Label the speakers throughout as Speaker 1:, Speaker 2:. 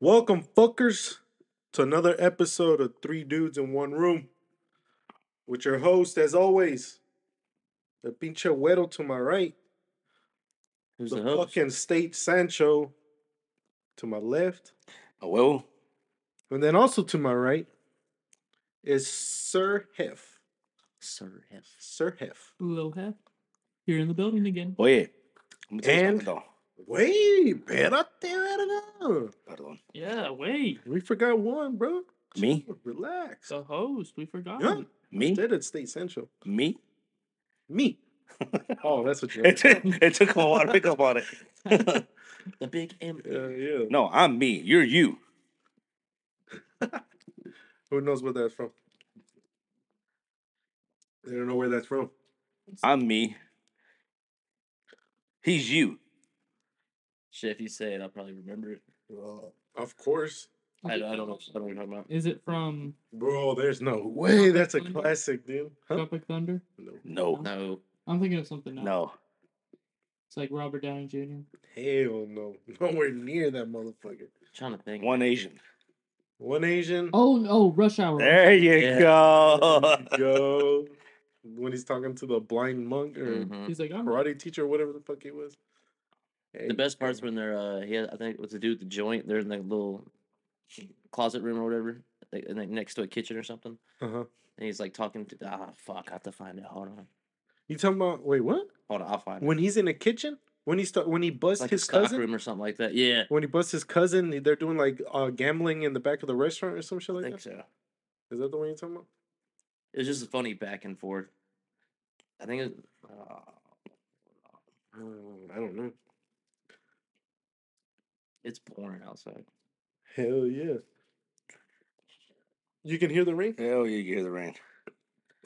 Speaker 1: Welcome, fuckers, to another episode of Three Dudes in One Room. With your host, as always, the pinche güero to my right,
Speaker 2: Who's
Speaker 1: the
Speaker 2: the host?
Speaker 1: fucking state Sancho to my left,
Speaker 2: A huevo.
Speaker 1: and then also to my right is Sir Hef.
Speaker 2: Sir F.
Speaker 1: Sir Hef.
Speaker 3: Lil Hef, you're in the building again.
Speaker 2: Oye. I'm gonna tell you
Speaker 1: And-
Speaker 2: something, though.
Speaker 1: Wait, espérate, verga.
Speaker 2: Pardon.
Speaker 3: Yeah, wait.
Speaker 1: We forgot one, bro.
Speaker 2: Me?
Speaker 1: Relax.
Speaker 3: The host, we forgot.
Speaker 1: Yeah.
Speaker 2: Me?
Speaker 1: Instead, it's state Sancho.
Speaker 2: Me?
Speaker 1: Me. Oh, that's what you're.
Speaker 2: It, took- it took him a while to pick up on it. the big M.
Speaker 1: Yeah, yeah.
Speaker 2: No, I'm me. You're you.
Speaker 1: Who knows where that's from? They don't know where that's from.
Speaker 2: I'm me. He's you.
Speaker 4: Shit, if you say it, I'll probably remember it.
Speaker 1: of course.
Speaker 4: I, I don't know. I don't know what you're talking
Speaker 3: Is it from
Speaker 1: Bro, there's no way that's a classic, dude. Huh?
Speaker 3: Tropic Thunder?
Speaker 1: No.
Speaker 2: No.
Speaker 4: about. No.
Speaker 3: I'm thinking of something else.
Speaker 2: No.
Speaker 3: It's like Robert Downey Jr.
Speaker 1: Hell no. Nowhere near that motherfucker.
Speaker 4: trying to think.
Speaker 2: One Asian.
Speaker 1: One Asian.
Speaker 3: Oh, no, Rush Hour.
Speaker 2: There you
Speaker 4: Yeah.
Speaker 2: go.
Speaker 1: Yo. When he's talking to the blind monk or
Speaker 4: Mhm.
Speaker 3: He's like, I'm right.
Speaker 1: karate teacher or whatever the fuck he was. Hey,
Speaker 4: The best part's when they're uh he had, I think it was the dude with the joint, they're in that little closet room or whatever. Like, and like next to a kitchen or something.
Speaker 1: Uh-huh.
Speaker 4: And he's like talking to ah fuck, I have to find it. Hold on.
Speaker 1: You talking about wait what?
Speaker 4: Hold on, I'll find it.
Speaker 1: When he's in the kitchen? When he start when he busts
Speaker 4: It's like
Speaker 1: his
Speaker 4: a stock
Speaker 1: cousin?
Speaker 4: room or something like that. Yeah.
Speaker 1: When he busts his cousin, they're doing like uh, gambling in the back of the restaurant or some shit
Speaker 4: I
Speaker 1: like
Speaker 4: think
Speaker 1: that.
Speaker 4: so.
Speaker 1: Is that the one you're talking about?
Speaker 4: It was just a funny back and forth. I think it was, uh,
Speaker 1: Mm, I don't know.
Speaker 4: it's pouring outside.
Speaker 1: Hell yeah. You can hear the ring?
Speaker 2: Hell yeah, you hear the rain.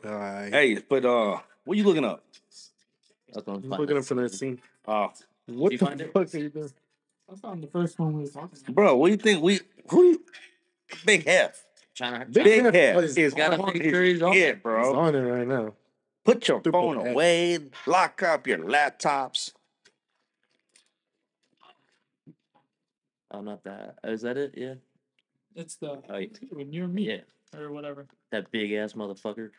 Speaker 1: Uh,
Speaker 2: Hey, but uh, what you looking up?
Speaker 4: I was gonna
Speaker 1: I'm
Speaker 4: find
Speaker 1: looking
Speaker 4: it.
Speaker 1: up for that scene.
Speaker 2: Uh,
Speaker 1: What
Speaker 4: you
Speaker 1: the
Speaker 4: find it?
Speaker 1: fuck are you doing?
Speaker 3: I found the first one we were talking about.
Speaker 2: bro, what do you think we? Who? You, big F.
Speaker 4: China.
Speaker 1: Big
Speaker 2: Big
Speaker 1: F
Speaker 2: F.
Speaker 1: is
Speaker 2: He's got
Speaker 4: on
Speaker 2: a
Speaker 4: his-
Speaker 2: picture.
Speaker 4: he's on-
Speaker 2: Yeah, bro.
Speaker 1: It's on it right now.
Speaker 2: Put your
Speaker 1: Stupid
Speaker 2: phone
Speaker 1: ass.
Speaker 2: away. Lock up your laptops.
Speaker 4: Oh, not that. Oh, is that it? Yeah.
Speaker 3: It's the
Speaker 4: Oh, yeah.
Speaker 3: when you're me
Speaker 4: Yeah.
Speaker 3: or whatever.
Speaker 4: That big ass motherfucker.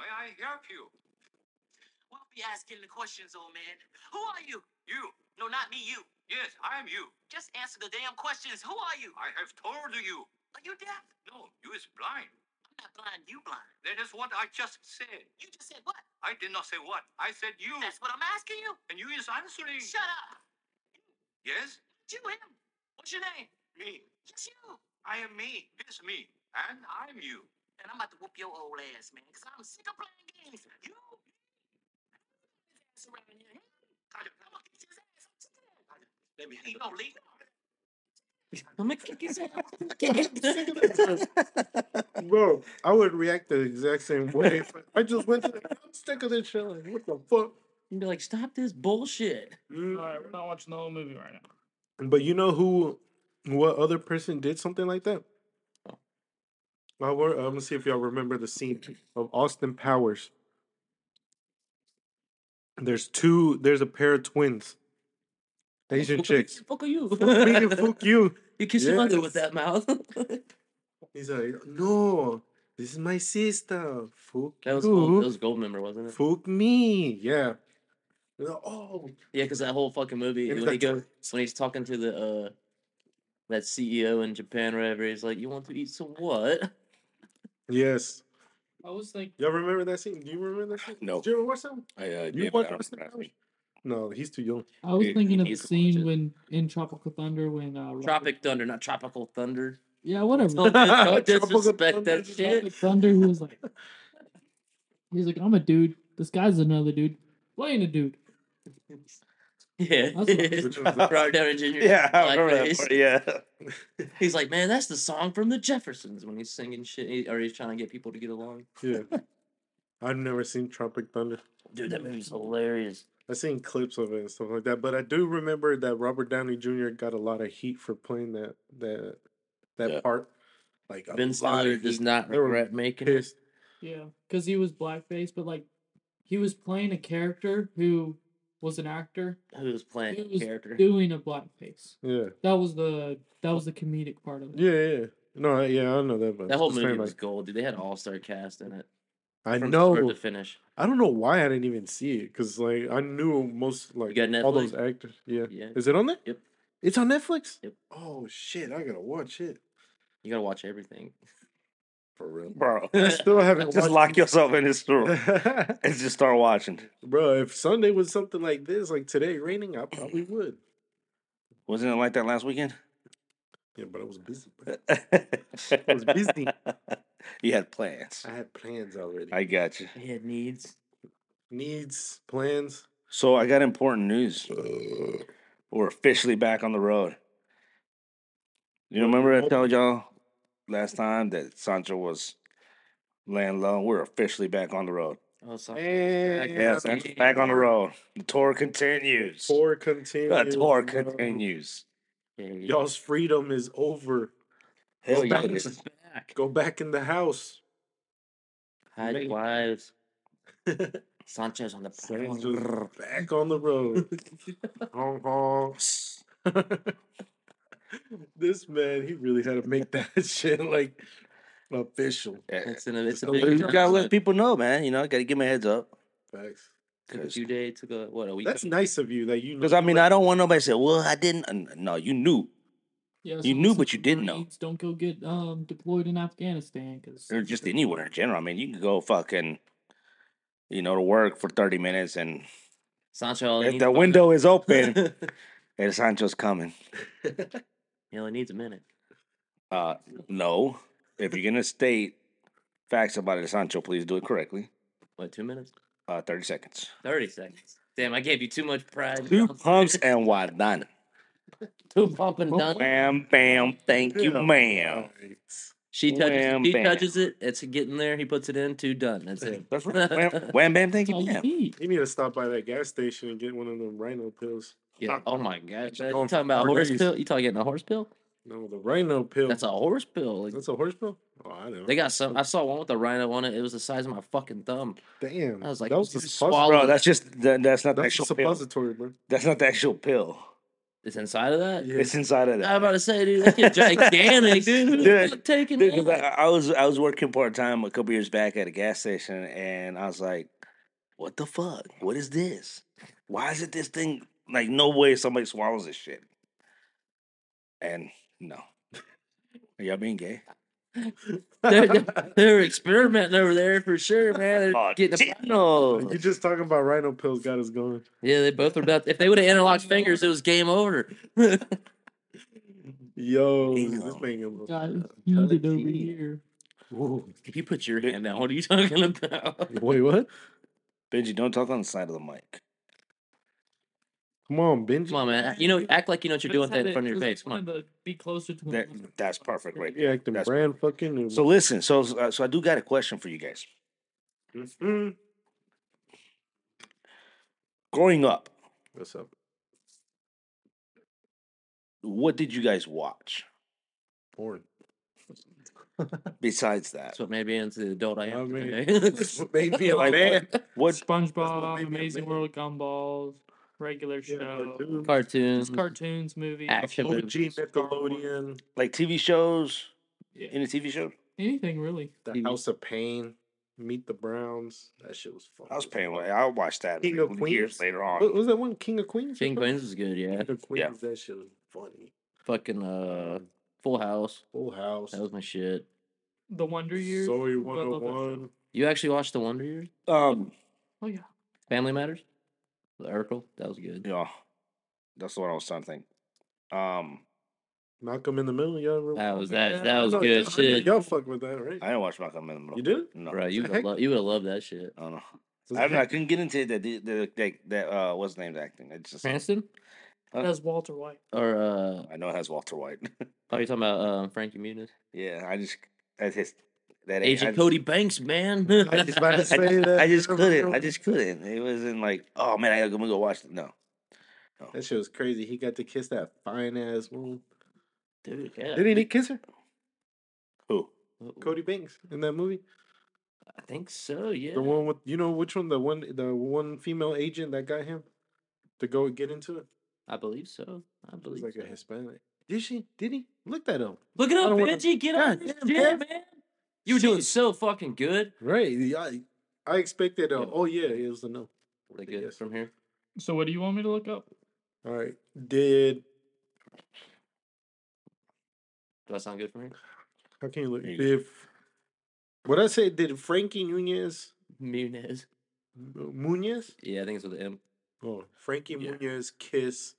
Speaker 5: May I help you?
Speaker 6: We'll be asking the questions, old man. Who are you?
Speaker 5: You?
Speaker 6: No, not me, you.
Speaker 5: Yes, I am you.
Speaker 6: Just answer the damn questions. Who are you?
Speaker 5: I have told you.
Speaker 6: Are you deaf?
Speaker 5: No, you is blind.
Speaker 6: I'm not blind, you blind.
Speaker 5: That is what I just said.
Speaker 6: You just said what?
Speaker 5: I did not say what. I said you.
Speaker 6: That's what I'm asking you.
Speaker 5: And you is answering.
Speaker 6: Shut up.
Speaker 5: Yes,
Speaker 6: You him. What's your name?
Speaker 5: me.
Speaker 6: Yes, you.
Speaker 5: I am me. Yes, me. And I'm you.
Speaker 6: And I'm about to whoop your old ass, man, because I'm sick of playing games. You. Ass around here. I'm gonna kick his ass. I'm sick of that.
Speaker 5: Let me
Speaker 6: You
Speaker 5: handle
Speaker 6: gonna leave?
Speaker 4: I'm gonna kick his ass.
Speaker 1: Bro, I would react the exact same way. if I just went to the I'm sick of this shit. Like, what the fuck?
Speaker 4: You'd be like, stop this bullshit.
Speaker 1: Mm.
Speaker 3: All right, we're not watching the whole movie right now.
Speaker 1: But you know who, what other person did something like that?
Speaker 4: Oh.
Speaker 1: I wa- I'm gonna see if y'all remember the scene of Austin Powers. There's two. There's a pair of twins, Asian chicks.
Speaker 4: Fuck are you?
Speaker 1: Me and fuck you.
Speaker 4: You kiss your mother with
Speaker 1: Yes.
Speaker 4: that mouth.
Speaker 1: He's like, no, this is my sister. Fuck
Speaker 4: that was
Speaker 1: you.
Speaker 4: gold, that was gold member, wasn't it?
Speaker 1: fuck me. Yeah. They're like, Oh,
Speaker 4: Yeah, because that whole fucking movie
Speaker 1: It was
Speaker 4: when he
Speaker 1: like-
Speaker 4: goes when he's talking to the uh that CEO in Japan or whatever, he's like, You want to eat some what?
Speaker 1: yes.
Speaker 3: I was like,
Speaker 1: Y'all remember that scene? Do you remember that scene?
Speaker 2: No.
Speaker 1: Did you ever watch that? one?
Speaker 2: I, uh,
Speaker 1: You
Speaker 2: yeah,
Speaker 1: watch
Speaker 2: but I
Speaker 1: Austin
Speaker 2: don't-
Speaker 1: Powers? No, he's too young.
Speaker 3: I was
Speaker 2: Dude,
Speaker 3: thinking of the
Speaker 4: he's gorgeous.
Speaker 3: scene when in Tropical Thunder when uh, Robert-
Speaker 4: Tropic Thunder, not Tropical Thunder.
Speaker 3: Yeah, whatever.
Speaker 4: Don't, don't
Speaker 1: Tropical
Speaker 4: disrespect
Speaker 1: Thunder
Speaker 4: that
Speaker 1: is
Speaker 4: shit.
Speaker 3: Tropic Thunder, he was like, he's like, I'm a dude. This guy's another dude. Playing a dude.
Speaker 4: Yeah.
Speaker 3: That's what-
Speaker 1: Which one's that?
Speaker 4: Robert Downey Jr.
Speaker 2: Yeah, I remember that
Speaker 4: Blackface.
Speaker 2: part, yeah.
Speaker 4: He's like, man, that's the song from the Jeffersons when he's singing shit, he- or he's trying to get people to get along.
Speaker 1: Yeah. I've never seen Tropic Thunder.
Speaker 4: Dude, that movie's hilarious.
Speaker 1: I've seen clips of it and stuff like that, but I do remember that Robert Downey Jr. got a lot of heat for playing that that that
Speaker 2: Yeah.
Speaker 1: part. Like a
Speaker 4: Ben
Speaker 1: lot
Speaker 4: Stiller
Speaker 1: of
Speaker 4: does
Speaker 1: heat.
Speaker 4: not
Speaker 1: They were
Speaker 4: regret making it.
Speaker 1: pissed.
Speaker 3: Yeah, because he was blackface, but like he was playing a character who was an actor
Speaker 4: Who was playing
Speaker 3: He
Speaker 4: a
Speaker 3: was
Speaker 4: character?
Speaker 3: doing a blackface.
Speaker 1: Yeah.
Speaker 3: That was the that was the comedic part of it.
Speaker 1: Yeah, yeah. yeah. No, I- yeah, I know that. But
Speaker 4: That whole
Speaker 1: I'm saying,
Speaker 4: movie was
Speaker 1: like,
Speaker 4: gold, dude. They had an all star cast in it.
Speaker 1: I
Speaker 4: from
Speaker 1: know.
Speaker 4: start to finish.
Speaker 1: I don't know why I didn't even see it because like I knew most like
Speaker 4: got
Speaker 1: all those
Speaker 4: Netflix?
Speaker 1: actors. Yeah.
Speaker 4: Yeah,
Speaker 1: Is it on there?
Speaker 4: Yep.
Speaker 1: It's on Netflix.
Speaker 4: Yep.
Speaker 1: Oh shit! I gotta watch it
Speaker 4: you gotta watch everything.
Speaker 1: for real.
Speaker 2: bro.
Speaker 1: I still haven't.
Speaker 2: Just lock
Speaker 1: watched
Speaker 2: yourself in this room
Speaker 1: it.
Speaker 2: and just start watching.
Speaker 1: bro. If Sunday was something like this, like today raining, I probably would.
Speaker 2: Wasn't it like that last weekend?
Speaker 1: Yeah, but I was busy. bro.
Speaker 2: was
Speaker 1: busy.
Speaker 2: you had plans.
Speaker 1: I had plans already.
Speaker 2: I got you.
Speaker 4: He had needs.
Speaker 1: Needs plans.
Speaker 2: So I got important news. We're officially back on the road. You remember I told y'all last time that Sancho was laying low. We're officially back on the road.
Speaker 4: Oh, sorry.
Speaker 1: And
Speaker 2: Yeah, Sancho's back on the road. The tour continues.
Speaker 1: tour continues.
Speaker 2: the tour
Speaker 1: bro.
Speaker 2: continues.
Speaker 4: Yeah, yeah.
Speaker 1: Y'all's freedom is over.
Speaker 4: Oh,
Speaker 2: Hell yeah,
Speaker 4: y'all
Speaker 2: it
Speaker 4: just
Speaker 2: is.
Speaker 4: back.
Speaker 1: Go back in the house.
Speaker 4: Hide your
Speaker 1: Mate.
Speaker 4: wives. Sanchez on the
Speaker 1: Sancho's
Speaker 4: prowl.
Speaker 1: back on the road. Honk, honk. this man, he really had to make that shit like official.
Speaker 2: Yeah.
Speaker 4: It's, in a, it's a
Speaker 1: So
Speaker 4: big
Speaker 2: You gotta let
Speaker 4: adjustment.
Speaker 2: people know, man. You know, gotta give me a heads up.
Speaker 1: Facts.
Speaker 4: Took a
Speaker 2: Cause-
Speaker 4: few days. Took a what a week.
Speaker 1: That's nice of you that you.
Speaker 2: Because I mean, I don't want nobody to say, "Well, I didn't." And- No, you knew.
Speaker 3: Yeah,
Speaker 2: You
Speaker 3: so
Speaker 2: knew,
Speaker 3: some
Speaker 2: but you didn't know.
Speaker 3: Marines Don't go get um deployed in Afghanistan because
Speaker 2: Or just anywhere in general. I mean, you can go fucking, you know, to work for thirty minutes, and
Speaker 4: Sancho only
Speaker 2: if
Speaker 4: needs
Speaker 2: the
Speaker 4: one
Speaker 2: window is open,
Speaker 4: minute.
Speaker 2: and Sancho's coming.
Speaker 4: he only needs a minute.
Speaker 2: Uh, no, if you're gonna state facts about El Sancho, please do it correctly.
Speaker 4: What two minutes?
Speaker 2: Uh, thirty seconds.
Speaker 4: Thirty seconds. Damn, I gave you too much pride.
Speaker 2: Two
Speaker 4: Johnson.
Speaker 2: pumps and what done?
Speaker 4: two pump and done.
Speaker 2: Bam, bam. Thank you,
Speaker 1: Yeah.
Speaker 2: ma'am.
Speaker 4: She touches.
Speaker 2: Wham,
Speaker 4: He
Speaker 2: bam.
Speaker 4: touches it. It's getting there. He puts it in. Two done. That's it.
Speaker 2: That's right. Wham, wham, bam. Thank
Speaker 3: that's all
Speaker 2: you,
Speaker 3: you
Speaker 2: ma'am.
Speaker 3: need.
Speaker 1: You need to stop by that gas station and get one of them rhino pills.
Speaker 4: Yeah. Oh my gosh. You
Speaker 1: going
Speaker 4: talking about a
Speaker 1: for
Speaker 4: horse
Speaker 1: days.
Speaker 4: pill? You talking getting a horse pill?
Speaker 1: No, the rhino pill.
Speaker 4: That's a horse pill. Like,
Speaker 1: That's a horse pill. Oh, I know.
Speaker 4: they got some. I saw one with a rhino on it. It was the size of my fucking thumb.
Speaker 1: Damn.
Speaker 4: I was like,
Speaker 1: that was
Speaker 4: you
Speaker 1: the
Speaker 4: swallow-
Speaker 1: suppository.
Speaker 2: Bro, that's just that, that's not the
Speaker 1: That's a
Speaker 2: actual pill.
Speaker 1: suppository, bro.
Speaker 2: That's not the actual pill.
Speaker 4: It's inside of that.
Speaker 1: Yeah.
Speaker 2: It's inside of that.
Speaker 4: I'm about to say, dude, that shit gigantic, dude. Who's
Speaker 2: Dude,
Speaker 4: fuck taking
Speaker 2: Dude, 'cause
Speaker 4: that?
Speaker 2: I, I was I was working part time a couple years back at a gas station, and I was like, "What the fuck? What is this? Why is it this thing? Like, no way somebody swallows this shit." And no, are y'all being gay?
Speaker 4: They're, they're- they're experimenting over there for sure, man. They're
Speaker 2: Oh,
Speaker 4: getting
Speaker 2: damn.
Speaker 4: a final.
Speaker 1: You just talking about rhino pills got us going.
Speaker 4: Yeah, they both were about. If they would have interlocked fingers, it was game over.
Speaker 1: Yo,
Speaker 2: Damn.
Speaker 1: this Uh, thing.
Speaker 3: Got
Speaker 1: Got
Speaker 3: heated over here.
Speaker 4: you put your hand down. What are you talking about?
Speaker 1: Wait, what?
Speaker 2: Benji, don't talk on the side of the mic.
Speaker 1: Come on, Benji.
Speaker 4: Come on, man. You know, act like you know what you're doing with that in front of your face. Come on.
Speaker 3: be closer to
Speaker 2: That that's perfect, right?
Speaker 1: You acting
Speaker 2: That's-
Speaker 1: brand fucking. and-
Speaker 2: So listen, so uh, so I do got a question for you guys.
Speaker 1: Mm.
Speaker 2: Growing up,
Speaker 1: What's up?
Speaker 2: what did you guys watch
Speaker 1: Porn.
Speaker 2: besides that?
Speaker 4: That's what made me into the adult I am.
Speaker 1: I mean,
Speaker 4: today.
Speaker 1: That's what made me a
Speaker 2: Like,
Speaker 1: man.
Speaker 2: What
Speaker 1: what
Speaker 3: SpongeBob,
Speaker 1: made me
Speaker 3: Amazing
Speaker 1: amazed.
Speaker 3: World, Gumballs, regular
Speaker 1: Yeah,
Speaker 3: show,
Speaker 1: dude.
Speaker 4: Cartoons.
Speaker 3: cartoons, movies,
Speaker 4: Action.
Speaker 1: OG
Speaker 3: Star Wars.
Speaker 1: Nickelodeon,
Speaker 2: like TV shows?
Speaker 3: Yeah.
Speaker 2: Any TV show?
Speaker 3: anything really.
Speaker 1: The
Speaker 4: TV.
Speaker 1: House of Pain, Meet the Browns. That shit was fun.
Speaker 2: I was paying. way- I watched that
Speaker 1: King of Queens?
Speaker 2: years later on.
Speaker 1: What was that one? King of Queens. or
Speaker 4: King
Speaker 1: something?
Speaker 4: Queens is good, yeah.
Speaker 1: King of
Speaker 2: Yeah.
Speaker 1: Queens. That shit was funny.
Speaker 4: Fucking uh, Full House.
Speaker 1: Full House.
Speaker 4: That was my shit.
Speaker 3: The Wonder Years.
Speaker 1: Zoe
Speaker 3: I love that
Speaker 1: 101.
Speaker 3: show.
Speaker 4: You actually watched The Wonder Years?
Speaker 2: Um,
Speaker 3: Oh yeah,
Speaker 4: Family Matters? The Urkel? That was good.
Speaker 2: yeah, that's the one I was trying to think. Um,
Speaker 1: Malcolm in the Middle. Y'all remember?
Speaker 4: That was that.
Speaker 1: Yeah,
Speaker 4: that was
Speaker 1: no,
Speaker 4: good
Speaker 1: y'all-
Speaker 4: shit,
Speaker 1: Y'all fuck with that, right?
Speaker 2: I didn't watch Malcolm in the Middle.
Speaker 1: You did?
Speaker 2: No,
Speaker 4: bro. You
Speaker 1: the
Speaker 4: would
Speaker 1: heck? Uh,
Speaker 4: love. You would have loved that shit.
Speaker 2: I don't know. I, don't know, I couldn't get into that. The, the, that that uh, what's the name of the acting? It's just
Speaker 4: Cranston
Speaker 2: Huh?
Speaker 3: that's Walter White.
Speaker 4: or uh,
Speaker 2: I know it has Walter White.
Speaker 4: are you talking about uh, Frankie Muniz?
Speaker 2: yeah, I just that's his that I
Speaker 4: Agent
Speaker 2: just-
Speaker 4: Cody Banks, man.
Speaker 1: I was just about to
Speaker 2: I
Speaker 1: say
Speaker 2: just,
Speaker 1: that.
Speaker 2: I just couldn't. I just couldn't. It wasn't like, oh man, I gotta go, go watch it. No,
Speaker 1: That shit was crazy. He got to kiss that fine ass woman.
Speaker 4: Dude, yeah.
Speaker 1: Didn't he kiss her?
Speaker 2: who?
Speaker 1: Cody Banks in that movie.
Speaker 4: I think so. Yeah.
Speaker 1: The one with you know which one? The one the one female agent that got him. to go and get into it?
Speaker 4: I believe so.
Speaker 1: It
Speaker 4: I
Speaker 1: was
Speaker 4: believe
Speaker 1: like a
Speaker 4: so.
Speaker 1: Hispanic. Did she? Did he? Look that up.
Speaker 4: Look it
Speaker 1: I
Speaker 4: up,
Speaker 1: don't wanna-
Speaker 4: Benji. Get on
Speaker 1: God
Speaker 4: this
Speaker 1: damn,
Speaker 4: shit, man.
Speaker 1: Pat.
Speaker 4: You were doing
Speaker 1: Shit.
Speaker 4: so fucking good.
Speaker 1: Right. I, I expected a,
Speaker 4: Yeah.
Speaker 1: oh yeah, it was a no.
Speaker 4: Really good
Speaker 1: Yes.
Speaker 4: from here.
Speaker 3: So what do you want me to look up?
Speaker 1: All right. Did,
Speaker 4: Do I sound good from here?
Speaker 1: how can you look?
Speaker 2: There you
Speaker 1: Did, what I say, did Frankie Nunez,
Speaker 4: Munez.
Speaker 1: Munoz?
Speaker 4: Yeah, I think it's with the M.
Speaker 1: Oh, Frankie
Speaker 4: Yeah.
Speaker 1: Munoz kiss.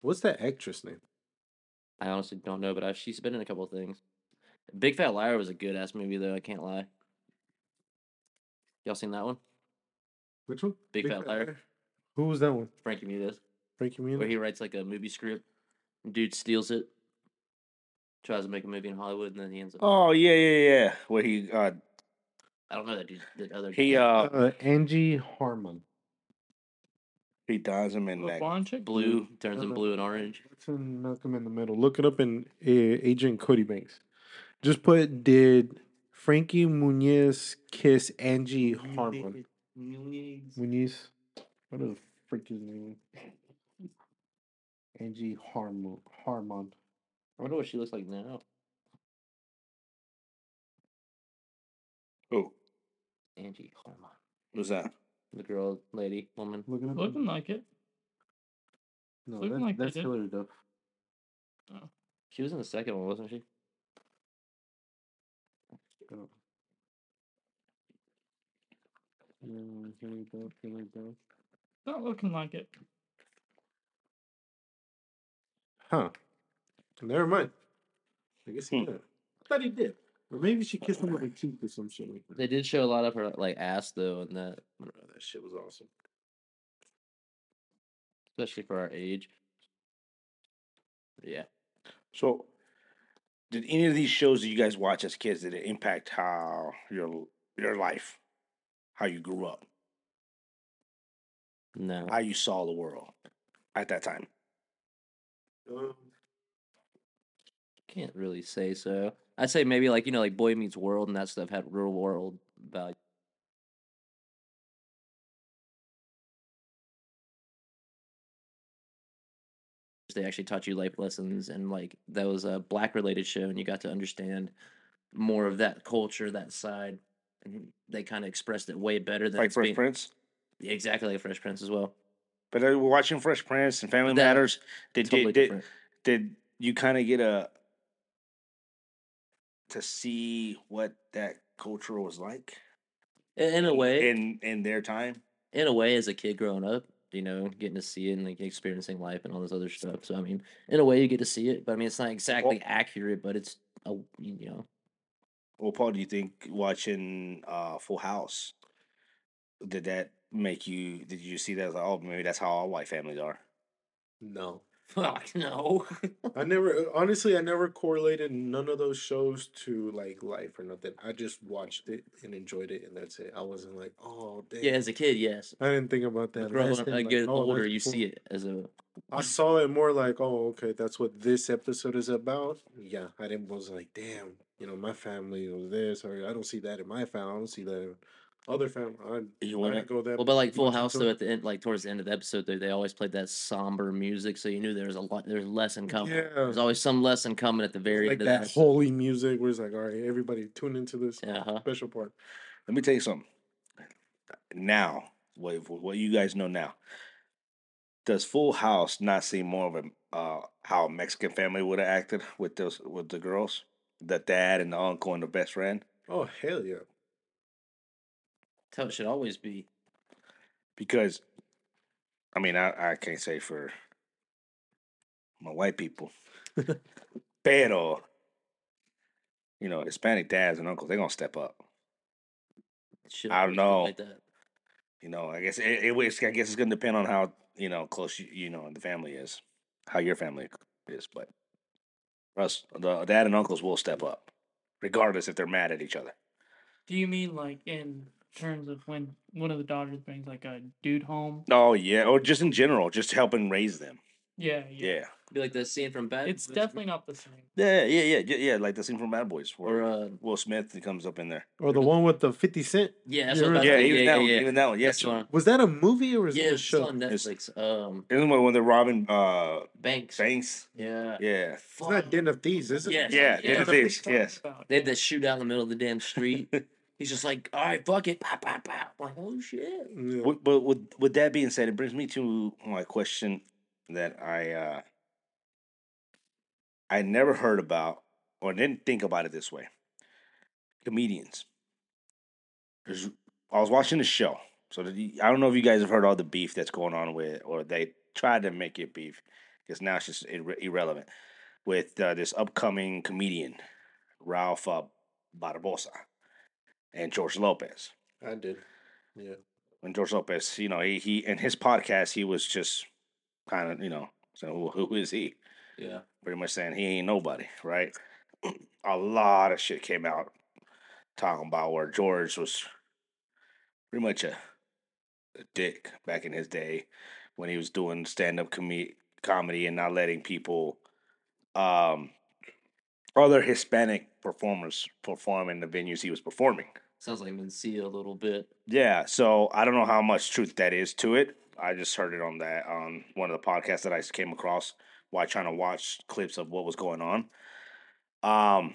Speaker 1: What's that actress name?
Speaker 4: I honestly don't know, but I, she's been in a couple of things. Big Fat Liar was a good ass movie, though. I can't lie. Y'all seen that one?
Speaker 1: Which one?
Speaker 4: Big Fat Liar.
Speaker 1: Who was that one?
Speaker 4: Frankie Muniz,
Speaker 1: Frankie
Speaker 4: where
Speaker 1: Munoz.
Speaker 4: he writes like a movie script. Dude steals it, tries to make a movie in Hollywood, and then he ends up.
Speaker 2: Oh yeah, yeah, yeah. Where he uh
Speaker 4: I don't know that dude. That other
Speaker 2: he
Speaker 4: guy.
Speaker 2: uh
Speaker 1: Angie Harmon.
Speaker 2: he dons him in
Speaker 3: The
Speaker 2: that
Speaker 3: blonde chick?
Speaker 4: blue turns
Speaker 1: no,
Speaker 4: in
Speaker 1: no.
Speaker 4: blue and orange.
Speaker 1: What's in Malcolm in the Middle? Look it up in uh, Agent Cody Banks. Just put did Frankie Munoz kiss Angie Harmon? Munoz. What the frick is his name? Angie Harmon. Harmon.
Speaker 4: I wonder what she looks like now.
Speaker 2: Who
Speaker 4: Angie Harmon,
Speaker 2: was that?
Speaker 4: oh the girl, lady, woman.
Speaker 1: Look it up.
Speaker 3: Looking like it.
Speaker 1: no,
Speaker 3: looking
Speaker 1: that-
Speaker 3: like they
Speaker 1: that's
Speaker 3: did.
Speaker 1: Hillary Duff.
Speaker 4: She was in the second one, wasn't she?
Speaker 1: Oh.
Speaker 4: Mm, here we go. Here we go.
Speaker 3: Not looking like it.
Speaker 1: Huh. Never mind. I guess he
Speaker 2: Hmm.
Speaker 1: did. I thought he did. Or maybe she kissed him with her cheek or some shit like that.
Speaker 4: They did show a lot of her like ass though, in that
Speaker 1: Oh, that shit was awesome.
Speaker 4: especially for our age. Yeah,
Speaker 2: So did any of these shows that you guys watch as kids did it impact how your your life, how you grew up,
Speaker 4: no,
Speaker 2: how you saw the world at that time?
Speaker 1: Um,
Speaker 4: can't really say so. I'd say maybe like you know like Boy Meets World and that stuff had real world value. They actually taught you life lessons and like that was a black related show and you got to understand more of that culture, that side. And they kind of expressed it way better than
Speaker 2: Like
Speaker 4: it's
Speaker 2: Fresh
Speaker 4: being-
Speaker 2: Prince.
Speaker 4: Yeah, exactly like Fresh Prince as well.
Speaker 2: But uh, watching Fresh Prince and Family
Speaker 4: That-
Speaker 2: Matters, did
Speaker 4: Totally
Speaker 2: did, did
Speaker 4: different.
Speaker 2: did you kind of get a to see what that culture was like
Speaker 4: In, in a way,
Speaker 2: in in their time?
Speaker 4: in a way, as a kid growing up, you know, getting to see it and like experiencing life and all this other stuff. So I mean, in a way, you get to see it, but I mean, it's not exactly accurate, but it's a you know,
Speaker 2: Well, Paul, do you think watching uh, Full House did that make you? Did you see that? as, Like, oh, maybe that's how all white families are.
Speaker 1: no.
Speaker 4: fuck no.
Speaker 1: I never, honestly, I never correlated none of those shows to like life or nothing. I just watched it and enjoyed it, and that's it. I wasn't like, oh, damn.
Speaker 4: yeah, as a kid, yes.
Speaker 1: I didn't think about that.
Speaker 4: But growing
Speaker 1: Last
Speaker 4: up,
Speaker 1: thing,
Speaker 4: I
Speaker 1: like,
Speaker 4: get
Speaker 1: oh,
Speaker 4: older,
Speaker 1: that's
Speaker 4: you
Speaker 1: cool.
Speaker 4: see it as a
Speaker 1: I saw it more like, oh, okay, that's what this episode is about. Yeah, I didn't was like, damn, you know, my family was this, or I don't see that in my family. I don't see that in other family. I,
Speaker 2: You
Speaker 1: I
Speaker 2: want
Speaker 1: didn't go that.
Speaker 4: well, but like Full
Speaker 1: much
Speaker 4: House
Speaker 1: into
Speaker 4: though,
Speaker 1: it.
Speaker 4: at the end, like towards the end of the episode, though, they always played that somber music, so you knew there was a lot, there's lesson coming.
Speaker 1: Yeah.
Speaker 4: There's always some lesson coming at the very
Speaker 1: like
Speaker 4: end.
Speaker 1: that holy music where it's like, all right, everybody tune into this
Speaker 4: Uh huh.
Speaker 1: special part.
Speaker 2: Let me tell you something. Now, what what you guys know now? Does Full House not seem more of a uh, how a Mexican family would have acted with those with the girls, the dad and the uncle and the best friend?
Speaker 1: Oh hell yeah!
Speaker 4: That's how it should always be.
Speaker 2: Because, I mean, I, I can't say for my white people, pero you know, Hispanic dads and uncles they gonna step up.
Speaker 4: It should
Speaker 2: I
Speaker 4: always be
Speaker 2: know.
Speaker 4: like that.
Speaker 2: you know, I guess it, it was, I guess it's going to depend on how you know close you, you know the family is, how your family is. But us, the dad and uncles will step up, regardless if they're mad at each other.
Speaker 3: Do you mean like in terms of when one of the daughters brings like a dude home?
Speaker 2: Oh yeah, or just in general, just helping raise them.
Speaker 3: Yeah, yeah.
Speaker 2: Yeah.
Speaker 4: Be like the scene from Bad.
Speaker 3: It's definitely not the same.
Speaker 2: Yeah, yeah, yeah, yeah, yeah. Like the scene from Bad Boys where
Speaker 4: or
Speaker 2: uh,
Speaker 4: uh,
Speaker 2: Will Smith he comes up in there.
Speaker 1: Or the one with the 50 Cent?
Speaker 4: yeah, that's
Speaker 1: Yeah,
Speaker 4: what I was about
Speaker 2: Yeah,
Speaker 4: to say.
Speaker 2: even that one, even that one.
Speaker 4: That's
Speaker 2: Yes,
Speaker 4: the one.
Speaker 1: Was that a movie or was
Speaker 4: Yeah,
Speaker 1: it a
Speaker 4: it's
Speaker 1: show?
Speaker 4: on Netflix. Um,
Speaker 2: Isn't one when they're robbing uh,
Speaker 4: Banks.
Speaker 2: banks?
Speaker 4: Yeah.
Speaker 2: Yeah,
Speaker 1: It's not Den of Thieves, is it?
Speaker 4: Yes.
Speaker 2: yeah,
Speaker 4: Yeah.
Speaker 2: yeah.
Speaker 4: That's
Speaker 2: It
Speaker 4: what
Speaker 2: is. Yes.
Speaker 3: About.
Speaker 4: They had that shootout in the middle of the damn street. He's just like, all right, fuck it. Pow, pow, pow. I'm like, oh shit.
Speaker 1: Yeah.
Speaker 2: Wi- But with with that being said, it brings me to my question that I uh, I never heard about or didn't think about it this way. Comedians. There's, I was watching the show, so did you- I don't know if you guys have heard all the beef that's going on with, or they tried to make it beef because now it's just irre- irrelevant with uh, this upcoming comedian Ralph uh, Barbosa and George Lopez
Speaker 1: I did. Yeah.
Speaker 2: when George Lopez, you know, he, he in his podcast, he was just kind of, you know, saying, well, who is he?
Speaker 4: Yeah.
Speaker 2: Pretty much saying he ain't nobody, right? A lot of shit came out talking about where George was pretty much a, a dick back in his day when he was doing stand up com- comedy and not letting people, um, other Hispanic performers perform in the venues he was performing.
Speaker 4: Sounds like Mencia a little bit.
Speaker 2: Yeah, so I don't know how much truth that is to it. I just heard it on that on one of the podcasts that I came across while trying to watch clips of what was going on. Um,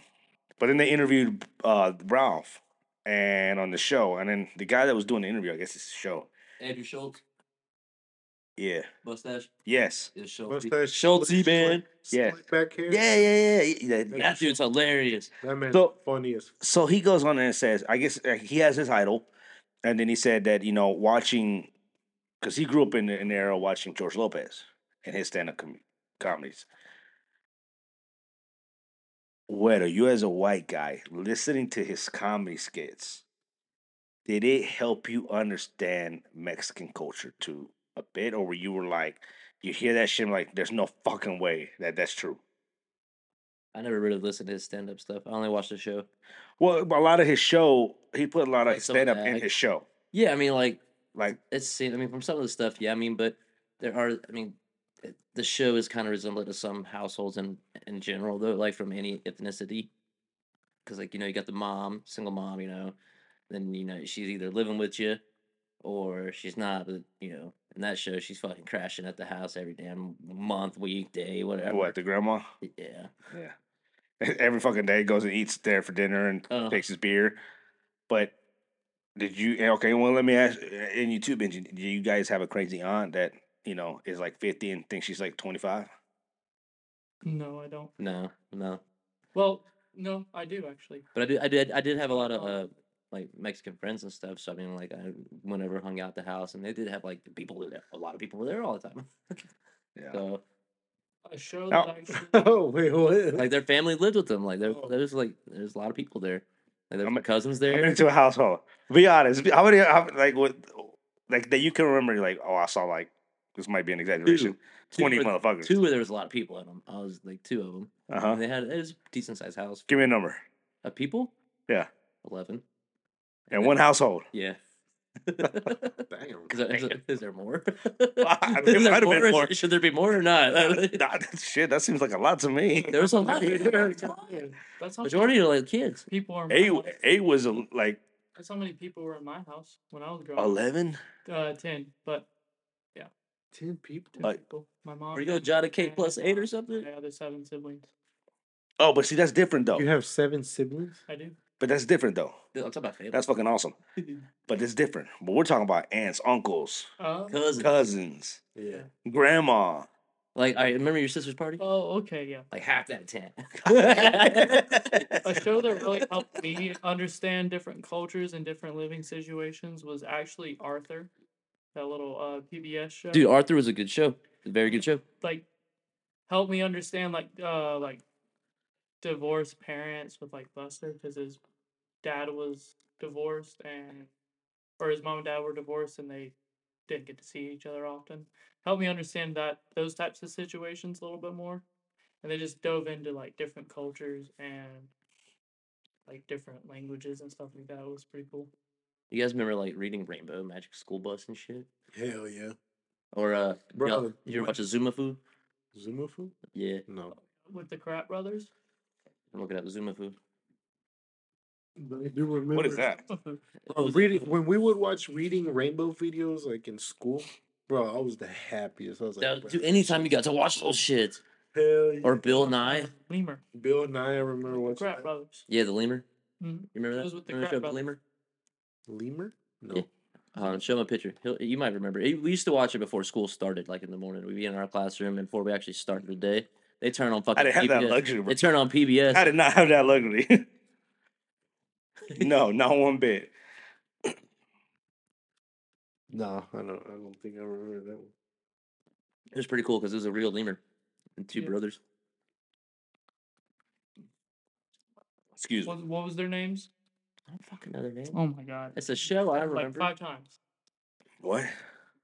Speaker 2: but then they interviewed uh Ralph and on the show, and then the guy that was doing the interview, I guess it's the show.
Speaker 4: Andrew Schultz,
Speaker 2: Yeah.
Speaker 4: mustache
Speaker 2: Yes.
Speaker 4: is Schultz.
Speaker 1: Mustache,
Speaker 4: Schultzy,
Speaker 1: slick-
Speaker 4: man.
Speaker 1: slick
Speaker 2: Yeah.
Speaker 1: Back here.
Speaker 2: Yeah, yeah, yeah, yeah. yeah.
Speaker 4: That dude's hilarious.
Speaker 1: That man's
Speaker 2: So-
Speaker 1: funny as
Speaker 2: so he goes on and says, I guess uh, he has his idol, and then he said that you know watching, because he grew up in an era watching George Lopez and his stand-up com- comedies. Whether you as a white guy listening to his comedy skits, did it help you understand Mexican culture too a bit, or were you were like, you hear that shit like, there's no fucking way that that's true.
Speaker 4: I never really listened to his stand up stuff. I only watched the show.
Speaker 2: Well, a lot of his show, he put a lot of
Speaker 4: Like
Speaker 2: his
Speaker 4: some of
Speaker 2: stand up
Speaker 4: the
Speaker 2: in
Speaker 4: act-
Speaker 2: his show,
Speaker 4: Yeah, I mean, like
Speaker 2: like.
Speaker 4: it's seen. I mean, from some of the stuff, yeah. I mean, but there are. I mean, it- the show is kind of resemblant to some households in in general, though, like from any ethnicity, because like you know you got the mom, single mom, you know, then you know she's either living with you or she's not. But you know, in that show, she's fucking crashing at the house every damn month, week, day, whatever.
Speaker 2: What the grandma?
Speaker 4: Yeah.
Speaker 2: Yeah. Every fucking day goes and eats there for dinner and
Speaker 4: Uh.
Speaker 2: takes his beer. But did you? eh, Okay, well, let me ask. eh, In YouTube, engine, do you guys have a crazy aunt that you know is like fifty and thinks she's like twenty five?
Speaker 3: No, I don't.
Speaker 4: No, no.
Speaker 3: Well, no, I do actually.
Speaker 4: But I did, I did, I did have a lot
Speaker 2: Oh.
Speaker 4: of uh, like Mexican friends and stuff. So I mean, like I whenever hung out the house, and they did have like the people were there. A lot of people were there all the time.
Speaker 2: Yeah.
Speaker 4: so
Speaker 3: A show
Speaker 2: Now-
Speaker 3: that actually.
Speaker 1: Oh, wait, what?
Speaker 4: like their family lived with them. Like there,
Speaker 1: Oh.
Speaker 4: there's like there's a lot of people there. Like there's
Speaker 2: I'm-
Speaker 4: my cousins
Speaker 2: I'm
Speaker 4: there.
Speaker 2: into a household. Be honest. How many? How, like what? Like that you can remember? you're Like oh, I saw like this might be an exaggeration.
Speaker 4: Two
Speaker 2: Twenty
Speaker 4: were-
Speaker 2: motherfuckers.
Speaker 4: Two where there was a lot of people in them. I was like two of them.
Speaker 2: Uh huh.
Speaker 4: And they had it was a decent sized house.
Speaker 2: Give me a number.
Speaker 4: Of people?
Speaker 2: Yeah.
Speaker 4: Eleven.
Speaker 2: And one household.
Speaker 4: Yeah.
Speaker 1: Damn.
Speaker 4: Is there, is there- is there more?
Speaker 2: I mean,
Speaker 4: Is
Speaker 2: it
Speaker 4: there
Speaker 2: might have
Speaker 4: more?
Speaker 2: been
Speaker 4: Is-
Speaker 2: more.
Speaker 4: Should there be more or not?
Speaker 2: Shit, that seems like a lot to me.
Speaker 4: there was a lot.
Speaker 3: Yeah,
Speaker 4: Of,
Speaker 3: yeah, That's how
Speaker 4: majority are like kids.
Speaker 3: people are. in my
Speaker 2: A
Speaker 3: house.
Speaker 2: A was a, like
Speaker 3: That's how many people were in my house when I was growing up.
Speaker 2: eleven.
Speaker 3: Uh, ten, but
Speaker 1: 10 people.
Speaker 3: two
Speaker 2: Like-
Speaker 3: people. My mom.
Speaker 4: Or you go Jada K
Speaker 3: and
Speaker 4: plus eight or
Speaker 3: My
Speaker 4: something.
Speaker 3: other seven siblings.
Speaker 2: Oh, but see, that's different though.
Speaker 1: You have seven siblings?
Speaker 3: I do.
Speaker 2: but that's different though.
Speaker 4: Dude, I'm talking about family.
Speaker 2: That's fucking awesome. But it's different. But we're talking about aunts, uncles,
Speaker 3: Uh,
Speaker 4: cousins.
Speaker 2: cousins,
Speaker 1: Yeah.
Speaker 2: grandma.
Speaker 4: Like I remember your sister's party.
Speaker 3: oh, okay, yeah.
Speaker 4: Like half that ten.
Speaker 3: A show that really helped me understand different cultures and different living situations was actually Arthur, that little uh, PBS show.
Speaker 4: Dude, Arthur was a good show. A very good show.
Speaker 3: like helped me understand like uh like divorced parents with like Buster because his dad was divorced and or his mom and dad were divorced and they didn't get to see each other often. Helped me understand that those types of situations a little bit more, and they just dove into like different cultures and like different languages and stuff like that. It was pretty cool.
Speaker 4: You guys remember like reading Rainbow Magic School Bus and shit?
Speaker 1: Hell yeah.
Speaker 4: Or uh,
Speaker 1: Bro,
Speaker 4: y'all- you ever watch a Zuma Fu?
Speaker 1: Zumafu?
Speaker 4: Yeah,
Speaker 1: No.
Speaker 3: with the Crap Brothers.
Speaker 4: I'm looking up Zumafu.
Speaker 1: I do remember.
Speaker 2: What is that?
Speaker 1: Bro, Oh, reading, when we would watch reading rainbow videos like in school, bro, I was the happiest. I was
Speaker 4: Now,
Speaker 1: like, bro,
Speaker 4: dude, anytime you got to watch those shits
Speaker 1: hell yeah.
Speaker 4: or Bill Nye,
Speaker 3: Lemur.
Speaker 1: Bill Nye, I remember watching
Speaker 3: Crap
Speaker 1: that.
Speaker 3: Brothers.
Speaker 4: yeah, the lemur.
Speaker 3: Mhm.
Speaker 4: You remember that?
Speaker 3: It was with the
Speaker 4: remember
Speaker 3: Crap
Speaker 4: show,
Speaker 3: Brothers.
Speaker 4: lemur?
Speaker 1: Lemur? No.
Speaker 4: Yeah. Hold on, Um, show him a picture. He'll, you might remember. It- We used to watch it before school started, like in the morning. We'd be in our classroom, and before we actually started the day, they turn on fucking.
Speaker 2: I didn't have that
Speaker 4: PBS.
Speaker 2: luxury. bro.
Speaker 4: They turn on PBS.
Speaker 2: I did not have that luxury. no, not one bit.
Speaker 1: Nah, I don't. I don't think I remember that one.
Speaker 4: It was pretty cool because it was a real lemur and two
Speaker 3: Yeah.
Speaker 4: brothers.
Speaker 2: Excuse me.
Speaker 3: What, what was their names?
Speaker 4: I don't fucking know their name.
Speaker 3: Oh my god.
Speaker 4: It's a show I
Speaker 3: Like
Speaker 4: remember.
Speaker 3: five times.
Speaker 2: What?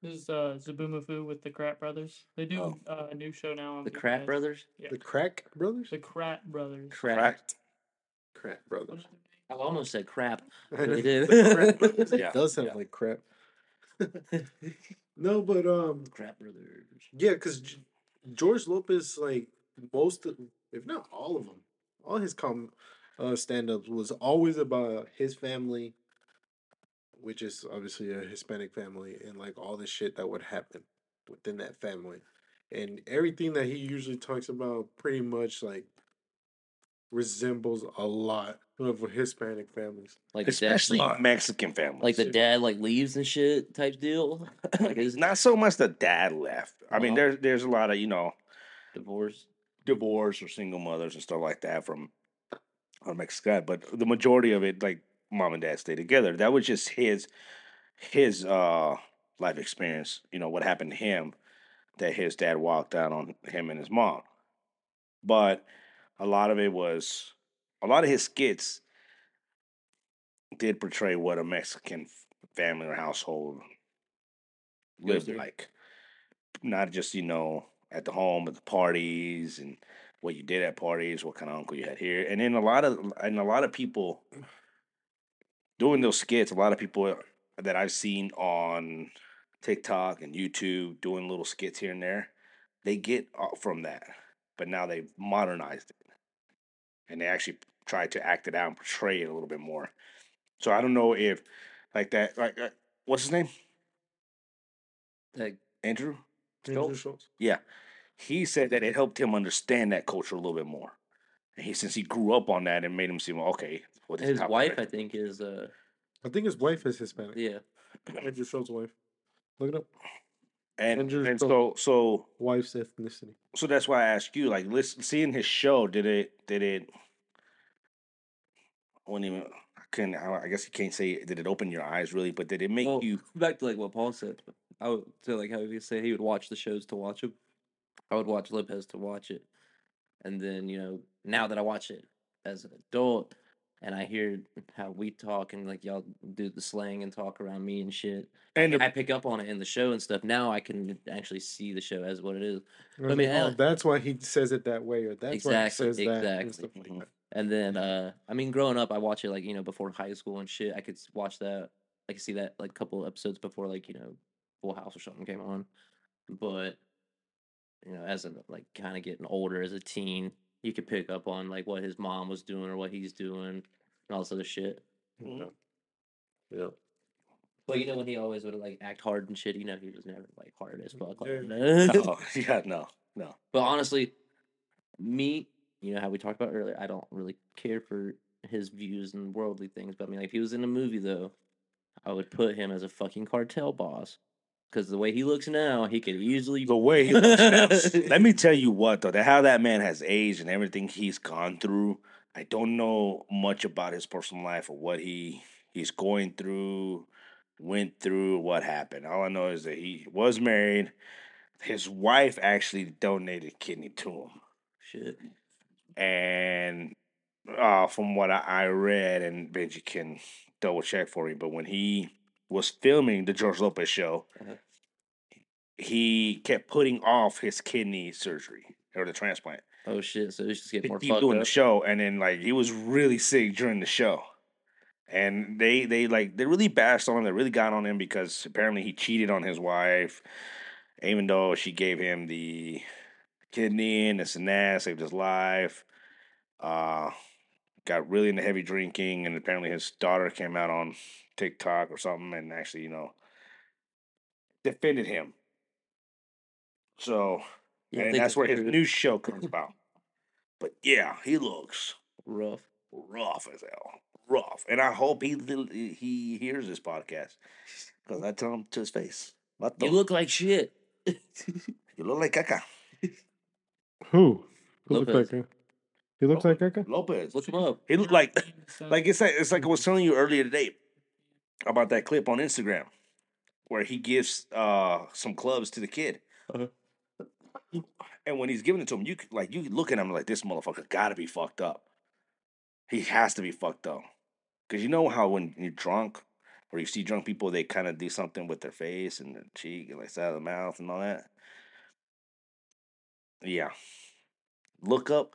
Speaker 3: This is uh, Zabumafu with the Crap Brothers. They do
Speaker 2: Oh.
Speaker 3: uh, a new show now. On
Speaker 4: The
Speaker 3: PBS.
Speaker 4: Crap Brothers.
Speaker 3: Yeah.
Speaker 1: The Crack Brothers.
Speaker 3: The Crap Brothers.
Speaker 4: Crap.
Speaker 1: Crack
Speaker 3: What is
Speaker 1: Brothers.
Speaker 3: their name?
Speaker 4: I almost said crap.
Speaker 1: I
Speaker 4: They
Speaker 1: know.
Speaker 4: did.
Speaker 1: Crap Brothers.
Speaker 2: Yeah,
Speaker 1: It does sound
Speaker 2: yeah.
Speaker 1: like crap. no, but um,
Speaker 4: crap Brothers.
Speaker 1: yeah, because George Lopez, like most, of, if not all of them, all his com uh, stand-ups was always about his family, which is obviously a Hispanic family, and like all the shit that would happen within that family, and everything that he usually talks about pretty much like resembles a lot of Hispanic families.
Speaker 4: Like
Speaker 2: Especially
Speaker 4: Dad,
Speaker 2: Mexican families.
Speaker 4: like the dad like leaves and shit type deal. like his
Speaker 2: It's not so much the dad left. I mean,
Speaker 4: Wow.
Speaker 2: there's there's a lot of you know
Speaker 4: divorce.
Speaker 2: divorce or single mothers and stuff like that from from Mexico, but the majority of it, like mom and dad, stay together. That was just his his uh life experience. You know what happened to him that his dad walked out on him and his mom. But a lot of it was a lot of his skits did portray what a Mexican f- family or household
Speaker 4: Goes
Speaker 2: lived
Speaker 4: through.
Speaker 2: like. Not just, you know, at the home, at the parties and what you did at parties, what kind of uncle you had here. And then a lot of and a lot of people doing those skits, a lot of people that I've seen on TikTok and YouTube doing little skits here and there, they get uh, from that. But now they've modernized it. And they actually try to act it out and portray it a little bit more. So I don't know if like that like uh, what's his name?
Speaker 4: Like
Speaker 2: Andrew?
Speaker 1: Andrew
Speaker 2: Schultz?
Speaker 1: Schultz.
Speaker 2: Yeah. He said that it helped him understand that culture a little bit more. And he since he grew up on that it made him seem okay. Well, this is
Speaker 4: his
Speaker 2: how-
Speaker 4: wife, I think, is uh
Speaker 1: I think his wife is Hispanic.
Speaker 4: yeah.
Speaker 1: Andrew Schultz's wife. Look it up.
Speaker 2: and,
Speaker 1: Andrew
Speaker 2: and so
Speaker 1: Schultz.
Speaker 2: so
Speaker 1: Wife's ethnicity.
Speaker 2: so that's why I asked you, like, listen, seeing his show, did it, did it, I wouldn't even, I couldn't, I I guess you can't say, did it open your eyes really, but did it make
Speaker 4: Well,
Speaker 2: you,
Speaker 4: back to like what Paul said. I would so like how he said he would watch the shows to watch them. I would watch Lopez to watch it, and then you know now that I watch it as an adult, and I hear how we talk and like y'all do the slang and talk around me and shit.
Speaker 2: and the-
Speaker 4: I pick up on it in the show and stuff. Now I can actually see the show as what it is.
Speaker 1: I
Speaker 4: mean,
Speaker 1: oh,
Speaker 4: uh,
Speaker 1: that's why he says it that way, or that's why he
Speaker 4: Exactly,
Speaker 1: says that.
Speaker 4: exactly. Mm-hmm.
Speaker 1: And stuff like
Speaker 2: Mhm.
Speaker 1: that.
Speaker 4: And then, uh, I mean, growing up, I watch it like you know before high school and shit. I could s- watch that, I could see that like couple episodes before like you know Full House or something came on. But you know, as a like kind of getting older as a teen, you could pick up on like what his mom was doing or what he's doing and all this other shit.
Speaker 2: Mhm.
Speaker 1: Yeah. Yeah.
Speaker 4: But you know when he always would like act hard and shit, you know he was never like hard as fuck. like,
Speaker 1: Yeah.
Speaker 2: no, yeah, no, no.
Speaker 4: But honestly, me, you know how we talked about earlier, I don't really care for his views and worldly things. But I mean, like, if he was in a movie, though, I would put him as a fucking cartel boss because the way he looks now, he could easily.
Speaker 2: The way he looks now. Let me tell you what, though, that how that man has aged and everything he's gone through. I don't know much about his personal life or what he he's going through, went through, what happened. All I know is that he was married. His wife actually donated kidney to him.
Speaker 4: Shit.
Speaker 2: and uh, from what I, I read, and Benji can double check for me, but when he was filming the George Lopez show,
Speaker 4: Uh-huh.
Speaker 2: he kept putting off his kidney surgery or the transplant.
Speaker 4: Oh shit! So he's just get
Speaker 2: He
Speaker 4: more
Speaker 2: keep
Speaker 4: fucked
Speaker 2: doing the
Speaker 4: up.
Speaker 2: show, and then like he was really sick during the show, and they they like they really bashed on him. They really got on him because apparently he cheated on his wife, even though she gave him the kidney and this and that, saved his life. Uh, got really into heavy drinking, and apparently his daughter came out on TikTok or something and actually, you know, defended him. So,
Speaker 4: Yeah,
Speaker 2: and
Speaker 4: they
Speaker 2: that's where his
Speaker 4: consider it
Speaker 2: new show comes about. But yeah, he looks
Speaker 4: rough.
Speaker 2: rough as hell, rough. And I hope he li- he hears this podcast because I tell him to his face, "What the-
Speaker 4: You look like shit.
Speaker 2: you look like caca."
Speaker 1: Who? Who looks like
Speaker 4: Lopez.
Speaker 1: him? He looks like Kaka?
Speaker 2: Lopez.
Speaker 4: Look him up.
Speaker 2: He looked like like it's like it's like I was telling you earlier today about that clip on Instagram where he gives uh some clubs to the kid.
Speaker 4: Uh-huh.
Speaker 2: And when he's giving it to him, you c- like you look at him like this motherfucker gotta be fucked up. He has to be fucked up. Cause you know how when you're drunk or you see drunk people, they kind of do something with their face and their cheek and like side of the mouth and all that. Yeah. Look up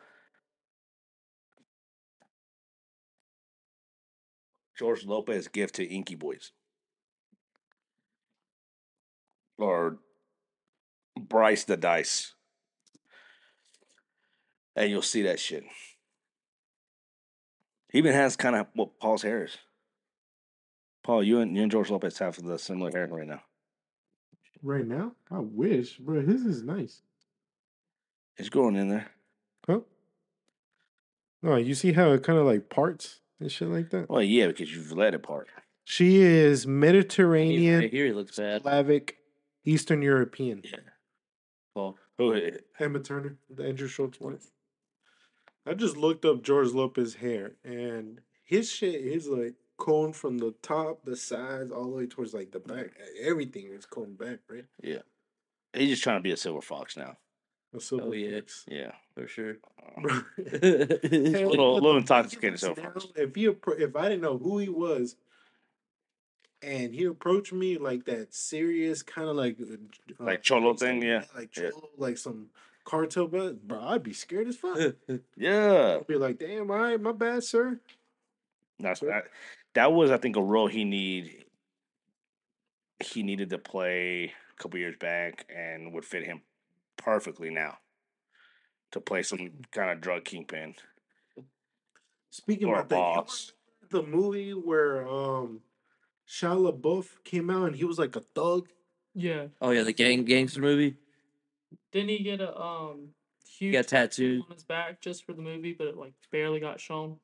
Speaker 2: George Lopez gift to Inky Boys. Or Bryce the Dice. And you'll see that shit. He even has kind of what Paul's hair is. Paul, you and you and George Lopez have the similar hair right now.
Speaker 1: Right now? I wish, bro. His is nice.
Speaker 2: It's growing in there.
Speaker 1: Huh? No, you see how it kind of like parts and shit like that?
Speaker 2: Well, yeah, because you've let it part.
Speaker 1: She is
Speaker 4: He,
Speaker 1: Mediterranean,
Speaker 4: right here he looks bad.
Speaker 1: Slavic, Eastern European.
Speaker 2: Yeah.
Speaker 4: Paul.
Speaker 2: Oh, eh,
Speaker 1: Emma Turner, the Andrew Schultz wife. I just looked up George Lopez hair and his shit is like combed from the top, the sides, all the way towards like the back. Everything is combed back, right?
Speaker 2: he's just trying to be a silver fox now.
Speaker 1: The silver
Speaker 4: Oh, yeah.
Speaker 1: fox.
Speaker 2: Yeah. Um,
Speaker 4: For sure.
Speaker 1: Bro,
Speaker 2: A
Speaker 1: Hell,
Speaker 2: little,
Speaker 1: what
Speaker 2: little
Speaker 1: the fuck is
Speaker 2: intoxicated
Speaker 1: this
Speaker 2: silver
Speaker 1: now?
Speaker 2: fox.
Speaker 1: If he, appro- if I didn't know who he was, and he approached me like that serious kind of like, uh,
Speaker 2: Like cholo
Speaker 1: like
Speaker 2: thing,
Speaker 1: some-
Speaker 2: yeah.
Speaker 1: like
Speaker 2: Yeah.
Speaker 1: cholo, like some cartel, but bro, I'd be scared as fuck.
Speaker 2: Yeah.
Speaker 1: I'd be like, damn, all right, my bad, sir.
Speaker 2: That's
Speaker 1: Sure.
Speaker 2: that. That was, I think, a role he need. He needed to play a couple years back, and would fit him perfectly now to play some kind of drug kingpin
Speaker 1: Speaking
Speaker 2: or a
Speaker 1: about that, y'all
Speaker 2: boss.
Speaker 1: remember the movie where um Shia LaBeouf came out and he was like a thug.
Speaker 3: Yeah.
Speaker 4: oh, yeah. The gang gangster movie.
Speaker 3: Didn't he get a um huge
Speaker 4: got tattooed.
Speaker 3: on his back just for the movie, but it like barely got shown?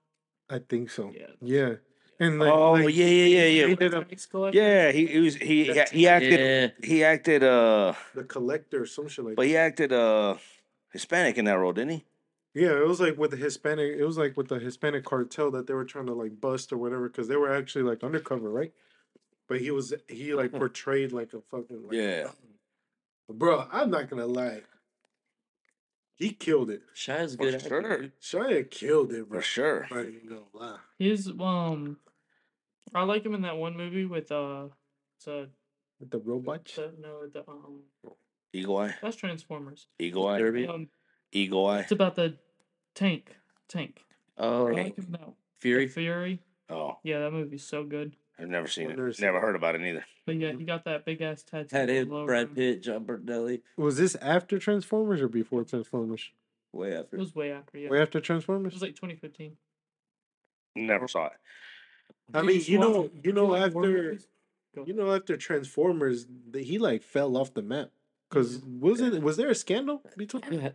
Speaker 1: I think so.
Speaker 4: Oh.
Speaker 3: Yeah.
Speaker 1: Yeah, and like,
Speaker 2: Oh
Speaker 1: like,
Speaker 2: yeah, yeah, yeah, yeah,
Speaker 1: Ended up-
Speaker 3: Tax collector?
Speaker 2: yeah. He, he was he he- he acted
Speaker 4: Yeah.
Speaker 2: he acted uh
Speaker 1: the collector, or some shit like.
Speaker 2: but he acted uh Hispanic in that role, didn't he?
Speaker 1: Yeah, it was like with the Hispanic. It was like with the Hispanic cartel that they were trying to like bust or whatever, because they were actually like undercover, right? But he was he like
Speaker 4: Huh.
Speaker 1: portrayed like a fucking like,
Speaker 2: Yeah.
Speaker 1: Bro, I'm not gonna lie, he killed it.
Speaker 4: Shia's a
Speaker 2: For
Speaker 4: good actor.
Speaker 2: sure.
Speaker 4: dude.
Speaker 1: Shia killed it, bro.
Speaker 2: For sure.
Speaker 1: I'm not even gonna lie.
Speaker 3: His um, I like him in that one movie with uh, it's a
Speaker 1: With the robots.
Speaker 3: the, no the um
Speaker 2: Eagle Eye,
Speaker 3: that's Transformers.
Speaker 2: Eagle Eye,
Speaker 4: Derby.
Speaker 3: Um,
Speaker 2: Eagle Eye.
Speaker 3: it's about the tank tank. I
Speaker 4: Oh, right.
Speaker 3: like him in that
Speaker 4: Fury.
Speaker 3: The Fury.
Speaker 2: Oh,
Speaker 3: Yeah, that movie's so good.
Speaker 2: I've never seen
Speaker 1: I've never
Speaker 2: it.
Speaker 1: seen
Speaker 2: Never
Speaker 1: it.
Speaker 2: heard about it either.
Speaker 3: But yeah, he got that big ass tattoo.
Speaker 4: Had it.
Speaker 3: all over him.
Speaker 4: Brad Pitt, John Bertinelli.
Speaker 1: Was this after Transformers or before Transformers?
Speaker 4: Way
Speaker 3: It
Speaker 4: after.
Speaker 3: was way after. Yeah,
Speaker 1: Way after
Speaker 3: it was
Speaker 1: Transformers.
Speaker 3: like 2015.
Speaker 2: Never saw it.
Speaker 1: I
Speaker 3: Did
Speaker 1: mean,
Speaker 3: see
Speaker 1: you
Speaker 3: all-
Speaker 1: know, you
Speaker 3: did
Speaker 1: know
Speaker 3: see all the war
Speaker 1: after,
Speaker 3: movies? Go.
Speaker 1: you know after Transformers, the, he like fell off the map. Cause
Speaker 2: Mm-hmm.
Speaker 1: was it was there a scandal between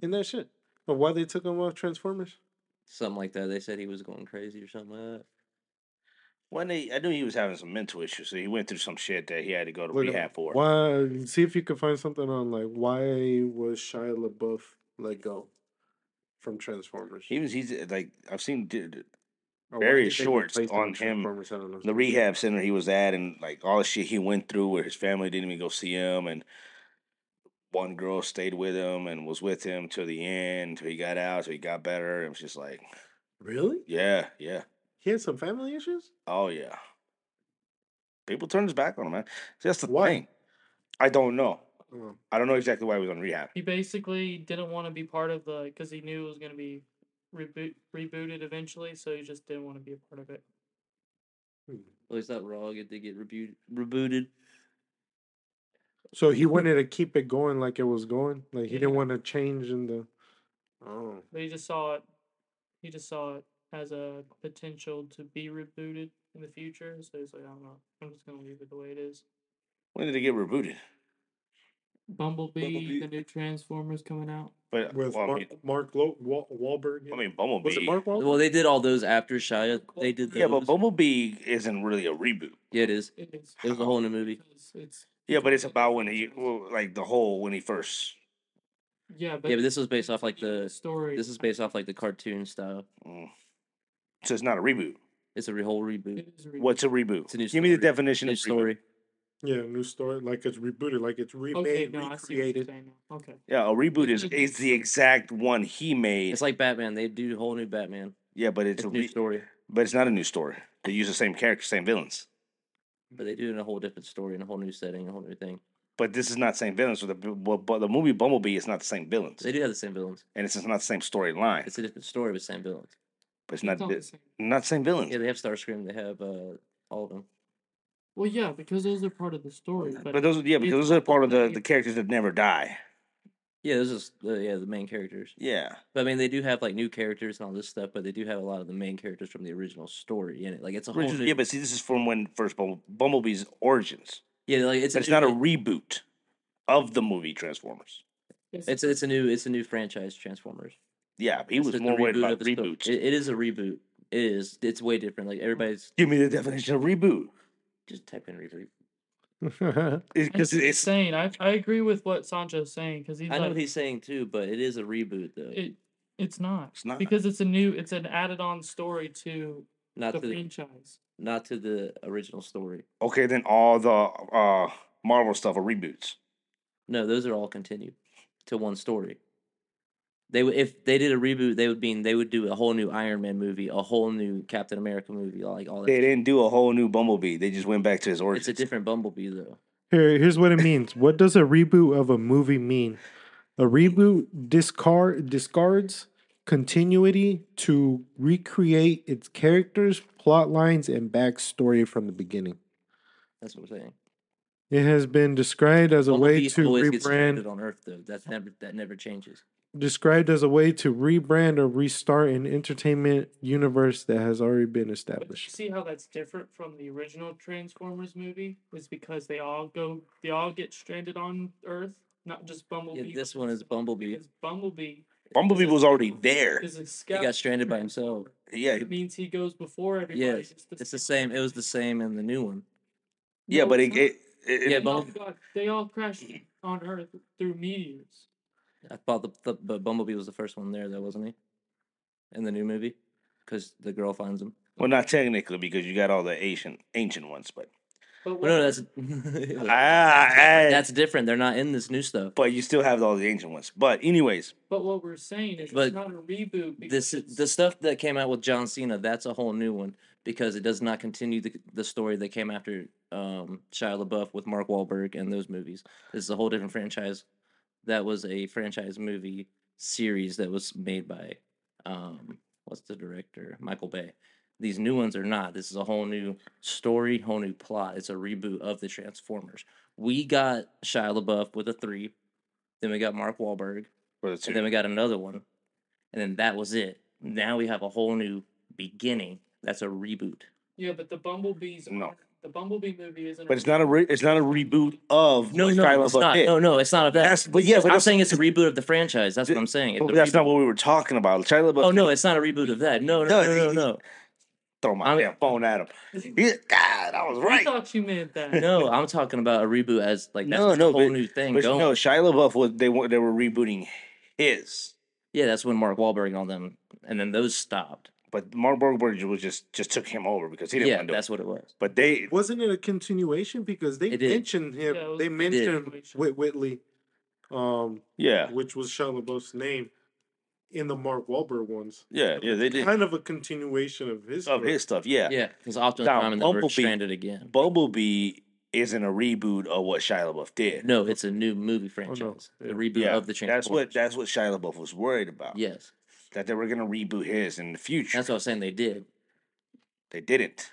Speaker 1: in that shit? Or why they took him off Transformers?
Speaker 4: something like that. They said he was going crazy or something like that.
Speaker 2: When they, I knew he was having some mental issues, so he went through some shit that he had to go to
Speaker 1: Look it
Speaker 2: rehab
Speaker 1: up.
Speaker 2: for.
Speaker 1: Why? See if you can find something on like why was Shia LaBeouf let go from Transformers?
Speaker 2: He was he's uh, like I've seen d- d-
Speaker 1: Or why
Speaker 2: very
Speaker 1: did they
Speaker 2: shorts
Speaker 1: replace
Speaker 2: on
Speaker 1: with
Speaker 2: him,
Speaker 1: Transformers? I don't know.
Speaker 2: the rehab center he was at, and like all the shit he went through, where his family didn't even go see him, and one girl stayed with him and was with him till the end, till he got out, till he got better. It was just like,
Speaker 1: Really?
Speaker 2: yeah, yeah.
Speaker 1: He had some family issues.
Speaker 2: Oh yeah. People turned his back on him, man. See, that's the
Speaker 1: Why?
Speaker 2: thing. I don't know.
Speaker 1: Oh,
Speaker 2: I don't know exactly why he was on rehab.
Speaker 3: He basically didn't want to be part of the because he knew it was going to be reboot, rebooted eventually, so he just didn't want to be a part of it.
Speaker 1: hmm.
Speaker 4: At least not wrong. It did get rebooted. rebooted.
Speaker 1: So he wanted to keep it going like it was going. Like he didn't want to change in the. Oh,
Speaker 3: But he just saw it. He just saw it as a potential to be rebooted in the future. So he's like, I'm not. I'm just gonna leave it the way it is.
Speaker 2: When did it get rebooted?
Speaker 3: Bumblebee,
Speaker 2: Bumblebee.
Speaker 3: the new Transformers coming out.
Speaker 2: But
Speaker 1: with
Speaker 2: well, I,
Speaker 1: Mark,
Speaker 2: mean,
Speaker 1: Mark Lo- Wal- Wahlberg.
Speaker 2: I
Speaker 1: in-
Speaker 2: mean, Bumblebee.
Speaker 1: was it Mark Wahlberg?
Speaker 4: Well, they did all those after Shia. They did those.
Speaker 2: yeah, but Bumblebee isn't really a reboot.
Speaker 4: yeah, it is.
Speaker 3: It is.
Speaker 4: It was a whole new movie.
Speaker 3: Because it's
Speaker 2: Yeah, but it's about when he well, like the whole when he first.
Speaker 3: yeah, but
Speaker 4: Yeah, but this was based off like
Speaker 3: the
Speaker 4: the.
Speaker 3: story.
Speaker 4: This is based off like the cartoon style.
Speaker 2: mm. So it's not a reboot.
Speaker 4: It's a re- whole reboot.
Speaker 3: It is a reboot.
Speaker 2: What's a reboot?
Speaker 4: It's a new
Speaker 2: Give me the
Speaker 4: story.
Speaker 2: definition
Speaker 4: New
Speaker 2: of story.
Speaker 4: story.
Speaker 1: Yeah, new story. Like it's rebooted. Like it's
Speaker 3: okay?
Speaker 1: remade,
Speaker 3: No, I see what you're
Speaker 1: recreated.
Speaker 3: saying. Now. Okay,
Speaker 2: Yeah, a reboot is
Speaker 3: It's a-
Speaker 2: it's the exact one he made.
Speaker 4: It's like Batman. They do a whole new Batman.
Speaker 2: yeah, but it's,
Speaker 4: It's
Speaker 2: a
Speaker 4: a new
Speaker 2: re- mm-hmm.
Speaker 4: story,
Speaker 2: but it's not a new story. They use the same character, same villains.
Speaker 4: but they do it in a whole different story, in a whole new setting, a whole new thing.
Speaker 2: But this is not same villains. So the but, but the movie Bumblebee is not the same villains,
Speaker 4: They do have the same villains.
Speaker 2: and it's not the same storyline.
Speaker 4: It's a different story with same villains.
Speaker 2: but
Speaker 3: It's
Speaker 2: it's not
Speaker 3: not
Speaker 2: di-
Speaker 3: the same.
Speaker 2: not the same villains.
Speaker 4: Yeah, they have Starscream. They have uh, all of them.
Speaker 3: Well, yeah, because those are part of the story. But,
Speaker 2: but those yeah, because
Speaker 3: it's
Speaker 2: those are
Speaker 3: not the
Speaker 2: part of the,
Speaker 3: same.
Speaker 2: the characters that never die.
Speaker 4: Yeah, those is the yeah the main characters.
Speaker 2: Yeah,
Speaker 4: But I mean, they do have like new characters and all this stuff, but they do have a lot of the main characters from the original story in it. Like it's a whole
Speaker 2: Original-
Speaker 4: new,
Speaker 2: yeah. But see, this is from when first Bumble- Bumblebee's origins.
Speaker 4: yeah, like it's
Speaker 2: But
Speaker 4: a
Speaker 2: it's
Speaker 4: new-
Speaker 2: not a reboot of the movie Transformers.
Speaker 4: it's it's a new it's a new franchise Transformers.
Speaker 2: Yeah, he
Speaker 4: It's
Speaker 2: was
Speaker 4: just a
Speaker 2: more worried
Speaker 4: reboot
Speaker 2: about
Speaker 4: of the story.
Speaker 2: reboots. Mm.
Speaker 4: It, it is a reboot. It is. It's way different. Like everybody's
Speaker 2: Give me the definition of reboot.
Speaker 4: just type in reboot.
Speaker 2: Because
Speaker 3: it's
Speaker 2: it's
Speaker 3: insane. I I agree with what Sancho's saying because he's
Speaker 4: I know
Speaker 3: like,
Speaker 4: what he's saying too, but it is a reboot though.
Speaker 3: it it's not
Speaker 2: It's not.
Speaker 3: because it's a new it's an added on story to
Speaker 4: not
Speaker 3: the
Speaker 4: to the,
Speaker 3: franchise.
Speaker 4: not to the original story.
Speaker 2: okay. Then all the uh, Marvel stuff are reboots.
Speaker 4: No, those are all continued to one story. They would if they did a reboot, they would mean they would do a whole new Iron Man movie, a whole new Captain America movie, like all that.
Speaker 2: They didn't do a whole new Bumblebee. They just went back to his origins.
Speaker 4: It's a different Bumblebee though.
Speaker 1: Here, here's what it means. What does a reboot of a movie mean? A reboot discard discards continuity to recreate its characters, plot lines, and backstory from the beginning.
Speaker 4: That's what I'm saying.
Speaker 1: It has been described as a way
Speaker 4: Bumblebee
Speaker 1: to
Speaker 4: always gets stranded
Speaker 1: rebrand,
Speaker 4: on Earth though. That's never that never changes.
Speaker 1: described as a way to rebrand or restart an entertainment universe that has already been
Speaker 3: But you
Speaker 1: established.
Speaker 3: see how that's different from the original Transformers movie is because they all go they all get stranded on Earth, not just Bumblebee. but
Speaker 4: this one
Speaker 3: it's
Speaker 4: is Bumblebee.
Speaker 3: because Bumblebee
Speaker 2: Bumblebee was already there.
Speaker 3: is a
Speaker 4: He
Speaker 3: scout.
Speaker 4: got stranded by himself.
Speaker 2: Yeah,
Speaker 3: It means he goes before everybody.
Speaker 4: Yeah,
Speaker 3: just to
Speaker 4: It's the
Speaker 3: see-
Speaker 4: same. It was the same in the new one.
Speaker 2: yeah,
Speaker 3: No,
Speaker 2: but
Speaker 3: it's
Speaker 2: it,
Speaker 3: not.
Speaker 2: it, it-
Speaker 4: Yeah,
Speaker 2: it-
Speaker 3: Oh my
Speaker 4: Bumble-
Speaker 3: God, they all crashed on Earth through meteors.
Speaker 4: I thought the, the but Bumblebee was the first one there though, wasn't he? In the new movie, because the girl finds him.
Speaker 2: well, not technically because you got all the ancient ancient ones, but
Speaker 3: But
Speaker 4: Well, no, that's
Speaker 2: ah, ah,
Speaker 4: that's different. They're not in this new stuff.
Speaker 2: but you still have all the ancient ones. But anyways,
Speaker 3: But what we're saying is
Speaker 4: But
Speaker 3: it's not a reboot.
Speaker 4: This
Speaker 3: because
Speaker 4: the stuff that came out with John Cena. That's a whole new one because it does not continue the, the story that came after um, Shia LaBeouf with Mark Wahlberg and those movies. This is a whole different franchise. That was a franchise movie series that was made by um, what's the director Michael Bay. These new ones are not. This is a whole new story, whole new plot. It's a reboot of the Transformers. We got Shia LaBeouf with a three, then we got Mark Wahlberg,
Speaker 2: for the
Speaker 4: and then
Speaker 2: two,
Speaker 4: we got another one, and then that was it. Now we have a whole new beginning. That's a reboot.
Speaker 3: Yeah, but the Bumblebees.
Speaker 2: No.
Speaker 3: aren't- the Bumblebee movie isn't.
Speaker 2: but it's not a re- it's not a reboot of
Speaker 4: No,
Speaker 2: what
Speaker 4: no,
Speaker 2: Shia
Speaker 4: it's
Speaker 2: LaBeouf
Speaker 4: not.
Speaker 2: did.
Speaker 4: No, no, it's not of that.
Speaker 2: That's- but yeah, but
Speaker 4: I'm
Speaker 2: that's-
Speaker 4: saying it's a reboot of the franchise. That's
Speaker 2: Th-
Speaker 4: what I'm saying. It's
Speaker 2: But
Speaker 4: a
Speaker 2: that's not
Speaker 4: reboot.
Speaker 2: what we were talking about. Shia LaBeouf.
Speaker 4: Oh no, it's not a reboot of that. No,
Speaker 2: No,
Speaker 4: no, no, no, no.
Speaker 2: throw my
Speaker 4: I'm-
Speaker 2: damn phone at him. He- God, I was
Speaker 3: I
Speaker 2: right.
Speaker 3: thought you meant that.
Speaker 4: No, I'm talking about a reboot as like that's
Speaker 2: No,
Speaker 4: a
Speaker 2: no,
Speaker 4: whole
Speaker 2: but-
Speaker 4: new thing
Speaker 2: But
Speaker 4: going.
Speaker 2: no, Shia LaBeouf was they were they were rebooting his,
Speaker 4: Yeah, that's when Mark Wahlberg and all them, and then those stopped.
Speaker 2: but Mark Wahlberg was just just took him over because he didn't
Speaker 4: Yeah,
Speaker 2: want to do it.
Speaker 4: that's what it was.
Speaker 2: But they
Speaker 1: Wasn't it a continuation? Because they
Speaker 4: It is.
Speaker 1: mentioned him.
Speaker 3: Yeah, it was
Speaker 1: they
Speaker 3: a
Speaker 1: mentioned
Speaker 3: continuation.
Speaker 1: Whit Whitley. Um,
Speaker 2: yeah
Speaker 1: which was Shia LaBeouf's name, in the Mark Wahlberg ones.
Speaker 2: yeah yeah they did
Speaker 1: Kind of a continuation of his.
Speaker 2: of his stuff. Yeah.
Speaker 4: Yeah, because Optimus
Speaker 2: Now,
Speaker 4: Prime and then were
Speaker 2: Bumblebee-
Speaker 4: stranded again.
Speaker 2: Bumblebee isn't a reboot of what Shia LaBeouf did.
Speaker 4: No, it's a new movie franchise.
Speaker 1: Yeah.
Speaker 4: The reboot
Speaker 2: Oh, yeah,
Speaker 4: of the Transformers.
Speaker 2: that's what that's what Shia LaBeouf was worried about.
Speaker 4: Yes,
Speaker 2: that they were gonna reboot his in the future.
Speaker 4: that's what I was saying. They did.
Speaker 2: they didn't.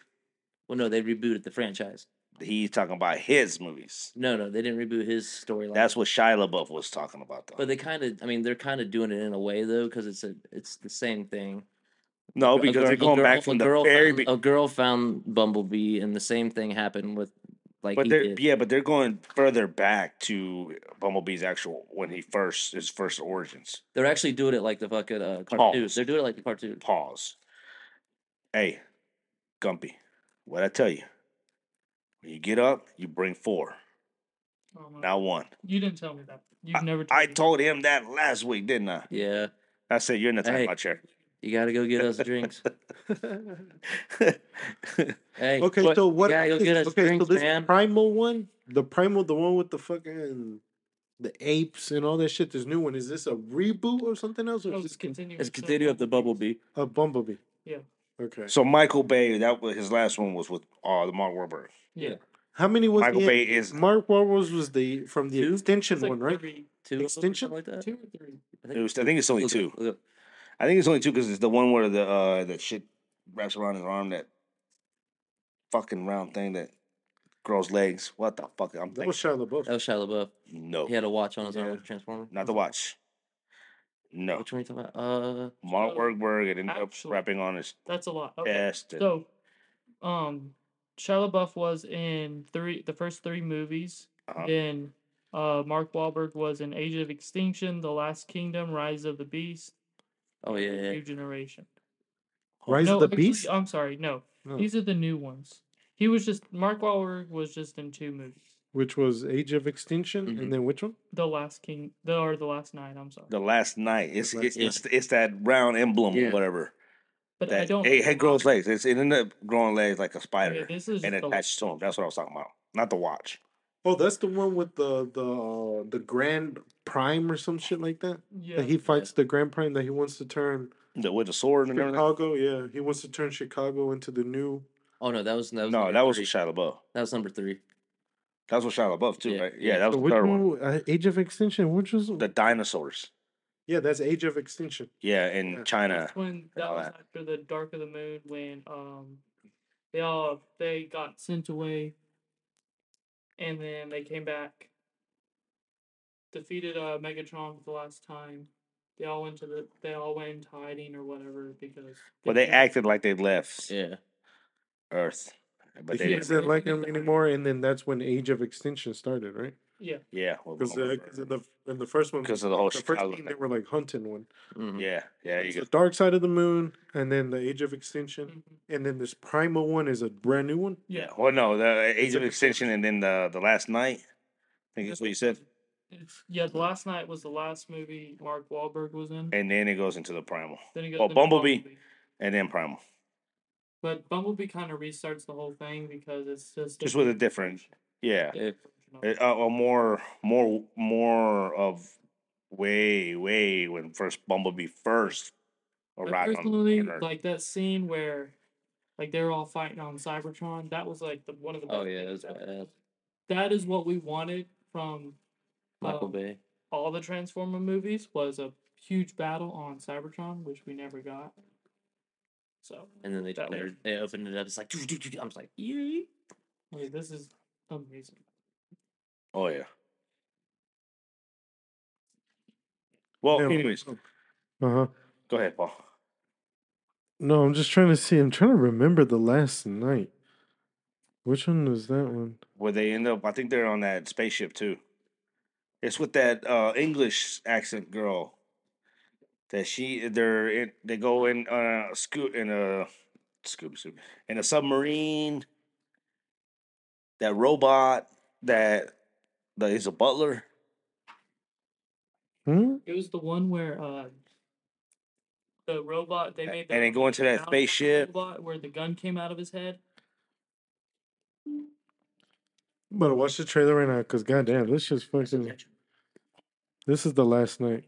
Speaker 4: Well, no, they rebooted the franchise.
Speaker 2: He's talking about his movies.
Speaker 4: No, no, they didn't reboot his storyline.
Speaker 2: That's what Shia LaBeouf was talking about, though.
Speaker 4: But they kind of, I mean, they're kind of doing it in a way though, because it's a, it's the same thing.
Speaker 2: no,
Speaker 4: A
Speaker 2: Oh, because
Speaker 4: girl-
Speaker 2: they're
Speaker 4: a
Speaker 2: going back
Speaker 4: girl-
Speaker 2: from
Speaker 4: a
Speaker 2: the
Speaker 4: girl
Speaker 2: very.
Speaker 4: found-
Speaker 2: Be-
Speaker 4: a girl found Bumblebee, and the same thing happened with like.
Speaker 2: but
Speaker 4: he
Speaker 2: they're
Speaker 4: did.
Speaker 2: yeah, but they're going further back to Bumblebee's actual when he first his first origins.
Speaker 4: they're actually doing it like the fucking uh, cartoon.
Speaker 2: Pause.
Speaker 4: They're doing it like the cartoon.
Speaker 2: Pause. Hey, Gumpy, what I tell you? When you get up, you bring four,
Speaker 3: Oh, no.
Speaker 2: not one.
Speaker 3: You didn't tell me that. You've never told
Speaker 2: I
Speaker 3: me.
Speaker 2: told him that last week, didn't I?
Speaker 4: Yeah,
Speaker 2: I said you're in the time
Speaker 4: Hey.
Speaker 2: out chair.
Speaker 4: you gotta go get us drinks. Hey,
Speaker 1: okay,
Speaker 4: but
Speaker 1: so what?
Speaker 4: gotta go
Speaker 1: is-
Speaker 4: get us
Speaker 1: okay,
Speaker 4: drinks,
Speaker 1: so this
Speaker 4: man.
Speaker 1: primal one, the primal, the one with the fucking the apes and all that shit. This new one is this a reboot or something else, or
Speaker 3: No,
Speaker 1: is this
Speaker 3: just continue.
Speaker 4: Let's
Speaker 3: with the
Speaker 4: continue up the Bumblebee.
Speaker 1: a Bumblebee?
Speaker 3: Yeah.
Speaker 1: Okay.
Speaker 2: so Michael Bay, that was his last one was with uh the Mark Wahlberg.
Speaker 3: Yeah.
Speaker 1: How many was
Speaker 2: Michael
Speaker 1: the-
Speaker 2: Bay is
Speaker 1: Mark Wahlberg was the from the
Speaker 4: Two?
Speaker 1: extension
Speaker 3: It's like
Speaker 1: one, right?
Speaker 3: three,
Speaker 4: Two of 'em or
Speaker 1: Extension?
Speaker 4: something like that.
Speaker 3: two or three.
Speaker 2: it was- I think it's only
Speaker 4: Look
Speaker 2: two.
Speaker 4: up- look up.
Speaker 2: I think it's only two because it's the one where the uh that shit wraps around his arm that fucking round thing that grows legs. What the fuck? I'm
Speaker 1: That
Speaker 2: thinking
Speaker 1: was Shia LaBeouf.
Speaker 4: That was Shia LaBeouf.
Speaker 2: no,
Speaker 4: He had a watch on his arm
Speaker 1: Yeah.
Speaker 4: with a transformer.
Speaker 2: not the watch. No,
Speaker 4: Which one are you talking about? Uh,
Speaker 2: Mark
Speaker 3: So,
Speaker 2: Wahlberg and ended up
Speaker 3: actually-
Speaker 2: wrapping on his
Speaker 3: That's a lot. Okay.
Speaker 2: chest. and-
Speaker 3: So, um, Shia LaBeouf was in three the first three movies.
Speaker 2: Uh-huh.
Speaker 3: Then, uh, Mark Wahlberg was in Age of Extinction, The Last Kingdom, Rise of the Beast,
Speaker 4: oh yeah, yeah,
Speaker 3: New
Speaker 4: yeah.
Speaker 3: Generation.
Speaker 1: Rise
Speaker 3: no,
Speaker 1: of the
Speaker 3: actually,
Speaker 1: Beast.
Speaker 3: I'm sorry. No,
Speaker 1: No.
Speaker 3: these are the new ones. He was just Mark Wahlberg was just in two movies.
Speaker 1: which was Age of Extinction,
Speaker 4: Mhm.
Speaker 3: Mm-hmm.
Speaker 1: and then which one?
Speaker 3: The Last King, the or the Last Night. I'm sorry.
Speaker 2: The last night. It's
Speaker 1: Last
Speaker 2: it's,
Speaker 4: Night.
Speaker 2: it's it's that round emblem
Speaker 4: Yeah.
Speaker 2: or whatever.
Speaker 3: but I
Speaker 2: That
Speaker 3: don't.
Speaker 2: it, it grows legs. It's, it ended up growing legs like a spider
Speaker 3: Okay, this is
Speaker 2: and
Speaker 3: just the-
Speaker 2: attached to him. That's what I was talking about. Not the watch.
Speaker 1: Oh, that's the one with the the uh, the Grand Prime or some shit like that.
Speaker 3: yeah.
Speaker 1: That he fights the Grand Prime that he wants to turn
Speaker 2: The, with the sword and everything.
Speaker 1: Chicago. Yeah, he wants to turn Chicago into the new.
Speaker 4: Oh no, that was that was
Speaker 2: No,
Speaker 4: number
Speaker 2: that was
Speaker 4: three.
Speaker 2: with Shia LaBeouf.
Speaker 4: that was number three.
Speaker 2: That was with Shia LaBeouf too,
Speaker 4: Yeah.
Speaker 2: right? Yeah, that
Speaker 1: So
Speaker 2: was the
Speaker 1: which
Speaker 2: third
Speaker 1: one?
Speaker 2: one.
Speaker 1: uh, Age of Extinction. Which was
Speaker 2: The dinosaurs.
Speaker 1: yeah, that's Age of Extinction.
Speaker 2: Yeah, in
Speaker 1: Yeah.
Speaker 2: China.
Speaker 3: That's when that
Speaker 2: all
Speaker 3: was
Speaker 2: that.
Speaker 3: after the Dark of the Moon when um they all they got sent away and then they came back defeated uh Megatron for the last time. They all went to the they all went into hiding or whatever because
Speaker 2: Well, they
Speaker 3: couldn't-
Speaker 2: acted like they left
Speaker 4: Yeah,
Speaker 2: Earth, but
Speaker 1: The
Speaker 2: they
Speaker 1: humans
Speaker 2: didn't.
Speaker 1: didn't like him anymore, and then that's when Age of Extinction started, right?
Speaker 3: Yeah.
Speaker 2: Yeah,
Speaker 1: Because in the in the first one,
Speaker 2: because of the whole
Speaker 1: the first
Speaker 2: Chicago
Speaker 1: thing they
Speaker 2: thing.
Speaker 1: were like hunting one.
Speaker 4: Mhm.
Speaker 2: Yeah, yeah, you
Speaker 1: It's the
Speaker 2: could,
Speaker 1: Dark Side of the Moon, and then the Age of Extinction,
Speaker 3: mhm,
Speaker 2: Mm-hmm.
Speaker 1: and then this Primal one is a brand new one.
Speaker 2: yeah.
Speaker 3: Yeah.
Speaker 2: Well, no, the Age of
Speaker 1: Different
Speaker 2: Extinction and then the the last night. I think that's what you said.
Speaker 3: It's, yeah, the last night was the last movie Mark Wahlberg was in.
Speaker 2: And then it goes into the primal,
Speaker 3: Then he got
Speaker 2: well,
Speaker 3: then
Speaker 2: Bumblebee. and then primal.
Speaker 3: But Bumblebee kind of restarts the whole thing because it's just
Speaker 2: Just with a different- Yeah,
Speaker 4: yeah.
Speaker 2: a, a a more more more of way way when first Bumblebee first
Speaker 3: But
Speaker 2: arrived
Speaker 3: personally,
Speaker 2: on Earth.
Speaker 3: like that scene where, like they were all fighting on Cybertron, that was like the one of the.
Speaker 4: Oh
Speaker 3: best
Speaker 4: yeah, it
Speaker 3: things
Speaker 4: was
Speaker 3: ever.
Speaker 4: badass.
Speaker 3: That is what we wanted from
Speaker 4: Michael
Speaker 3: um,
Speaker 4: Bay.
Speaker 3: all the Transformer movies was a huge battle on Cybertron, which we never got. So
Speaker 4: And then they
Speaker 3: That
Speaker 4: they,
Speaker 3: was-
Speaker 4: they opened it up. It's like I was like, yay.
Speaker 3: I mean, this is amazing.
Speaker 2: Oh yeah. Well,
Speaker 1: Yeah.
Speaker 2: Oh, anyways,
Speaker 1: Uh huh.
Speaker 2: go ahead, Paul.
Speaker 1: No, I'm just trying to see. I'm trying to remember the last night. Which one was that one?
Speaker 2: Where they end up? I think they're on that spaceship too. It's with that uh, English accent girl. That she eh, they're in, they go in uh, scoot in a scoop scoop in a submarine. That robot that that is a butler.
Speaker 1: Hmm?
Speaker 3: It was the one where uh, the robot they
Speaker 2: A-
Speaker 3: made.
Speaker 2: and they go into that
Speaker 3: mountain
Speaker 2: spaceship.
Speaker 3: robot where the gun came out of his head.
Speaker 1: But watch the trailer right now, because goddamn, this shit's fucking. This is the last night.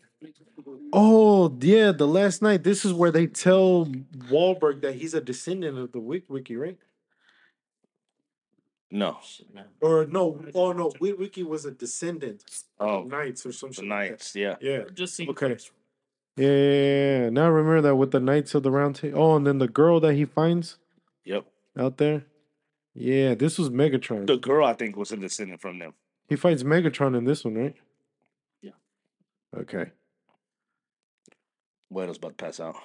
Speaker 1: Oh yeah, the last night. This is where they tell Wahlberg that he's a descendant of the Wick Wiki, right?
Speaker 2: No,
Speaker 4: Shit, no.
Speaker 1: Or no, oh no, Wick Wiki was a descendant
Speaker 2: oh
Speaker 1: of knights or some
Speaker 2: the
Speaker 1: shit. like that.
Speaker 2: knights. Yeah,
Speaker 1: Yeah.
Speaker 3: Just see.
Speaker 1: Okay. Yeah, yeah, yeah, yeah. Now I remember that with the Knights of the Round Table. Oh, and then the girl that he finds
Speaker 2: yep.
Speaker 1: out there. Yeah, this was Megatron.
Speaker 2: The girl, I think, was a descendant from them.
Speaker 1: He fights Megatron in this one, right?
Speaker 4: Yeah.
Speaker 1: Okay.
Speaker 2: What else about to pass out?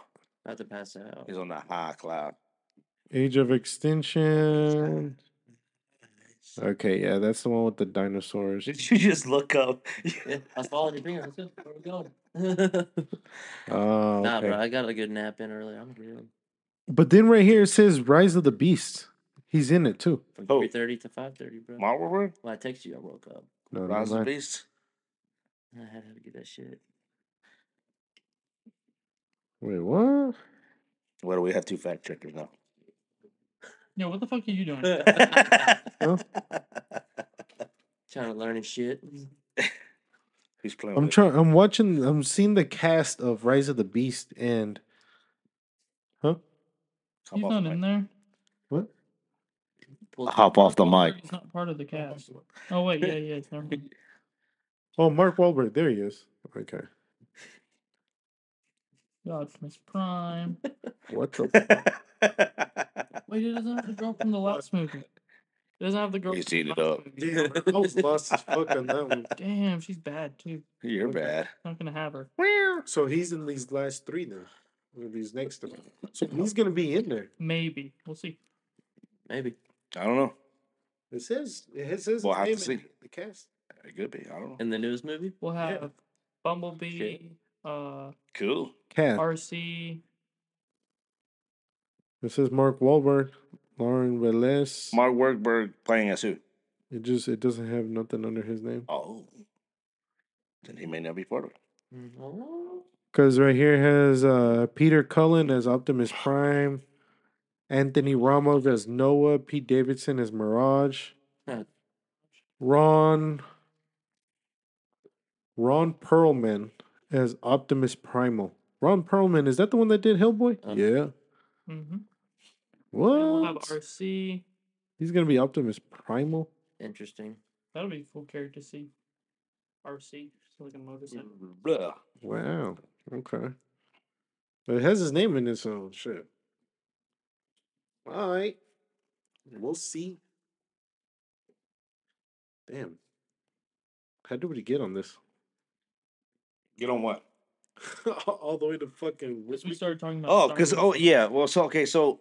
Speaker 4: About to pass out.
Speaker 2: He's on the high cloud.
Speaker 1: Age of Extinction. Okay, yeah, that's the one with the dinosaurs.
Speaker 2: Did you just look up?
Speaker 4: Yeah, I was following your finger. Where we going? nah,
Speaker 1: Oh, okay.
Speaker 4: bro, I got a good nap in earlier. I'm good.
Speaker 1: But then right here it says Rise of the Beast. He's in it too.
Speaker 4: From
Speaker 2: Oh.
Speaker 4: three thirty to five thirty, bro.
Speaker 2: Marvel Room?
Speaker 4: When I text you, I woke up.
Speaker 1: No,
Speaker 2: Rise
Speaker 1: no,
Speaker 2: of the
Speaker 1: no.
Speaker 2: Beast?
Speaker 4: I had to get that shit.
Speaker 1: Wait, what?
Speaker 2: Why do we have two fact checkers now?
Speaker 3: Yo, what the fuck are you doing?
Speaker 4: Trying to learn and shit.
Speaker 2: He's playing.
Speaker 1: I'm
Speaker 2: with it.
Speaker 1: trying. I'm watching. I'm seeing the cast of Rise of the Beast, and
Speaker 2: Hop
Speaker 3: He's
Speaker 2: off the
Speaker 3: not in
Speaker 2: mic.
Speaker 3: there.
Speaker 4: Pull
Speaker 2: Hop off the mic.
Speaker 3: He's not part of the cast. Oh wait, yeah, yeah, it's never mind.
Speaker 1: oh, Mark Wahlberg. There he is. Okay.
Speaker 3: Godfrey's Prime.
Speaker 1: What the?
Speaker 3: Wait, it doesn't have the girl from the last movie. It doesn't have the girl.
Speaker 2: He's
Speaker 3: from
Speaker 2: eating
Speaker 3: the
Speaker 2: it
Speaker 3: last
Speaker 2: up.
Speaker 3: movie.
Speaker 1: I was lost as fuck on that one.
Speaker 3: Damn, she's bad too.
Speaker 2: You're
Speaker 1: Okay.
Speaker 2: bad.
Speaker 3: Not gonna have her.
Speaker 1: So he's in these last three then. Or these next three. So he's gonna be in there.
Speaker 3: Maybe we'll see.
Speaker 4: Maybe.
Speaker 2: I don't know.
Speaker 1: It says it says
Speaker 2: We'll have to
Speaker 1: in
Speaker 2: see.
Speaker 1: the cast.
Speaker 2: It could be. I don't know.
Speaker 4: In the newest movie?
Speaker 3: We'll
Speaker 1: Yeah.
Speaker 3: have Bumblebee, uh,
Speaker 2: Cool.
Speaker 1: Cat.
Speaker 3: RC.
Speaker 1: It says Mark Wahlberg, Lauren Velez.
Speaker 2: Mark Wahlberg playing as who?
Speaker 1: It just it doesn't have nothing under his name.
Speaker 2: Oh. Then he may not be part of it.
Speaker 4: Mhm.
Speaker 1: Cause right here has uh Peter Cullen as Optimus Prime, Anthony Ramos as Noah, Pete Davidson as Mirage,
Speaker 4: Huh.
Speaker 1: Ron Ron Perlman as Optimus Primal. Ron Perlman, is that the one that did Hellboy?
Speaker 4: Uh.
Speaker 1: yeah.
Speaker 3: Mm-hmm. We'll have
Speaker 1: What?
Speaker 3: RC.
Speaker 1: He's gonna be Optimus Primal?
Speaker 4: Interesting.
Speaker 3: That'll be a cool character to see. RC, so like a motorcycle.
Speaker 2: Blah.
Speaker 1: Wow. Okay. But it has his name in it, so shit. All right. We'll see. Damn. How do we get on this?
Speaker 2: Get on what?
Speaker 1: All the way to fucking.
Speaker 3: Because we started talking about.
Speaker 2: Oh,
Speaker 3: Star
Speaker 2: because,
Speaker 3: Wars.
Speaker 2: oh, yeah. Well, so, okay, so.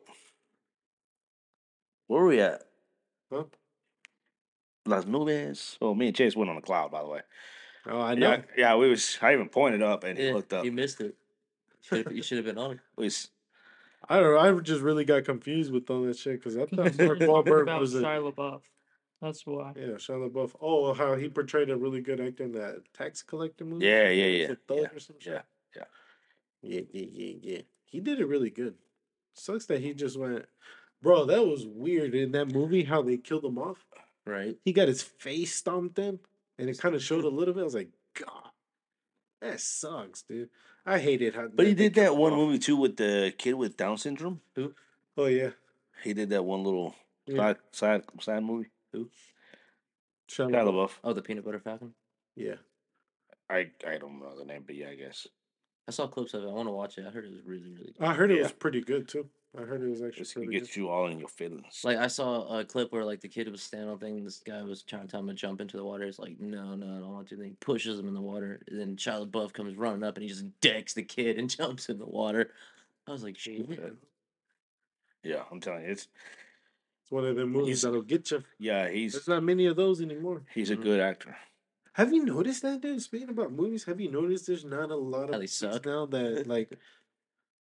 Speaker 2: Where were we at?
Speaker 1: Huh?
Speaker 2: Las Nubes. Oh, me and Chase went on a cloud, by the way.
Speaker 1: Oh, I know.
Speaker 2: Yeah, yeah, we was. I even pointed up and he
Speaker 4: Yeah,
Speaker 2: looked up.
Speaker 4: Eh, You missed it. Should've- you should have been on it.
Speaker 2: We s-
Speaker 1: I don't know. I just really got confused with all that shit because I thought Mark
Speaker 3: It's
Speaker 1: Wahlberg
Speaker 3: about
Speaker 1: was a.
Speaker 3: Shia LaBeouf. That's why.
Speaker 1: Yeah, Shia LaBeouf. Oh, how he portrayed a really good actor in that tax collector movie.
Speaker 2: Yeah, yeah,
Speaker 1: Was
Speaker 2: yeah,
Speaker 1: it Thug
Speaker 2: yeah,
Speaker 1: or some
Speaker 2: yeah,
Speaker 1: shit? Yeah, yeah, yeah, yeah. He did it really good. Sucks that he just went, bro. That was weird in that movie how they killed him off.
Speaker 4: Right.
Speaker 1: He got his face stomped in, and it kind of showed a little bit. I was like, God, that sucks, dude. I hated how.
Speaker 2: But he
Speaker 1: they
Speaker 2: did
Speaker 1: killed
Speaker 2: that
Speaker 1: him
Speaker 2: one
Speaker 1: off.
Speaker 2: movie too with the kid with Down syndrome.
Speaker 1: Oh yeah,
Speaker 2: He did that one little
Speaker 1: Yeah.
Speaker 2: side side side movie.
Speaker 1: Shia
Speaker 2: Shia
Speaker 1: LaBeouf.
Speaker 2: LaBeouf.
Speaker 4: Oh, the peanut butter falcon.
Speaker 1: Yeah,
Speaker 2: I I don't know the name, but yeah, I guess
Speaker 4: I saw clips of it. I want to watch it. I heard it was really, really good.
Speaker 1: I heard it
Speaker 2: Yeah.
Speaker 1: was pretty good too. I heard it was actually
Speaker 2: it can
Speaker 1: pretty good.
Speaker 2: get you all in your feelings.
Speaker 4: Like I saw a clip where like the kid was standing on thing. This guy was trying to tell him to jump into the water. It's like no, no, I don't want to. Then he pushes him in the water. And then Shia LaBeouf comes running up and he just decks the kid and jumps in the water. I was like, shit.
Speaker 2: yeah, I'm telling you, it's
Speaker 1: It's one of them movies
Speaker 2: He's-
Speaker 1: that'll get you.
Speaker 2: yeah, he's
Speaker 1: There's not many of those anymore.
Speaker 2: he's a
Speaker 4: Mhm.
Speaker 2: good actor.
Speaker 1: Have you noticed that, dude? Speaking about movies, have you noticed there's not a lot of
Speaker 4: they
Speaker 1: movies
Speaker 4: suck?
Speaker 1: now that like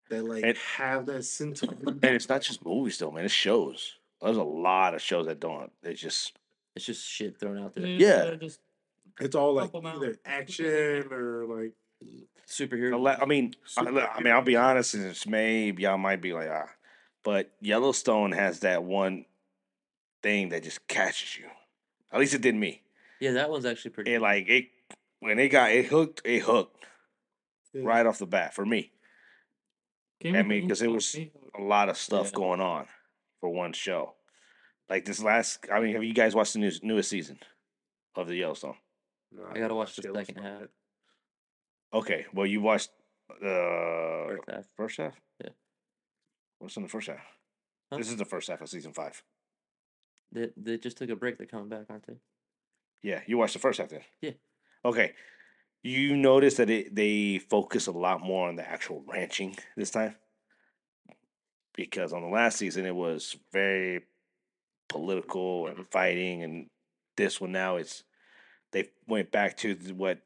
Speaker 1: that like
Speaker 2: And-
Speaker 1: have that sentiment?
Speaker 2: And it's not just movies though, man. It's shows. There's a lot of shows that don't. It's just
Speaker 4: It's just shit thrown out there.
Speaker 3: Dude,
Speaker 2: Yeah.
Speaker 3: they're Just
Speaker 1: It's all like
Speaker 3: Help 'em out.
Speaker 1: either action or like
Speaker 4: Superhero.
Speaker 2: a lot- I mean, I,
Speaker 1: Super-
Speaker 2: I mean, I'll be honest, and it's maybe y'all might be like ah, but Yellowstone has that one thing that just catches you. At least it did me.
Speaker 4: yeah, that one's actually pretty.
Speaker 2: It like it when it got it hooked, it hooked
Speaker 1: yeah.
Speaker 2: right off the bat for me.
Speaker 3: Game
Speaker 2: I
Speaker 3: of
Speaker 2: mean,
Speaker 3: Thrones
Speaker 2: 'cause it
Speaker 3: got
Speaker 2: was-
Speaker 3: me.
Speaker 2: A lot of stuff
Speaker 4: Yeah.
Speaker 2: going on for one show. Like this last, I mean, have you guys watched the news, newest season of the Yellowstone?
Speaker 1: No,
Speaker 4: I gotta
Speaker 1: don't
Speaker 4: watch the
Speaker 1: Yellowstone
Speaker 4: second half.
Speaker 1: yet.
Speaker 2: Okay, well, you watched uh
Speaker 4: First half.
Speaker 2: first half.
Speaker 4: Yeah.
Speaker 2: What's in the first half?
Speaker 4: Huh?
Speaker 2: This is the first half of season five.
Speaker 4: They, they just took a break. They're coming back, aren't they?
Speaker 2: Yeah, you watched the first half then.
Speaker 4: Yeah.
Speaker 2: Okay. You notice that it, they focus a lot more on the actual ranching this time? Because on the last season, it was very political and
Speaker 4: Mm-hmm.
Speaker 2: fighting, and this one now it's they went back to th- what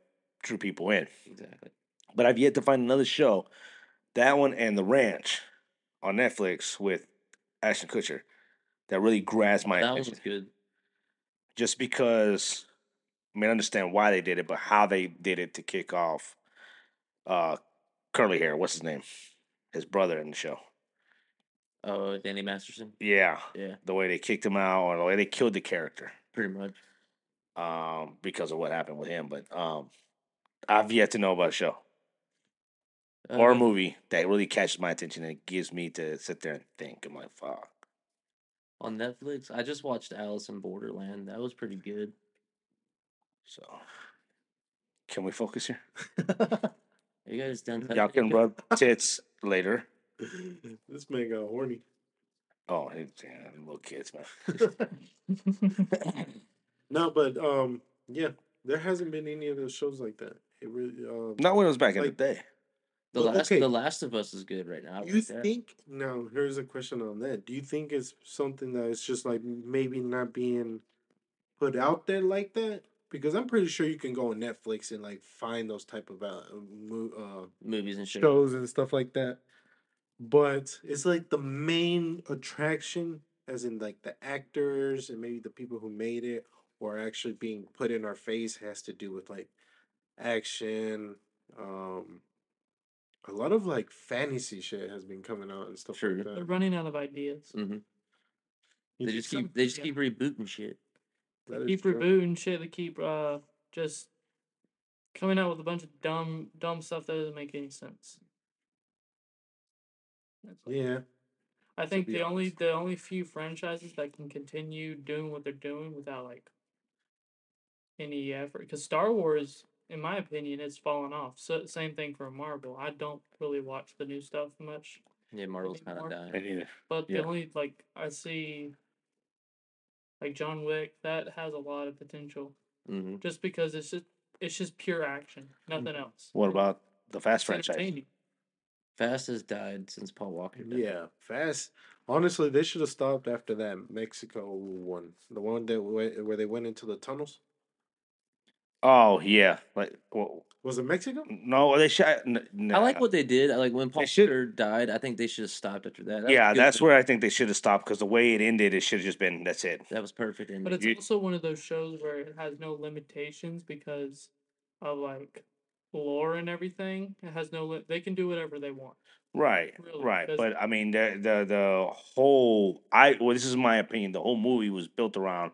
Speaker 2: drew people in.
Speaker 4: Exactly.
Speaker 2: But I've yet to find another show, that one and The Ranch on Netflix with Ashton Kutcher, that really grasped my
Speaker 4: That one
Speaker 2: attention
Speaker 4: was good.
Speaker 2: just because I mean I understand why they did it, but how they did it to kick off uh curly hair, what's his name? His brother in the show.
Speaker 4: Oh, Danny Masterson.
Speaker 2: Yeah.
Speaker 4: Yeah,
Speaker 2: The way they kicked him out or the way they killed the character.
Speaker 4: pretty much.
Speaker 2: Um, because of what happened with him. But um I've yet to know about a show or a
Speaker 4: Uh,
Speaker 2: movie that really catches my attention and gives me to sit there and think. I'm like, fuck.
Speaker 4: on Netflix, I just watched Alice in Borderland. That was pretty good.
Speaker 2: So can we focus here?
Speaker 4: Are you guys done?
Speaker 2: Mm-hmm. Y'all can rub tits later.
Speaker 1: this man got horny.
Speaker 2: Oh, hey, yeah, little kids, man.
Speaker 1: No, but um, yeah, there hasn't been any of those shows like that. It really. Um,
Speaker 2: Not when it was back in
Speaker 1: Like-
Speaker 2: the day.
Speaker 4: The
Speaker 1: Well,
Speaker 4: last,
Speaker 1: okay.
Speaker 4: The Last of Us is good right now. I
Speaker 1: You
Speaker 4: like that.
Speaker 1: think now? Here's a question on that. Do you think it's something that it's just like maybe not being put out there like that? Because I'm pretty sure you can go on Netflix and like find those type of uh, mo-
Speaker 4: movies and
Speaker 1: uh,
Speaker 4: shit?
Speaker 1: shows and stuff like that. But it's like the main attraction, as in like the actors and maybe the people who made it or actually being put in our face, has to do with like action. Um, a lot of like fantasy shit has been coming out and stuff
Speaker 4: True.
Speaker 1: like
Speaker 3: They're
Speaker 1: that.
Speaker 3: running out of ideas.
Speaker 1: Mm,
Speaker 4: hmm
Speaker 1: You
Speaker 4: They
Speaker 1: think
Speaker 4: just keep
Speaker 1: so?
Speaker 4: they just
Speaker 3: yeah.
Speaker 4: keep rebooting shit.
Speaker 1: That is
Speaker 3: keep
Speaker 1: true.
Speaker 3: rebooting shit. They keep uh just coming out with a bunch of dumb dumb stuff that doesn't make any sense. That's all.
Speaker 1: Yeah,
Speaker 3: I think
Speaker 1: be
Speaker 3: the only the only few franchises that can continue doing what they're doing without like any effort because Star Wars, in my opinion, it's fallen off. So same thing for Marvel. I don't really watch the new stuff much,
Speaker 4: Yeah, Marvel's kind
Speaker 3: more-
Speaker 4: of dying.
Speaker 2: And
Speaker 3: but
Speaker 2: Yeah.
Speaker 3: the only like I see, like John Wick, that has a lot of potential
Speaker 4: hmm
Speaker 3: just because it's just it's just pure action, nothing else.
Speaker 2: What about the
Speaker 3: It's
Speaker 2: Fast Mm-hmm. franchise? Mm-hmm.
Speaker 3: entertaining.
Speaker 4: Fast has died since Paul Walker. Died.
Speaker 1: yeah. Fast. Honestly, they should have stopped after that Mexico one, the one that went, where they went into the tunnels.
Speaker 2: Oh yeah, like well,
Speaker 1: Was it Mexico?
Speaker 2: no, they shot. N-
Speaker 4: I like
Speaker 2: nah.
Speaker 4: what they did. I like when Paul
Speaker 2: should-
Speaker 4: Walker died. I think they should have stopped after that. That was
Speaker 2: yeah,
Speaker 4: good
Speaker 2: that's
Speaker 4: for-
Speaker 2: where I think they should have stopped because the way it ended, it should have just been that's it.
Speaker 4: that was perfect. And
Speaker 3: But it's
Speaker 2: You-
Speaker 3: also one of those shows where it has no limitations because of like lore and everything. It has no li- they can do whatever they want.
Speaker 2: Right,
Speaker 3: Really,
Speaker 2: right.
Speaker 3: because-
Speaker 2: But I mean, the the the whole I well, this is my opinion. The whole movie was built around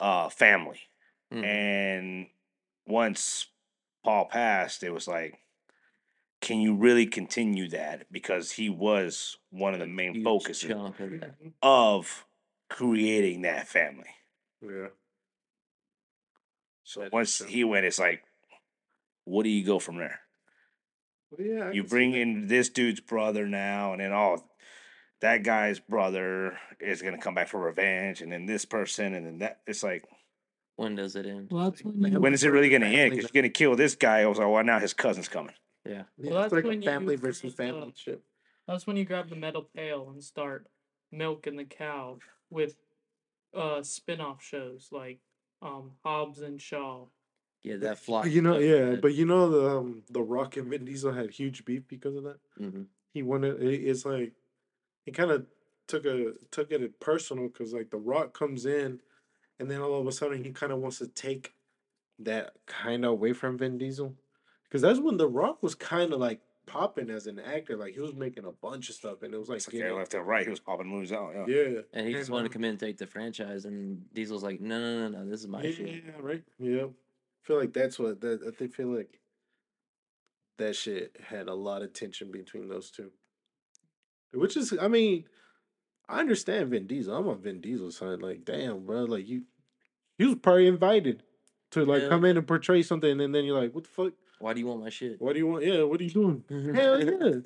Speaker 2: uh family,
Speaker 4: Mhm.
Speaker 2: and once Paul passed, it was like, can you really continue that? Because he was one of the main
Speaker 4: huge
Speaker 2: focuses
Speaker 4: chunk of that.
Speaker 2: of creating that family.
Speaker 4: Mm.
Speaker 1: Yeah.
Speaker 2: So
Speaker 1: That is
Speaker 2: once
Speaker 1: true.
Speaker 2: he went, it's like, what do you go from there?
Speaker 1: Well, yeah. I
Speaker 2: You
Speaker 1: can see
Speaker 2: bring
Speaker 1: that.
Speaker 2: in this dude's brother now, and then all that guy's brother is gonna come back for revenge, and then this person, and then that. It's like,
Speaker 4: When does it end?
Speaker 3: Well, that's when
Speaker 1: Like,
Speaker 3: you,
Speaker 1: you-
Speaker 2: when is it really gonna
Speaker 1: Family
Speaker 2: end? Because you're gonna kill this guy. I was like, well, now his cousin's coming.
Speaker 4: Yeah.
Speaker 1: Yeah, it's
Speaker 3: Well, that's
Speaker 1: like
Speaker 3: when
Speaker 1: a
Speaker 3: you uh,
Speaker 1: family
Speaker 3: first
Speaker 1: versus
Speaker 3: saw-
Speaker 1: family shit.
Speaker 3: that's when you grab the metal pail and start milking the cow with uh spin-off shows like um Hobbs and Shaw.
Speaker 4: Yeah, that flock.
Speaker 1: But you know, yeah, but you know, the um, the Rock and Vin Diesel had huge beef because of that.
Speaker 4: hmm
Speaker 1: He wanted. it- It's like he kind of took a took it at personal because like the Rock comes in, and then all of a sudden he kind of wants to take that kind of away from Vin Diesel, because that's when the Rock was kind of like popping as an actor. Like he was making a bunch of stuff, and it was like,
Speaker 2: It's like
Speaker 1: you
Speaker 2: they
Speaker 1: know,
Speaker 2: left and right. He was popping moves out. Yeah.
Speaker 1: yeah,
Speaker 4: and he just
Speaker 1: And,
Speaker 4: wanted to
Speaker 1: um,
Speaker 4: come in and take the franchise. And Diesel's like, no, no, no, no, this is my
Speaker 1: yeah,
Speaker 4: shit.
Speaker 1: right. Yeah, I feel like that's what that I think feel like that shit had a lot of tension between those two, which is I mean, I understand Vin Diesel. I'm on Vin Diesel's side. Like, damn, bro, like you, you was probably invited to like
Speaker 4: Yeah.
Speaker 1: come in and portray something, and then you're like, what the fuck?
Speaker 4: Why do you want my shit?
Speaker 1: What do you want? Yeah, what are you doing? Hell yeah.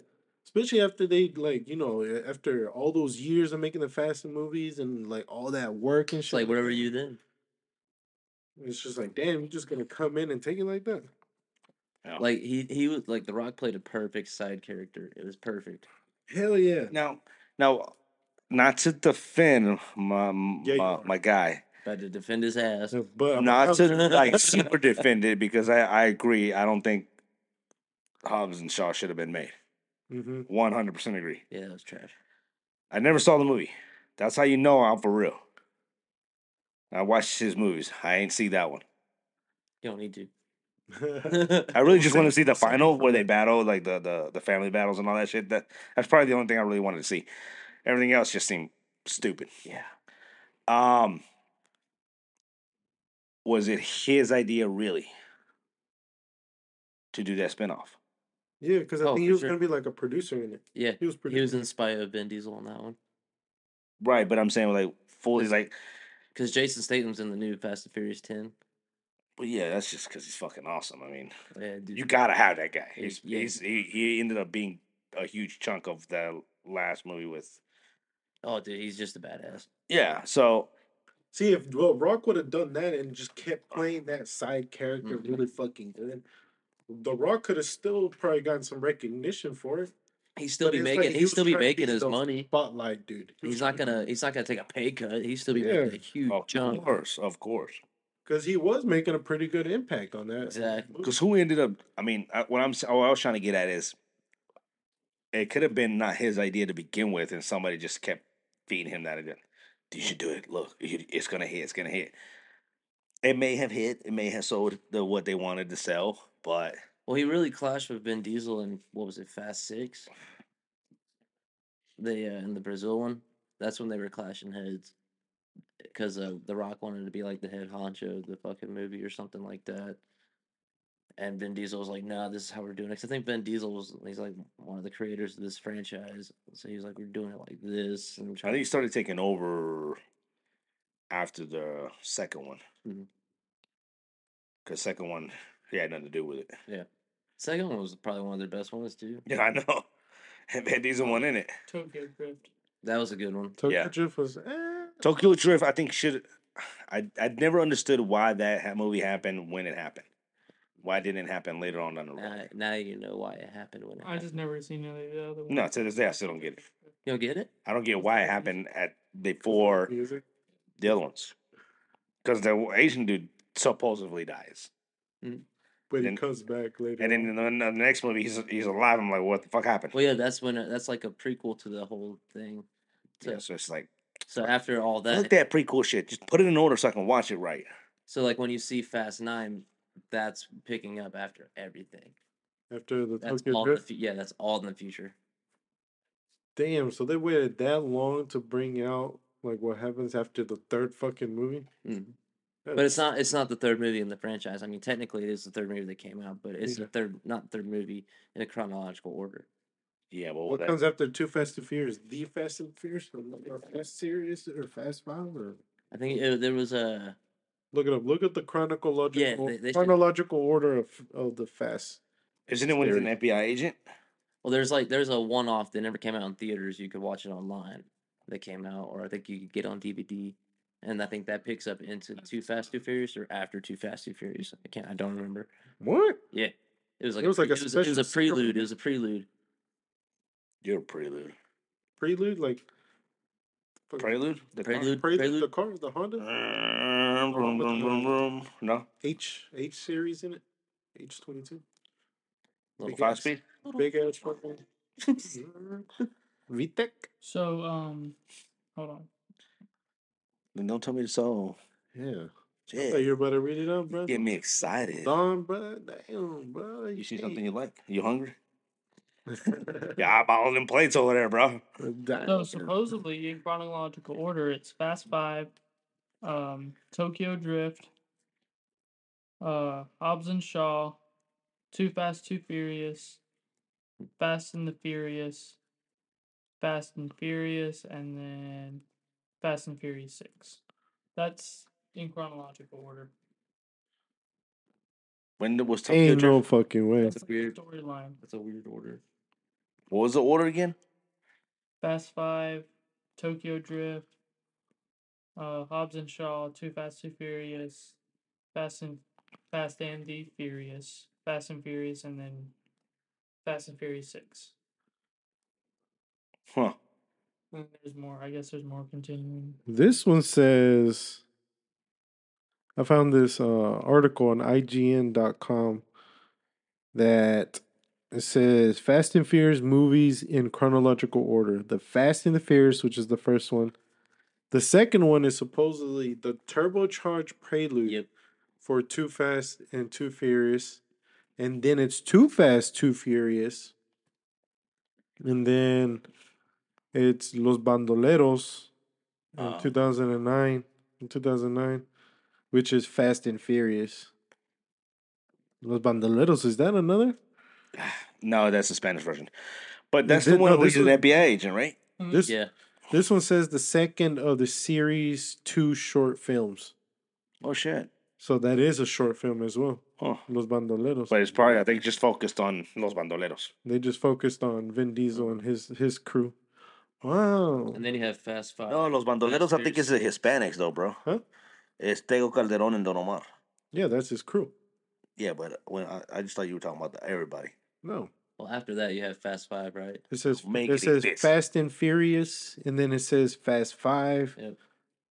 Speaker 1: especially after they like you know after all those years of making the Fast and movies and like all that work and
Speaker 4: It's
Speaker 1: shit.
Speaker 4: like whatever you did.
Speaker 1: It's just like, damn, you're just gonna come in and take it like that.
Speaker 2: Yeah.
Speaker 4: Like he he was like The Rock played a perfect side character. It was perfect.
Speaker 1: Hell yeah.
Speaker 2: Now, now, not to defend my uh,
Speaker 1: Yeah, you
Speaker 2: my,
Speaker 1: are.
Speaker 2: my guy,
Speaker 4: But to defend his ass,
Speaker 1: But I'm-
Speaker 2: not
Speaker 1: I'm-
Speaker 2: to like super defend it because I I agree. I don't think Hobbs and Shaw should have been made.
Speaker 1: Mhm.
Speaker 2: One hundred percent agree.
Speaker 4: yeah, it was trash.
Speaker 2: I never saw the movie. That's how you know I'm for real. I watched his movies. I ain't see that one.
Speaker 4: You don't need to.
Speaker 2: I really
Speaker 1: Well,
Speaker 2: just want
Speaker 1: same-
Speaker 2: to see the
Speaker 1: same
Speaker 2: final where
Speaker 1: for
Speaker 2: they
Speaker 1: me.
Speaker 2: battle, like the, the the family battles and all that shit. That that's probably the only thing I really wanted to see. Everything else just seemed stupid.
Speaker 4: yeah,
Speaker 2: Um, was it his idea really to do that spinoff?
Speaker 1: Yeah, because I
Speaker 4: Oh,
Speaker 1: think he
Speaker 4: for
Speaker 1: was
Speaker 4: sure.
Speaker 1: gonna be like a producer in it. He
Speaker 4: yeah.
Speaker 1: was
Speaker 4: He was
Speaker 1: producing.
Speaker 4: inspired of Ben Diesel on that one
Speaker 2: Right, but I'm saying like fully like,
Speaker 4: because Jason Statham's in the new Fast and Furious Ten.
Speaker 2: well, yeah, that's just because he's fucking awesome. I mean,
Speaker 4: Yeah, dude.
Speaker 2: you gotta have that guy. He's,
Speaker 4: Yeah.
Speaker 2: he's he, he ended up being a huge chunk of the last movie with.
Speaker 4: oh, dude, he's just a badass.
Speaker 2: Yeah, so
Speaker 1: See if well, Rock would have done that and just kept playing that side character
Speaker 4: Mhm.
Speaker 1: really fucking good. The Rock could have still probably gotten some recognition for it.
Speaker 4: He'd still
Speaker 1: But
Speaker 4: be
Speaker 1: it's like
Speaker 4: making.
Speaker 1: he
Speaker 4: he'd
Speaker 1: was
Speaker 4: still be
Speaker 1: trying to
Speaker 4: making
Speaker 1: be
Speaker 4: his
Speaker 1: the
Speaker 4: money.
Speaker 1: Spotlight, dude.
Speaker 4: He's not gonna. He's not gonna take a pay cut. He's still be
Speaker 1: Yeah. Oh,
Speaker 4: making a huge
Speaker 2: of
Speaker 4: jump.
Speaker 2: course, of course.
Speaker 1: because he was making a pretty good impact on that.
Speaker 4: Exactly.
Speaker 1: movie.
Speaker 2: Because who ended up? I mean, I, what I'm s- what I was trying to get at is, it could have been not his idea to begin with, and somebody just kept feeding him that again. You should do it. Look, you- it's gonna hit. It's gonna hit. It may have hit. It may have sold the what they wanted to sell, but
Speaker 4: Well, he really clashed with Ben Diesel in what was it, Fast Six? They uh, in the Brazil one. That's when they were clashing heads, because uh, The Rock wanted to be like the head honcho of the fucking movie or something like that. And Ben Diesel was like, "No, this is how we're doing it." 'Cause I think Ben Diesel was he's like one of the creators of this franchise, so he was like, "We're doing it like this." And
Speaker 2: I
Speaker 4: trying
Speaker 2: think he started taking over after the second one. Because
Speaker 4: Mhm.
Speaker 2: second one, he had nothing to do with it.
Speaker 4: second one was probably one of their best ones too.
Speaker 2: Yeah, I know. And Van Diesel one in it.
Speaker 3: Tokyo Drift.
Speaker 4: That was a good one.
Speaker 1: Tokyo
Speaker 2: Yeah.
Speaker 1: Drift was. Eh.
Speaker 2: Tokyo Drift, I think should. I I never understood why that ha- movie happened when it happened. Why it didn't happen later on down the road?
Speaker 4: Now, now you know why it happened when it
Speaker 3: I
Speaker 4: happened.
Speaker 3: just never seen any of the other ones.
Speaker 2: No, to this day I still don't get it.
Speaker 4: you don't get it.
Speaker 2: I don't get why it happened at before
Speaker 1: music.
Speaker 2: the other ones. Because the Asian dude supposedly dies,
Speaker 1: But he
Speaker 2: and-
Speaker 1: comes back later.
Speaker 2: and then in the, in the next movie he's he's alive. I'm like, what the fuck happened?
Speaker 4: Well, yeah, that's when uh, that's like a prequel to the whole thing. So,
Speaker 2: Yeah, so it's like
Speaker 4: so after all that,
Speaker 2: fuck that prequel shit. Just put it in order so I can watch it right.
Speaker 4: so like when you see Fast Nine, that's picking up after everything.
Speaker 1: on. after the
Speaker 4: That's
Speaker 1: Tokyo
Speaker 4: all. In the
Speaker 1: Drift.
Speaker 4: fu- yeah, that's all in the future.
Speaker 1: Damn, so they waited that long to bring out like what happens after the third fucking movie.
Speaker 4: Mhm. But it's not. It's not the third movie in the franchise. I mean, technically, it is the third movie that came out, but it's
Speaker 1: Yeah.
Speaker 4: the third, not the third movie in a chronological order.
Speaker 2: Yeah, well,
Speaker 1: What
Speaker 2: that-
Speaker 1: comes after Two Fast and Furious? The Fast and Furious, or or Fast Series, or Fast Five, or
Speaker 4: I think it, there was a
Speaker 1: look it up. Look at the chronological
Speaker 4: Yeah, they- they should-
Speaker 1: chronological order of of the Fast.
Speaker 2: isn't it when he's an
Speaker 1: Theory.
Speaker 2: FBI agent?
Speaker 4: well, there's like there's a one off that never came out in theaters. You could watch it online. That came out, or I think you could get on DVD. And I think that picks up into Too Fast, Too Furious, or after Too Fast, Too Furious. I can't. I don't remember.
Speaker 1: What?
Speaker 4: Yeah. It was like
Speaker 1: was like
Speaker 4: pre-
Speaker 1: a
Speaker 4: it was, it was
Speaker 1: special
Speaker 4: a
Speaker 1: secret-
Speaker 4: prelude. It was a prelude.
Speaker 2: You're a prelude.
Speaker 1: Prelude like. fuck,
Speaker 2: Prelude. The car?
Speaker 1: Prelude,
Speaker 4: Prelude. Prelude. Uh-huh.
Speaker 1: the car, the Honda
Speaker 2: Vroom,
Speaker 1: Along
Speaker 2: vroom,
Speaker 1: with
Speaker 2: vroom,
Speaker 1: the-
Speaker 2: vroom, vroom. No,
Speaker 1: H H series in it, H twenty two.
Speaker 4: Little
Speaker 1: Big ass-
Speaker 2: five speed.
Speaker 1: Big ass fucking VTEC.
Speaker 3: So um, hold on.
Speaker 2: Then don't tell me the song.
Speaker 1: Yeah, I thought
Speaker 2: Shit.
Speaker 1: you were about to read it up, bro.
Speaker 2: Get me excited.
Speaker 1: Don, bro, damn, bro.
Speaker 2: You see
Speaker 1: can't-
Speaker 2: something you like? You hungry? Yeah, I bought all them plates over there, bro.
Speaker 3: So
Speaker 1: Damn.
Speaker 3: supposedly, in chronological order, it's Fast Five, um, Tokyo Drift, uh, Hobbs and Shaw, Too Fast, Too Furious, Fast and the Furious, Fast and Furious, and then Fast and Furious Six. That's in chronological order.
Speaker 2: When was Tokyo
Speaker 1: Ain't no
Speaker 2: Drift?
Speaker 1: fucking way.
Speaker 4: That's
Speaker 3: That's like the
Speaker 4: weird.
Speaker 3: storyline.
Speaker 4: That's a weird order.
Speaker 2: What was the order again?
Speaker 3: Fast Five, Tokyo Drift, uh, Hobbs and Shaw, Too Fast Too Furious, Fast and Fast and the Furious, Fast and Furious, and then Fast and Furious Six.
Speaker 2: Huh.
Speaker 3: And there's more. I guess there's more continuing.
Speaker 1: This one says I found this uh, article on IGN.com that it says Fast and Furious movies in chronological order. The Fast and the Furious, which is the first one. The second one is supposedly the turbocharged prelude
Speaker 4: Yep.
Speaker 1: for Too Fast and Too Furious. And then it's Too Fast, Too Furious. And then it's Los Bandoleros in
Speaker 2: Oh.
Speaker 1: 2009, in 2009, which is Fast and Furious. Los Bandoleros, is that another?
Speaker 2: No, that's the Spanish version. But
Speaker 1: It
Speaker 2: that's the
Speaker 1: did-
Speaker 2: one
Speaker 1: no,
Speaker 2: where
Speaker 1: this
Speaker 2: he's an
Speaker 1: was-
Speaker 2: FBI agent, right?
Speaker 1: This
Speaker 4: Yeah.
Speaker 1: this one says the second of the series two short films.
Speaker 2: Oh shit.
Speaker 1: So that is a short film as well.
Speaker 2: Oh.
Speaker 1: Los Bandoleros.
Speaker 2: But it's probably I think just focused on Los Bandoleros.
Speaker 1: They just focused on Vin Diesel and his his crew. Wow.
Speaker 4: And then you have Fast
Speaker 1: Uh,
Speaker 4: Five.
Speaker 2: No, Los Bandoleros. I think it's the Hispanics though, bro.
Speaker 1: Huh?
Speaker 2: It's Tego Calderon and Don Omar.
Speaker 1: Yeah, that's his crew.
Speaker 2: Yeah, but when I, I just thought you were talking about the, everybody.
Speaker 1: No.
Speaker 4: Well, after that you have Fast Five, right?
Speaker 1: It says
Speaker 2: Make
Speaker 1: it
Speaker 2: it
Speaker 1: says
Speaker 2: exist.
Speaker 1: Fast and Furious and then it says Fast 5,
Speaker 4: Yep.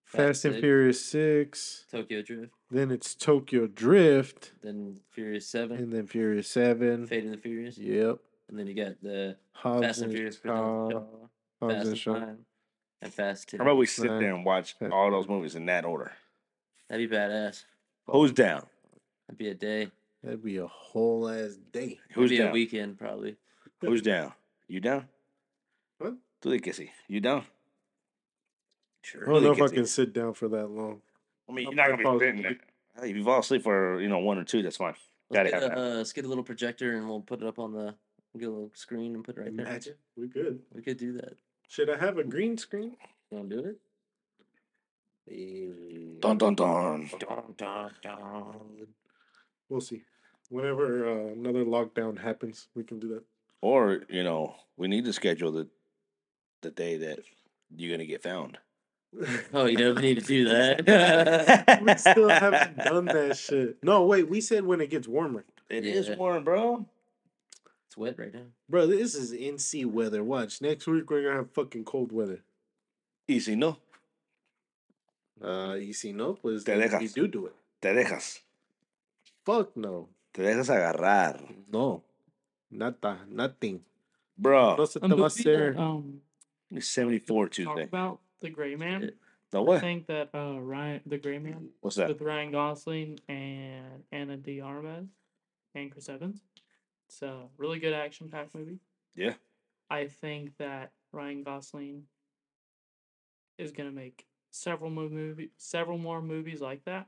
Speaker 1: Fast and
Speaker 4: Six,
Speaker 1: Furious 6,
Speaker 4: Tokyo Drift,
Speaker 1: then it's Tokyo Drift
Speaker 4: then Furious Seven,
Speaker 1: and then Furious 7.
Speaker 4: Fate of the Furious,
Speaker 1: Yep.
Speaker 4: and then you got the
Speaker 1: Hobbs
Speaker 4: Fast and Furious, for
Speaker 1: Shaw,
Speaker 4: Hobbs
Speaker 1: Hobbs
Speaker 4: Fast
Speaker 1: and
Speaker 4: and
Speaker 1: Shaw.
Speaker 4: Fine, and Fast Ten.
Speaker 2: How about we sit
Speaker 1: Nah.
Speaker 2: there and watch
Speaker 1: Yeah.
Speaker 2: all those movies in that order?
Speaker 4: That'd be badass.
Speaker 2: Who's down?
Speaker 4: That'd be a day.
Speaker 1: That'd be a whole ass day.
Speaker 2: Who's
Speaker 4: That'd be a
Speaker 2: down?
Speaker 4: weekend probably.
Speaker 2: Who's down? You down?
Speaker 1: What?
Speaker 2: Tú de que sí. You down?
Speaker 1: I
Speaker 4: Sure.
Speaker 1: don't know if I
Speaker 2: Really
Speaker 1: can
Speaker 2: gets
Speaker 1: sit down for that long.
Speaker 2: I mean,
Speaker 1: I'm
Speaker 2: you're not
Speaker 1: gonna
Speaker 2: gonna
Speaker 1: fall
Speaker 2: be sitting there.
Speaker 1: asleep.
Speaker 2: Hey, If you fall asleep for you know one or two, that's fine. Gotta
Speaker 4: Let's get,
Speaker 2: have
Speaker 4: a,
Speaker 2: that.
Speaker 4: uh, let's get a little projector and we'll put it up on the we'll get a little screen and put it right there.
Speaker 1: Imagine. We good.
Speaker 4: We could do that.
Speaker 1: Should I have a green screen?
Speaker 4: You want to do it?
Speaker 2: Dun dun dun.
Speaker 4: Dun, dun, dun.
Speaker 1: We'll see. Whenever uh, another lockdown happens, we can do that.
Speaker 2: Or you know, we need to schedule the the day that you're gonna get found.
Speaker 4: Oh, you don't need to do that.
Speaker 1: We still haven't done that shit. No, wait. We said when it gets warmer,
Speaker 2: It is
Speaker 4: Yeah.
Speaker 2: warm, bro.
Speaker 4: it's wet right now.
Speaker 1: bro. This is NC weather. Watch next week we're gonna have fucking cold weather.
Speaker 2: Easy, no.
Speaker 1: Uh, you see, no, please.
Speaker 2: Te dejas.
Speaker 1: You do do it.
Speaker 2: Te dejas.
Speaker 1: Fuck no,
Speaker 2: Te dejas agarrar,
Speaker 1: no, nada, nothing. No
Speaker 2: bro.
Speaker 1: se
Speaker 3: A
Speaker 1: te va a
Speaker 3: movie that,
Speaker 1: hacer.
Speaker 3: um,
Speaker 2: It's 74
Speaker 3: talk
Speaker 2: Tuesday.
Speaker 3: about the Gray Man.
Speaker 2: The
Speaker 3: I
Speaker 2: what?
Speaker 3: think that uh, Ryan, the Gray Man,
Speaker 2: What's that?
Speaker 3: with Ryan Gosling and Anna De Armas and Chris Evans. It's a really good action-packed movie.
Speaker 2: Yeah.
Speaker 3: I think that Ryan Gosling is gonna make several more movie, several more movies like that,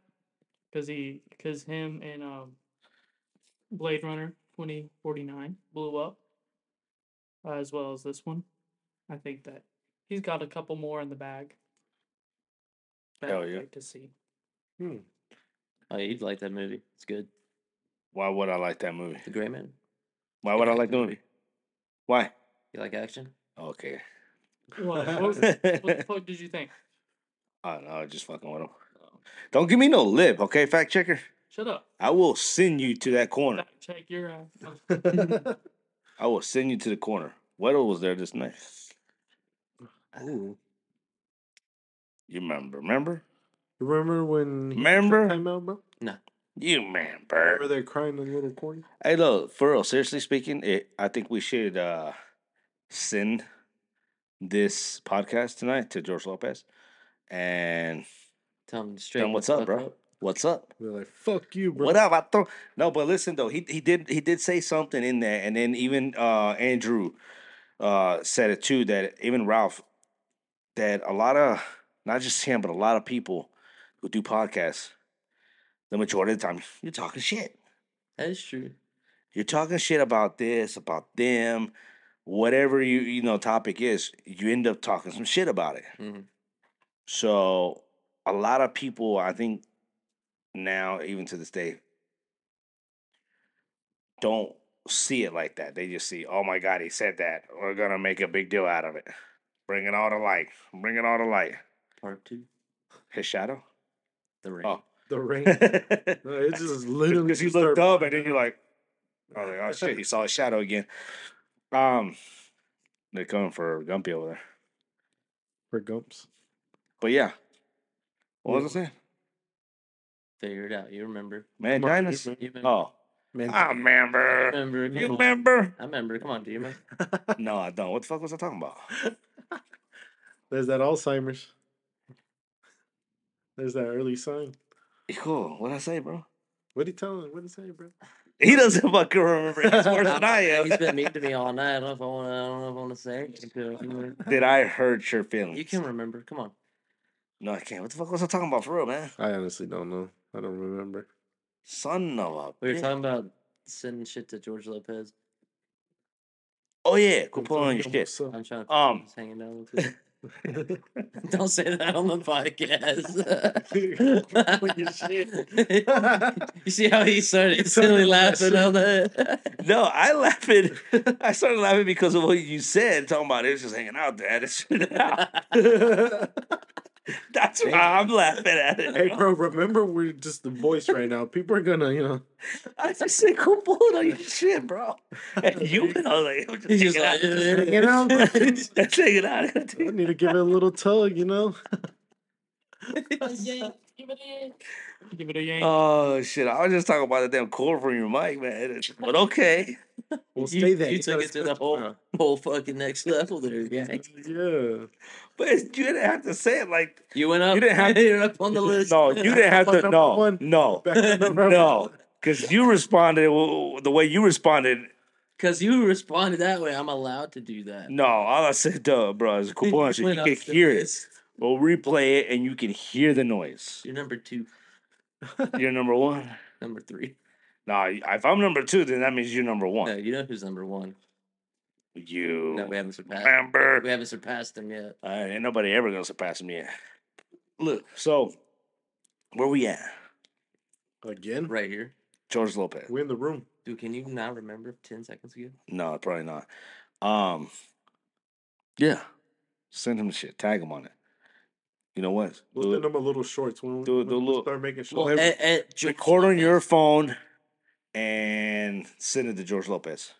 Speaker 3: because he, because him and um, Blade Runner twenty forty nine blew up, uh, as well as this one. I think that he's got a couple more in the bag. that
Speaker 2: Hell
Speaker 3: I'd
Speaker 2: yeah.
Speaker 3: Like to see.
Speaker 1: Hmm.
Speaker 4: Oh, yeah, you'd like that movie. It's good.
Speaker 2: Why would I like that movie?
Speaker 4: The Gray Man.
Speaker 2: Why would I like the movie? Why?
Speaker 4: You like action?
Speaker 2: Okay.
Speaker 3: What, what, was-
Speaker 2: I
Speaker 3: what the
Speaker 2: don't
Speaker 3: fuck did you think?
Speaker 2: know. I was Just fucking with him. Don't give me no lip, okay, fact checker.
Speaker 3: Shut up.
Speaker 2: I will send you to that corner.
Speaker 3: Fact check your uh, ass.
Speaker 2: I will send you to the corner. Weddle was there this night.
Speaker 1: Ooh.
Speaker 2: You remember? Remember?
Speaker 1: Remember when? he took
Speaker 2: Remember?
Speaker 1: Time out, bro.
Speaker 2: You
Speaker 1: Remember
Speaker 2: remember?
Speaker 1: they're crying in a little corner.
Speaker 2: Hey, look, for real. Seriously speaking, it, I think we should uh, send this podcast tonight to George Lopez. And
Speaker 4: Tell him straight.
Speaker 2: tell him what's up, bro? What's up?
Speaker 1: They're like, "Fuck you, bro."
Speaker 2: What up? I throw no, but listen though, he he did he did say something in there, and then even uh Andrew uh said it too that even Ralph that a lot of not just him but a lot of people who do podcasts the majority of the time you're talking shit.
Speaker 4: That is true.
Speaker 2: You're talking shit about this, about them, whatever you you know topic is, you end up talking some shit about it.
Speaker 4: Mhm.
Speaker 2: So a lot of people, I think now, even to this day, don't see it like that. They just see, oh my God, he said that. We're gonna make a big deal out of it. Bring it all to light. Bring it all to light.
Speaker 4: Part two,
Speaker 2: His shadow.
Speaker 4: the ring.
Speaker 2: Oh.
Speaker 1: The ring. No,
Speaker 2: Because
Speaker 1: it's just literally.
Speaker 2: you
Speaker 1: just
Speaker 2: looked
Speaker 1: start-
Speaker 2: up and then you're like, oh, like, oh shit, he saw his shadow again. Um, they're coming for Gumpy over there.
Speaker 1: For Gumps.
Speaker 2: But yeah, what was I
Speaker 1: Yeah.
Speaker 2: saying?
Speaker 4: Figure it out. You remember?
Speaker 2: Man,
Speaker 1: Come on, you
Speaker 2: dinosaur.
Speaker 4: You remember?
Speaker 2: Oh,
Speaker 1: Man,
Speaker 2: I remember.
Speaker 4: remember?
Speaker 2: You
Speaker 4: Come on.
Speaker 2: remember?
Speaker 4: I remember. Come on, do you remember?
Speaker 2: No, I don't. What the fuck was I talking about?
Speaker 1: there's that Alzheimer's. There's that early sign.
Speaker 2: Cool. What I say, bro?
Speaker 1: What are you telling? What did he say, bro?
Speaker 2: He doesn't fucking remember. He's worse than I
Speaker 4: And He's
Speaker 2: am.
Speaker 4: been mean to me all night. I don't know if I want to. I don't know if I want to say. it. uh, You can- you remember?
Speaker 2: Did I hurt your feelings?
Speaker 4: You can remember. Come on.
Speaker 2: No, I can't. What the fuck was I talking about for real, man?
Speaker 1: I honestly don't know. I don't remember.
Speaker 2: Son of a.
Speaker 4: We were
Speaker 2: bitch.
Speaker 4: talking about sending shit to George Lopez.
Speaker 2: Oh yeah, quit pulling on your shit.
Speaker 4: I'm trying to
Speaker 2: Um.
Speaker 4: just hanging down with you. Don't say that on the
Speaker 1: Pulling your
Speaker 4: podcast. you see how he started silly laughing on that?
Speaker 2: No, I laughed. I started laughing because of what you said, talking about it was just hanging out there. It's That's why I'm laughing at it.
Speaker 1: hey,
Speaker 2: bro.
Speaker 1: bro, remember we're just the voice right now. People are gonna, you know.
Speaker 2: I just said, quit pulling on your shit, bro. And you and I was like, I'm
Speaker 4: He's
Speaker 2: just
Speaker 4: just
Speaker 2: hanging
Speaker 4: like,
Speaker 2: out.
Speaker 1: You know,
Speaker 2: That's hanging out.
Speaker 1: I need to give it a little tug, you know.
Speaker 3: Yank, Give it a yank. Give it a yank.
Speaker 2: Oh shit! I was just talking about the damn cord from your mic, man. It's- But okay,
Speaker 1: We'll
Speaker 4: You-
Speaker 1: stay there.
Speaker 4: you took it to the whole-
Speaker 1: Uh,
Speaker 4: whole fucking next level there, gang.
Speaker 1: Yeah.
Speaker 2: but it's- you didn't have to say it like
Speaker 4: You went up.
Speaker 2: You didn't have-
Speaker 4: You're up on the list.
Speaker 2: no, you didn't have to
Speaker 1: Number
Speaker 2: no
Speaker 1: one.
Speaker 2: no
Speaker 1: Back to number
Speaker 2: no
Speaker 1: one.
Speaker 2: because you responded w- the way you responded.
Speaker 4: Because you responded that way, I'm allowed to do that.
Speaker 2: No, all I said, duh, bro, is cool bullshit.
Speaker 4: went
Speaker 2: You can
Speaker 4: upstairs.
Speaker 2: hear it. We'll replay it, and you can hear the noise.
Speaker 4: You're number two,
Speaker 2: You're number one.
Speaker 4: number three.
Speaker 2: Nah, if I'm number two, then that means you're number
Speaker 4: No,
Speaker 2: one.
Speaker 4: you know who's number one.
Speaker 2: You
Speaker 4: No, we haven't surpassed.
Speaker 2: remember?
Speaker 4: We haven't surpassed him yet.
Speaker 2: All right, ain't nobody ever gonna surpass me yet. Look, so where we at?
Speaker 1: Again?
Speaker 4: Right here.
Speaker 2: George Lopez.
Speaker 1: We're in the room.
Speaker 4: Dude, can you not remember ten seconds ago?
Speaker 2: No, probably not. Um, yeah, send him the shit. Tag him on it. You know what?
Speaker 1: We'll
Speaker 2: Do
Speaker 1: send
Speaker 2: it.
Speaker 1: them a little shorts when we
Speaker 2: do-
Speaker 1: when
Speaker 2: do a
Speaker 1: we
Speaker 2: little-
Speaker 1: start making
Speaker 4: Well,
Speaker 1: shorts.
Speaker 4: at, at George
Speaker 2: Record on
Speaker 4: Lopez.
Speaker 2: your phone and send it to George Lopez.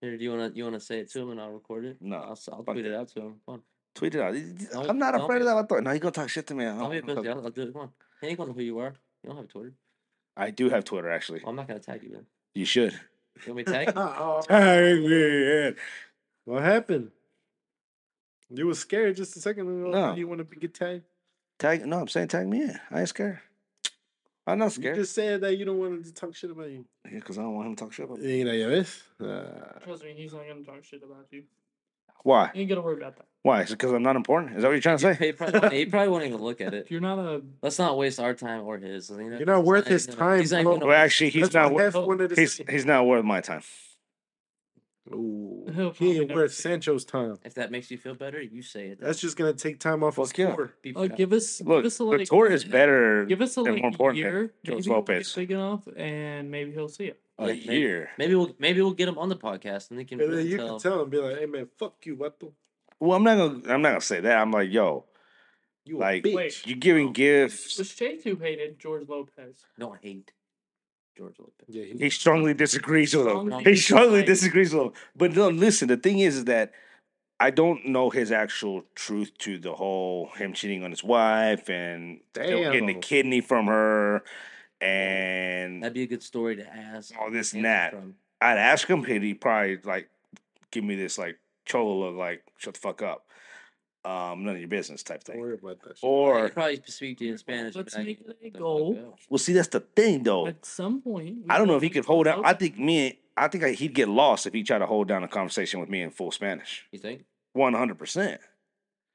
Speaker 4: Here, do you wanna you wanna say it to him and I'll record it?
Speaker 2: No,
Speaker 4: I'll, s- I'll
Speaker 2: fuck
Speaker 4: tweet
Speaker 2: it.
Speaker 4: it out to him. Come
Speaker 2: Tweet it out.
Speaker 4: Don't-
Speaker 2: I'm not
Speaker 4: don't
Speaker 2: afraid
Speaker 4: be-
Speaker 2: of that. I thought, no, you gonna talk shit to me. I,
Speaker 4: on. I'll be a pussy.
Speaker 2: don't-
Speaker 4: I'll, I'll do it. Come on. He ain't gonna know who you are. You don't have Twitter.
Speaker 2: I do have Twitter actually.
Speaker 4: Well, I'm not gonna tag you then.
Speaker 2: You should.
Speaker 4: You want me to tag? you?
Speaker 1: Uh-oh.
Speaker 2: Tag me in.
Speaker 1: what happened? You were scared just a second ago.
Speaker 2: No.
Speaker 1: You want to be get tagged?
Speaker 2: Tag. No, I'm saying tag me in. I ain't scared. I'm not
Speaker 1: You
Speaker 2: scared.
Speaker 1: just said that you don't want to talk shit about you.
Speaker 2: Yeah, cause I don't want him to talk shit about me.
Speaker 1: You know, yeah, this. Uh,
Speaker 3: Trust me, he's not gonna talk shit about you.
Speaker 2: Why?
Speaker 3: You ain't gotta worry about that.
Speaker 2: Why? Is it because I'm not important? Is that what you're trying to say?
Speaker 4: He probably, won't- he probably won't even look at it.
Speaker 3: If you're not a
Speaker 4: Let's not waste our time or his. You know,
Speaker 1: You're not
Speaker 4: he's
Speaker 1: worth
Speaker 4: even
Speaker 1: his
Speaker 4: gonna-
Speaker 1: time,
Speaker 4: He's not
Speaker 1: bro.
Speaker 4: even gonna
Speaker 2: Well, actually, he's
Speaker 1: that's
Speaker 2: not.
Speaker 1: what
Speaker 2: wor-
Speaker 1: Hef wanted to
Speaker 2: He's
Speaker 1: say.
Speaker 2: he's not worth my time.
Speaker 1: Ooh,
Speaker 3: He'll
Speaker 1: he
Speaker 3: probably
Speaker 1: ain't
Speaker 3: never
Speaker 1: worth
Speaker 3: say
Speaker 1: Sancho's time.
Speaker 4: If that makes you feel better, you say it.
Speaker 1: That's just gonna take time off his
Speaker 2: Fuck yeah.
Speaker 1: tour.
Speaker 4: Beef
Speaker 3: uh,
Speaker 4: it up.
Speaker 3: give us
Speaker 2: Look,
Speaker 3: give us a
Speaker 2: the
Speaker 3: like
Speaker 2: tour is better.
Speaker 3: give us a
Speaker 2: and
Speaker 3: like
Speaker 2: more important than
Speaker 3: year.
Speaker 2: George
Speaker 3: maybe he'll get
Speaker 2: Lopez.
Speaker 3: big enough, and maybe he'll see it.
Speaker 2: A
Speaker 4: Yeah, maybe-
Speaker 2: year.
Speaker 4: Maybe we'll maybe we'll get him on the podcast and they can,
Speaker 1: And then
Speaker 4: really
Speaker 1: you can
Speaker 4: tell.
Speaker 1: tell him, be like, "Hey man, fuck you, what the?
Speaker 2: Well, I'm not gonna. I'm not gonna say that. I'm like, yo,
Speaker 1: You
Speaker 2: Like-
Speaker 1: a bitch."
Speaker 3: Wait.
Speaker 2: you giving gifts.
Speaker 3: Was Chase who hated George Lopez?
Speaker 4: Don't hate George Lopez.
Speaker 1: Yeah, he,
Speaker 2: He strongly disagrees with him.
Speaker 3: Strongly
Speaker 2: He strongly
Speaker 3: dislike.
Speaker 2: disagrees with him. But no, listen. The thing is, is that I don't know his actual truth to the whole him cheating on his wife and still
Speaker 1: Damn.
Speaker 2: getting a kidney from her, and
Speaker 4: That'd be a good story to ask.
Speaker 2: all this and
Speaker 4: answer
Speaker 2: that.
Speaker 4: from.
Speaker 2: I'd ask him, and he'd probably like give me this like cholo look, like shut the fuck up, um, none of your business type
Speaker 1: don't
Speaker 2: thing.
Speaker 1: worry about that. Shit.
Speaker 4: Or
Speaker 2: Or
Speaker 4: probably speak to you in Spanish.
Speaker 3: Let's
Speaker 4: but I-
Speaker 3: make it a
Speaker 4: the fuck oh,
Speaker 3: goal.
Speaker 4: up.
Speaker 2: well, see, that's the thing though.
Speaker 3: At some point, we
Speaker 2: I don't know
Speaker 3: will
Speaker 2: if he
Speaker 3: get
Speaker 2: could hold
Speaker 3: George
Speaker 2: out. I
Speaker 3: Lopez.
Speaker 2: think me, I think I- he'd get lost if he tried to hold down a conversation with me in full Spanish.
Speaker 4: You think?
Speaker 2: One hundred percent.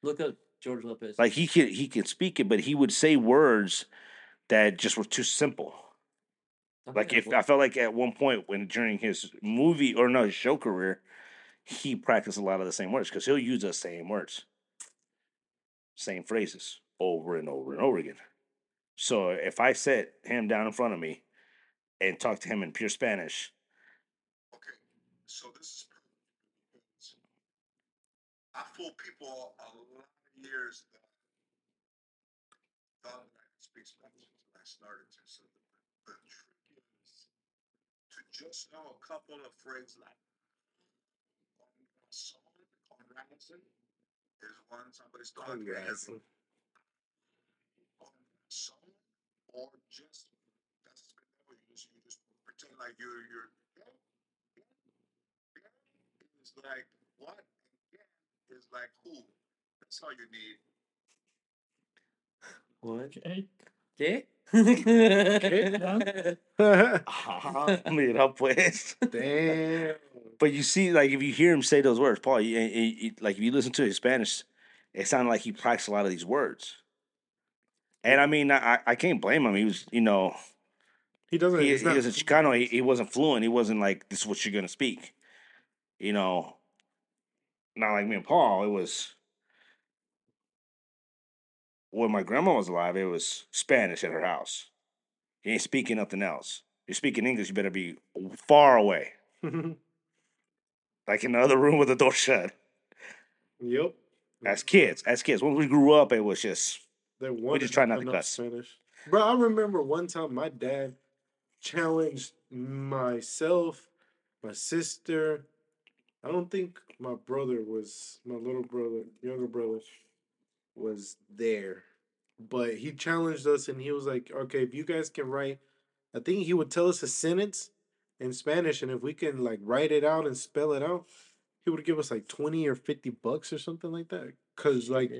Speaker 4: Look up George Lopez.
Speaker 2: Like he could, he could speak it, but he would say words that just were too simple.
Speaker 4: Okay,
Speaker 2: Like if
Speaker 4: well,
Speaker 2: I felt like at one point when during his movie or no his show career, he practiced a lot of the same words because he'll use the same words, same phrases over and over and over again. So if I set him down in front of me and talk to him in pure Spanish,
Speaker 7: So this is because I fool people a lot of years that thought that I could speak Spanish until I started to. So the, the trick is to just know a couple of phrases like on song on Ransom is one somebody started
Speaker 1: Congrats.
Speaker 7: on song or just that's what you just you just pretend like you're you're yeah, yeah, yeah is like what and yeah is like who. That's all you need.
Speaker 4: What?
Speaker 3: Okay.
Speaker 4: Dick?
Speaker 3: no.
Speaker 2: Ah, mira, pues.
Speaker 1: Damn.
Speaker 2: But you see, like if you hear him say those words, Paul, you, you- you- like if you listen to his Spanish, it sounded like he practiced a lot of these words. And I mean, I, I- I can't blame him. He was, you know,
Speaker 1: He doesn't.
Speaker 2: he,
Speaker 1: he's
Speaker 2: he
Speaker 1: not
Speaker 2: was a Chicano. He, he wasn't fluent. He wasn't like this is what you're gonna speak. You know, not like me and Paul. It was when my grandma was alive. It was Spanish at her house. You ain't speaking nothing else. You're speaking English. You better be far away, like in the other room with the door shut.
Speaker 1: yep. Mm-hmm.
Speaker 2: As kids, as kids, when we grew up, it was just
Speaker 1: They wanted
Speaker 2: just try not to
Speaker 1: enough
Speaker 2: cuss.
Speaker 1: Spanish. Bro, I remember one time my dad challenged myself, my sister. I don't think my brother was my little brother, younger brother, was there. But he challenged us and he was like, Okay, if you guys can write I think he would tell us a sentence in Spanish and if we can like write it out and spell it out, he would give us like twenty or fifty bucks or something like that. Cause like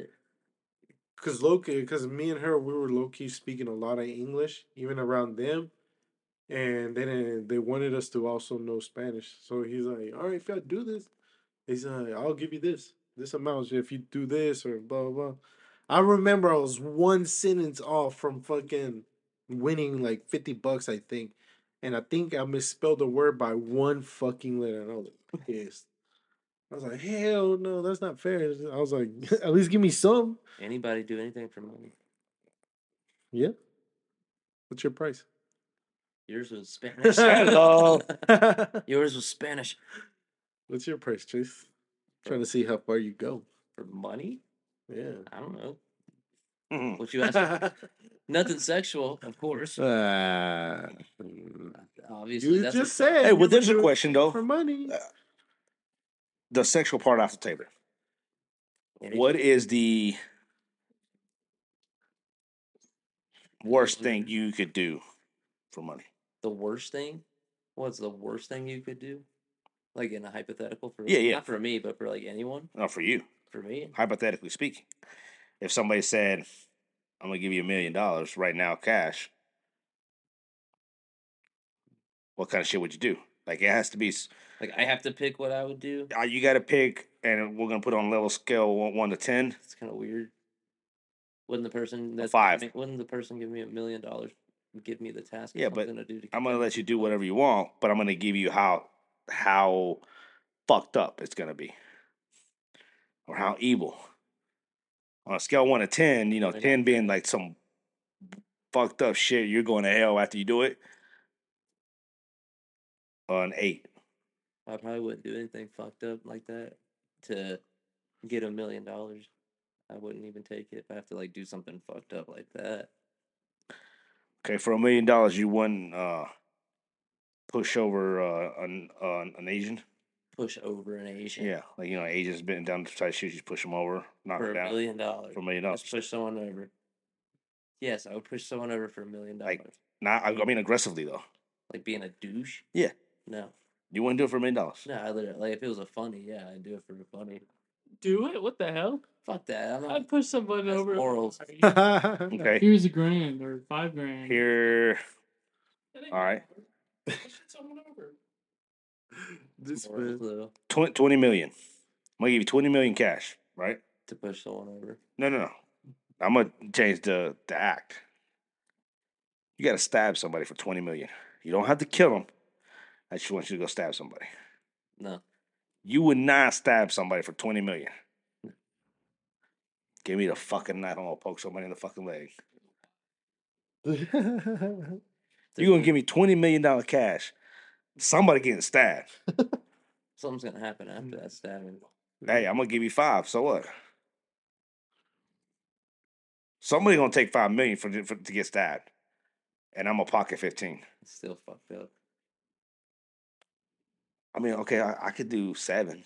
Speaker 1: because Loki, because me and her, we were low key speaking a lot of English, even around them, and they didn't, they wanted us to also know Spanish. So he's like, "All right, if y'all do this, he's like, I'll give you this, this amount if you do this or blah blah." blah." I remember I was one sentence off from fucking winning like fifty bucks, I think, and I think I misspelled the word by one fucking letter, and I was like, pissed. I was like, hell no, that's not fair. I was like, at least give me some.
Speaker 4: Anybody do anything for money?
Speaker 1: Yeah. What's your price?
Speaker 4: Yours was Spanish.
Speaker 2: Hello.
Speaker 4: Yours was Spanish
Speaker 1: What's your price, Chase? Trying to see how far you go.
Speaker 4: for money?
Speaker 1: Yeah.
Speaker 4: I don't know.
Speaker 2: Mhm.
Speaker 4: What you asked? Nothing sexual, of course.
Speaker 1: Ah.
Speaker 4: Obviously,
Speaker 1: you
Speaker 4: that's
Speaker 1: just said.
Speaker 2: Hey,
Speaker 1: you
Speaker 2: well,
Speaker 1: were
Speaker 2: there's a
Speaker 1: doing
Speaker 2: question
Speaker 1: things
Speaker 2: though.
Speaker 1: For money.
Speaker 2: Uh, The sexual part off the table.
Speaker 4: Anything.
Speaker 2: What is the worst thing
Speaker 4: Mhm.
Speaker 2: you could do for money?
Speaker 4: the worst thing. What's the worst thing you could do? Like in a hypothetical for
Speaker 2: Yeah, yeah.
Speaker 4: not for me, but for like anyone.
Speaker 2: Not for you,
Speaker 4: For me,
Speaker 2: hypothetically speaking. If somebody said, "I'm gonna give you a million dollars right now, cash," what kind of shit would you do? Like it has to be. s-
Speaker 4: like I have to pick what I would do.
Speaker 2: uh, You got to pick, and we're gonna put on level scale one, one to ten.
Speaker 4: It's kind of weird. Wouldn't the person that's
Speaker 2: five.
Speaker 4: giving- wouldn't the person give me a million dollars? and Give me the task. of
Speaker 2: Yeah, but
Speaker 4: something to do to
Speaker 2: I'm gonna
Speaker 4: contribute?
Speaker 2: let you do whatever you want, but I'm gonna give you how how fucked up it's gonna be, or how evil. On a scale of one to ten, you know,
Speaker 4: They're not
Speaker 2: ten being like some fucked up shit you're going to hell after you do it. On eight,
Speaker 4: I probably wouldn't do anything fucked up like that to get a million dollars. I wouldn't even take it if I have to like do something fucked up like that.
Speaker 2: okay, for a million dollars, you wouldn't uh, push over uh, an uh, an Asian.
Speaker 4: Push over an Asian
Speaker 2: Yeah, like you know, Asians been down to try to shoot you, push them over, knock
Speaker 4: for
Speaker 2: them
Speaker 4: a
Speaker 2: down
Speaker 4: million dollars.
Speaker 2: for a million
Speaker 4: Let's
Speaker 2: dollars.
Speaker 4: push someone over. Yes, I would push someone over for a million dollars.
Speaker 2: Like- Not, I I mean, aggressively though.
Speaker 4: Like being a douche.
Speaker 2: Yeah.
Speaker 4: No,
Speaker 2: You wouldn't do it for a million dollars.
Speaker 4: no. I literally like if it was a funny. Yeah, I'd do it for a funny.
Speaker 3: Do it? What the hell?
Speaker 4: Fuck that. I'm not.
Speaker 3: I'd push somebody
Speaker 4: That's
Speaker 3: over.
Speaker 4: morals.
Speaker 2: Okay,
Speaker 3: Here's a grand or five grand.
Speaker 2: here.
Speaker 3: That ain't
Speaker 2: all right.
Speaker 3: nothing. Push someone over.
Speaker 1: This
Speaker 4: morals
Speaker 1: man.
Speaker 4: though,
Speaker 2: 20, 20 million. I'm gonna give you 20 million cash, right?
Speaker 4: to push someone over.
Speaker 2: No, no, no. I'm gonna change the, the act. You gotta stab somebody for 20 million. You don't have to kill them. I just want you to go stab somebody.
Speaker 4: No.
Speaker 2: You would not stab somebody for 20 million.
Speaker 4: Hmm.
Speaker 2: Give me the fucking knife. I'm gonna poke somebody in the fucking leg. You're gonna give me $20 million cash. Somebody getting stabbed.
Speaker 4: Something's gonna happen after that stabbing.
Speaker 2: Hey, I'm gonna give you five. So what? Somebody gonna take five million for, for to get stabbed, and I'm gonna pocket fifteen.
Speaker 4: It's still fucked up.
Speaker 2: I mean, okay, I, I could do seven.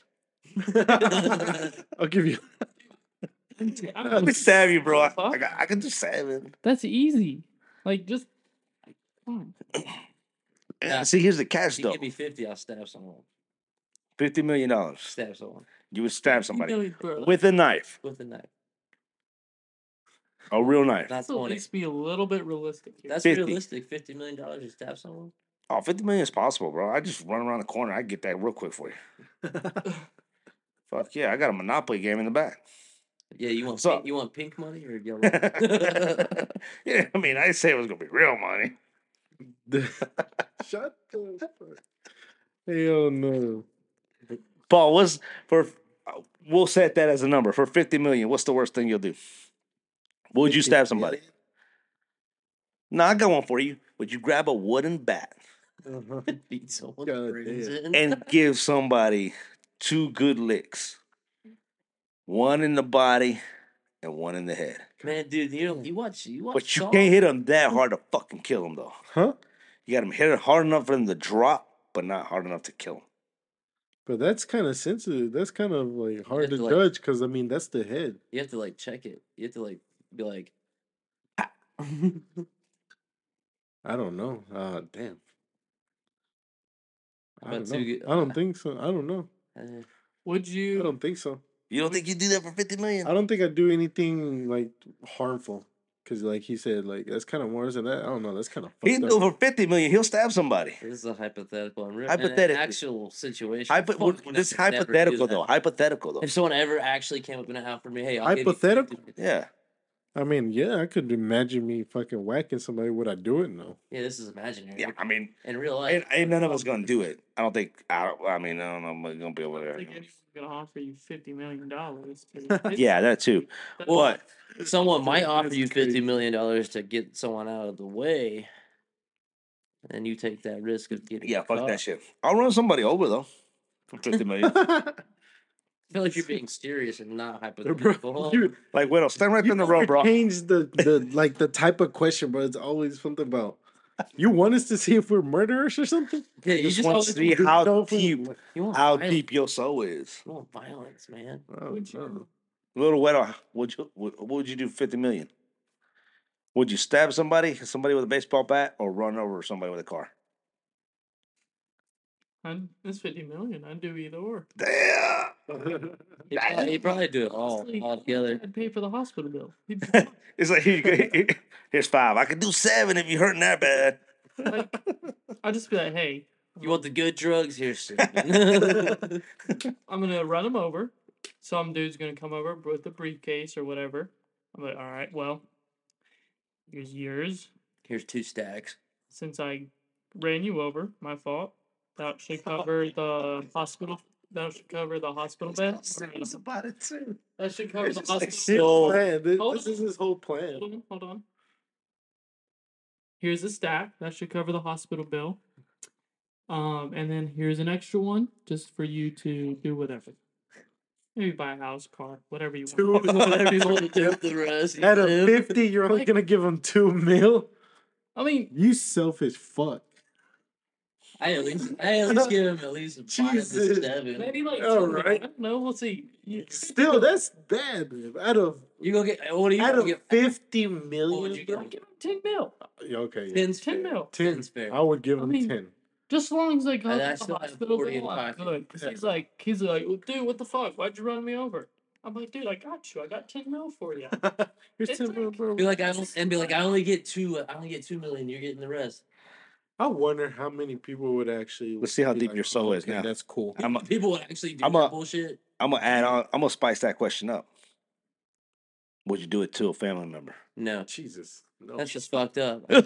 Speaker 1: I'll give you.
Speaker 2: Let me stab you, bro. I, I, got- I could do seven.
Speaker 3: That's easy. Like just. come
Speaker 4: Yeah.
Speaker 2: See, here's the catch
Speaker 4: if you
Speaker 2: though:
Speaker 4: give me fifty, I'll stab someone.
Speaker 2: fifty million dollars.
Speaker 4: Stab someone
Speaker 2: You would stab
Speaker 3: on.
Speaker 2: somebody
Speaker 3: You know it, bro.
Speaker 2: with a knife,
Speaker 4: with a knife.
Speaker 2: a real knife.
Speaker 4: Not
Speaker 3: Let's at
Speaker 4: twenty.
Speaker 3: least be a little bit realistic here.
Speaker 4: That's
Speaker 2: 50.
Speaker 4: realistic. Fifty million dollars, you stab someone.
Speaker 2: Oh, 50 million is possible, bro. I just run around the corner. I get that real quick for you. Fuck yeah, I got a Monopoly game in the back.
Speaker 4: Yeah, you want
Speaker 2: So-
Speaker 4: pink, you want pink money or yellow?
Speaker 2: yeah, I mean, I didn't say it was gonna be real money.
Speaker 1: Shut the fuck. Hell no.
Speaker 2: Paul, what's for? uh, We'll set that as a number for 50 million. What's the worst thing you'll do? Would you
Speaker 4: 50
Speaker 2: stab somebody? No, I got one for you. Would you grab a wooden bat
Speaker 4: Beat someone.
Speaker 1: Uh-huh. God
Speaker 4: brings
Speaker 1: damn.
Speaker 4: in.
Speaker 2: and give somebody two good licks? One in the body and one in the head.
Speaker 4: Man, dude, you don't, you watch you watch.
Speaker 2: But you
Speaker 4: Saw.
Speaker 2: can't hit them that hard to fucking kill them, though.
Speaker 1: Huh?
Speaker 2: You got them hit it hard enough for them to drop, but not hard enough to kill them.
Speaker 1: But that's kind of sensitive. That's kind of like hard
Speaker 4: have
Speaker 1: to
Speaker 4: to, like-
Speaker 1: judge because I mean that's the head.
Speaker 4: You have to like check it. You have to like be like. "Ah."
Speaker 1: I don't know. Uh damn. I
Speaker 4: About
Speaker 1: don't,
Speaker 4: two
Speaker 1: know.
Speaker 4: good-
Speaker 1: I don't think so. I don't know.
Speaker 4: Uh,
Speaker 3: Would
Speaker 1: I
Speaker 3: you?
Speaker 1: don't think so.
Speaker 2: You don't think you do that for 50 million?
Speaker 1: I don't think I do anything like harmful. Cause like he said, like that's kind of worse than that. I don't know. That's kind of
Speaker 2: He do for 50 million, he'll stab somebody.
Speaker 4: this is a hypothetical. I'm re-
Speaker 2: Hypothetically.
Speaker 4: an actual situation.
Speaker 2: Hypo-
Speaker 4: Fuck,
Speaker 2: would-
Speaker 4: when I
Speaker 2: this is
Speaker 4: would never do
Speaker 2: hypothetical
Speaker 4: that.
Speaker 2: though. Hypothetical though.
Speaker 4: If someone ever actually came up in a house for me, hey, I'll give you
Speaker 1: Hypothetical?
Speaker 4: 50
Speaker 2: Yeah.
Speaker 1: I mean, yeah, I could imagine me fucking whacking somebody. Would I do it? No.
Speaker 4: Yeah, this is imaginary.
Speaker 2: Yeah. I mean,
Speaker 4: In real life,
Speaker 2: ain't, ain't none of us gonna do it. I don't think. I don't. I mean, I don't know. if I'm gonna be over
Speaker 3: I
Speaker 2: there.
Speaker 3: think anyone's gonna offer you fifty million dollars.
Speaker 2: Yeah, that too. But
Speaker 4: someone might
Speaker 1: Yeah,
Speaker 4: offer
Speaker 1: that's
Speaker 4: you
Speaker 1: crazy.
Speaker 4: fifty million dollars to get someone out of the way, and you take that risk of getting.
Speaker 2: yeah, fuck
Speaker 4: caught.
Speaker 2: that shit. I'll run somebody over though for 50 million.
Speaker 4: I feel like you're being serious and not
Speaker 1: bro,
Speaker 4: hypothetical.
Speaker 1: you,
Speaker 2: like, wait, stand right there
Speaker 1: you
Speaker 2: in the road, bro.
Speaker 1: change the, the like the type of question, bro. It's always something about you want us to see if we're murderers or something.
Speaker 4: yeah, you
Speaker 2: just
Speaker 4: just
Speaker 2: wanna
Speaker 4: always
Speaker 2: see
Speaker 4: want-
Speaker 1: We
Speaker 2: how
Speaker 1: know if we-
Speaker 2: deep-
Speaker 4: you want
Speaker 2: How
Speaker 4: violence.
Speaker 2: deep your soul is.
Speaker 4: You want violence, man.
Speaker 1: I don't
Speaker 3: Would you-
Speaker 1: know.
Speaker 2: Little Weddle, would you? Would, what would you do? for 50 million. Would you stab somebody, somebody with a baseball bat, or run over somebody with a car?
Speaker 3: I'd- it's fifty million. I'd do either or.
Speaker 2: Damn.
Speaker 4: You probably, you'd probably do it all
Speaker 3: Honestly,
Speaker 4: all together.
Speaker 3: I'd pay for the hospital bill. He'd-
Speaker 2: It's like here you go. Here's five. I could do seven if you hurting that bad.
Speaker 3: like, I'd just be like, hey,
Speaker 4: You want the good drugs here, Stephen.
Speaker 3: I'm gonna run him over. Some dude's gonna come over with a briefcase or whatever. I'm like, all right, well, here's yours.
Speaker 4: Here's two stacks.
Speaker 3: Since I ran you over, my fault. That should
Speaker 1: Oh,
Speaker 3: cover the hospital. That should cover the hospital bed.
Speaker 2: about it too.
Speaker 3: That should cover
Speaker 2: It's
Speaker 3: the
Speaker 2: just like
Speaker 3: hospital.
Speaker 1: His
Speaker 2: So-
Speaker 1: plan. This,
Speaker 3: Hold
Speaker 1: this
Speaker 3: on.
Speaker 1: is his whole plan.
Speaker 3: Hold on, hold on. Here's a stack that should cover the hospital bill. Um, and then here's an extra one just for you to do whatever. Maybe buy a house, car, whatever you want.
Speaker 4: Whatever you want to do with the rest. you
Speaker 1: At a
Speaker 4: do.
Speaker 1: fifty, you're only gonna give him two mil.
Speaker 3: I mean,
Speaker 1: You selfish fuck.
Speaker 4: I at least I at least give him at least a five to
Speaker 1: Jesus.
Speaker 4: seven.
Speaker 3: maybe like
Speaker 1: All
Speaker 3: two,
Speaker 1: right.
Speaker 3: I don't know. We'll see. You-
Speaker 1: Still, that's bad. Man. Out of
Speaker 4: You go get what do you
Speaker 1: out
Speaker 4: gonna
Speaker 1: of
Speaker 4: get?
Speaker 1: fifty
Speaker 4: What would
Speaker 1: million.
Speaker 4: you
Speaker 1: bro?
Speaker 4: get?
Speaker 3: Give him ten mil.
Speaker 1: Yeah, okay, yeah.
Speaker 4: Ten,
Speaker 3: Ten mil.
Speaker 1: ten.
Speaker 4: Ten's fair.
Speaker 1: I would give him
Speaker 3: I mean,
Speaker 1: ten.
Speaker 3: Just as long as they cover
Speaker 4: I
Speaker 3: the
Speaker 4: still have
Speaker 3: hospital
Speaker 4: 40 in
Speaker 3: bill, I'm
Speaker 4: pocket.
Speaker 3: good. 'Cause He's like, he's like, well, dude, what the fuck? Why'd you run me over? I'm like, dude, I got you. I got ten mil for you.
Speaker 1: Here's
Speaker 3: It's
Speaker 1: ten mil,
Speaker 3: like-
Speaker 1: bro.
Speaker 4: Be like I don't, and be like I only get two. I only get two million. You're getting the rest.
Speaker 1: I wonder how many people would actually.
Speaker 2: Let's see how
Speaker 1: be
Speaker 2: deep your soul is
Speaker 1: okay,
Speaker 2: now.
Speaker 1: That's cool.
Speaker 2: I'm a,
Speaker 4: People would actually do
Speaker 2: I'm
Speaker 4: that
Speaker 2: a-
Speaker 4: bullshit.
Speaker 2: I'm gonna add on. I'm gonna spice that question up. Would you do it to a family member?
Speaker 4: No,
Speaker 1: Jesus. No.
Speaker 4: that's just fucked up.
Speaker 1: Damn,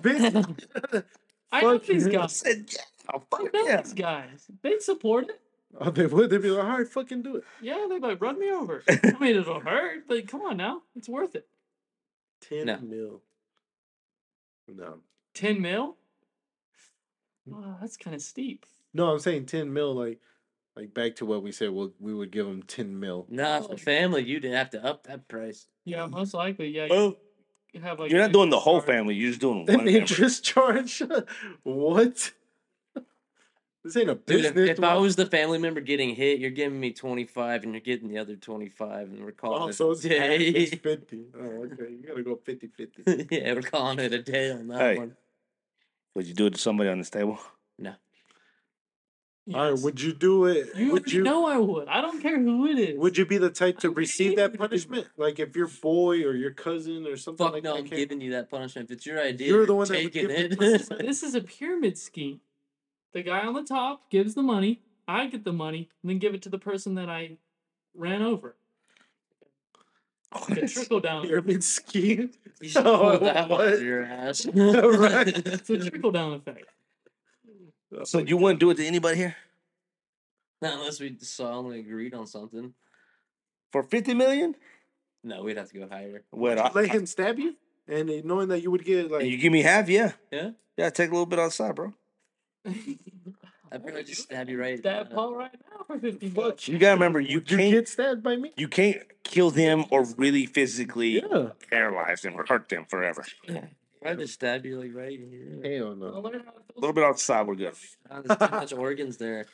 Speaker 1: bitch.
Speaker 3: I know
Speaker 1: Fuck
Speaker 3: these
Speaker 1: you.
Speaker 3: guys.
Speaker 2: said, yeah, oh,
Speaker 3: I
Speaker 2: fuck
Speaker 3: know
Speaker 2: yeah.
Speaker 3: these guys. They support it.
Speaker 1: oh, they would. They'd be like, all right, fucking do it.
Speaker 3: Yeah, they might run me over. I mean, it'll hurt, but come on now, it's worth it.
Speaker 1: Ten
Speaker 4: No.
Speaker 1: mil. No.
Speaker 3: Ten mil. Wow, that's kind of steep.
Speaker 1: No, I'm saying ten mil. Like, like back to what we said. Well, we would give him ten mil.
Speaker 4: Nah, for family, you didn't have to up that price.
Speaker 3: Yeah, most likely. Yeah, you
Speaker 2: Well,
Speaker 3: have like
Speaker 2: you're not doing the
Speaker 3: extra
Speaker 2: whole
Speaker 3: charge.
Speaker 2: family. You're just doing one
Speaker 1: An
Speaker 2: member.
Speaker 1: interest charge? what? This ain't a
Speaker 4: Dude, if,
Speaker 1: business.
Speaker 4: if I was the family member getting hit, you're giving me 25 and you're getting the other 25 and we're calling
Speaker 1: oh,
Speaker 4: it
Speaker 1: so
Speaker 4: a
Speaker 1: it's half, it's
Speaker 4: day.
Speaker 1: fifty. Oh, okay. You gotta go 50-50.
Speaker 4: yeah, we're calling it a day on that
Speaker 2: Hey.
Speaker 4: one.
Speaker 2: Would you do it to somebody on this table?
Speaker 1: All right.
Speaker 3: Yes.
Speaker 1: Would you do it?
Speaker 3: you
Speaker 1: would
Speaker 3: already
Speaker 1: you?
Speaker 3: know I would. I don't care who it is.
Speaker 1: Would you be the type to
Speaker 3: I'm
Speaker 1: receive
Speaker 3: kidding.
Speaker 1: that punishment? Like if your boy or your cousin or something
Speaker 4: Fuck
Speaker 1: like
Speaker 4: no,
Speaker 1: that
Speaker 4: I'm
Speaker 1: came.
Speaker 4: giving you that punishment. If it's your idea,
Speaker 1: You're
Speaker 4: you're,
Speaker 1: the one that would
Speaker 4: taking
Speaker 1: give the
Speaker 4: it.
Speaker 1: punishment.
Speaker 3: This is a pyramid scheme. The guy on the top gives the money. I get the money, and then give it to the person that I ran over. The trickle down.
Speaker 1: pyramid scheme.
Speaker 4: you should
Speaker 1: Oh,
Speaker 4: pull that one out
Speaker 1: what?
Speaker 4: of your ass.
Speaker 1: Right.
Speaker 3: It's a trickle down effect.
Speaker 2: so you wouldn't do it to anybody here
Speaker 4: Not unless we solemnly agreed on something.
Speaker 2: for fifty million?
Speaker 4: No, we'd have to go higher.
Speaker 2: Well, I,
Speaker 1: Let him stab you, and uh, knowing that you would get
Speaker 2: I-
Speaker 1: like
Speaker 2: you give me half, yeah,
Speaker 4: Yeah?
Speaker 2: yeah. Take a little bit outside, bro.
Speaker 1: Oh,
Speaker 4: I'd probably just stab you right
Speaker 3: Stab
Speaker 4: uh,
Speaker 3: Paul right now for fifty bucks.
Speaker 2: You gotta remember, you
Speaker 1: you
Speaker 2: can't
Speaker 1: get stabbed by me.
Speaker 2: you can't kill them or really physically
Speaker 1: Yeah.
Speaker 2: paralyze them or hurt them forever.
Speaker 4: I'd just stab you like right here.
Speaker 1: Hell
Speaker 3: I'll
Speaker 1: no.
Speaker 3: learn how to
Speaker 2: A
Speaker 3: feel
Speaker 2: little bit outside, we're good.
Speaker 4: Ah, there's too much organs there.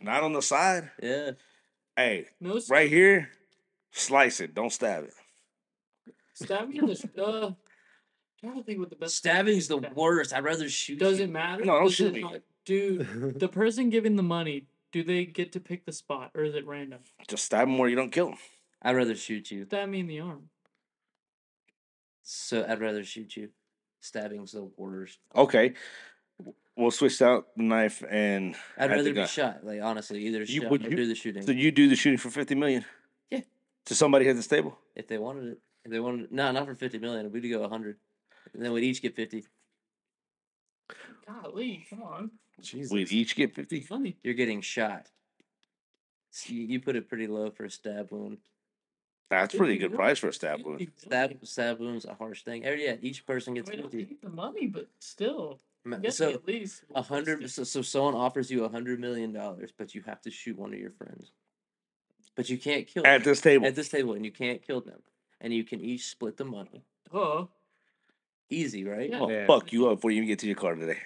Speaker 2: Not on the side.
Speaker 4: Yeah.
Speaker 2: Hey,
Speaker 3: No
Speaker 2: right here, slice it. Don't stab it.
Speaker 3: stab me in the. sh- Uh, trying to think what the best
Speaker 4: Stabbing's the
Speaker 3: Stab.
Speaker 4: worst. I'd rather shoot
Speaker 3: Does
Speaker 4: you.
Speaker 3: it matter?
Speaker 2: No, don't
Speaker 3: Does
Speaker 2: shoot
Speaker 3: it
Speaker 2: me.
Speaker 3: not- Dude, the person giving the money, do they get to pick the spot or is it random?
Speaker 2: Just stab them where you don't kill them.
Speaker 4: I'd rather shoot you.
Speaker 3: Stab me in the arm.
Speaker 4: So I'd rather shoot you. Stabbing's the worst.
Speaker 2: Okay, we'll switch out the knife and
Speaker 4: I'd
Speaker 2: I
Speaker 4: rather
Speaker 2: think
Speaker 4: be
Speaker 2: I-
Speaker 4: shot. Like honestly, either
Speaker 2: You-
Speaker 4: shot
Speaker 2: would
Speaker 4: or
Speaker 2: you-
Speaker 4: do the shooting
Speaker 2: so you do the shooting for fifty million.
Speaker 4: Yeah.
Speaker 2: To somebody at this table.
Speaker 4: if they wanted it. If they wanted, no, not for fifty million. We'd go hundred, and then we'd each get fifty.
Speaker 3: Golly, come on.
Speaker 2: We
Speaker 1: Jesus.
Speaker 2: each get fifty.
Speaker 3: Money.
Speaker 4: You're getting shot. S- You, you put it pretty low for a stab wound.
Speaker 2: That's pretty good price for a stab
Speaker 3: You'd
Speaker 2: wound.
Speaker 3: be
Speaker 4: Stab
Speaker 3: doing it.
Speaker 4: stab wound's a harsh thing. Every yeah, each person gets
Speaker 3: We don't
Speaker 4: fifty.
Speaker 3: need the money, but still.
Speaker 4: Ma-
Speaker 3: you gotta
Speaker 4: So
Speaker 3: at least
Speaker 4: a hundred. So, so someone offers you a hundred million dollars, but you have to shoot one of your friends. But you can't kill
Speaker 2: At
Speaker 4: them.
Speaker 2: this table.
Speaker 4: at this table, and you can't kill them, and you can each split the money.
Speaker 3: Duh.
Speaker 4: Easy, right?
Speaker 3: Yeah.
Speaker 2: Well,
Speaker 1: Yeah.
Speaker 2: fuck you up before you even get to your car today.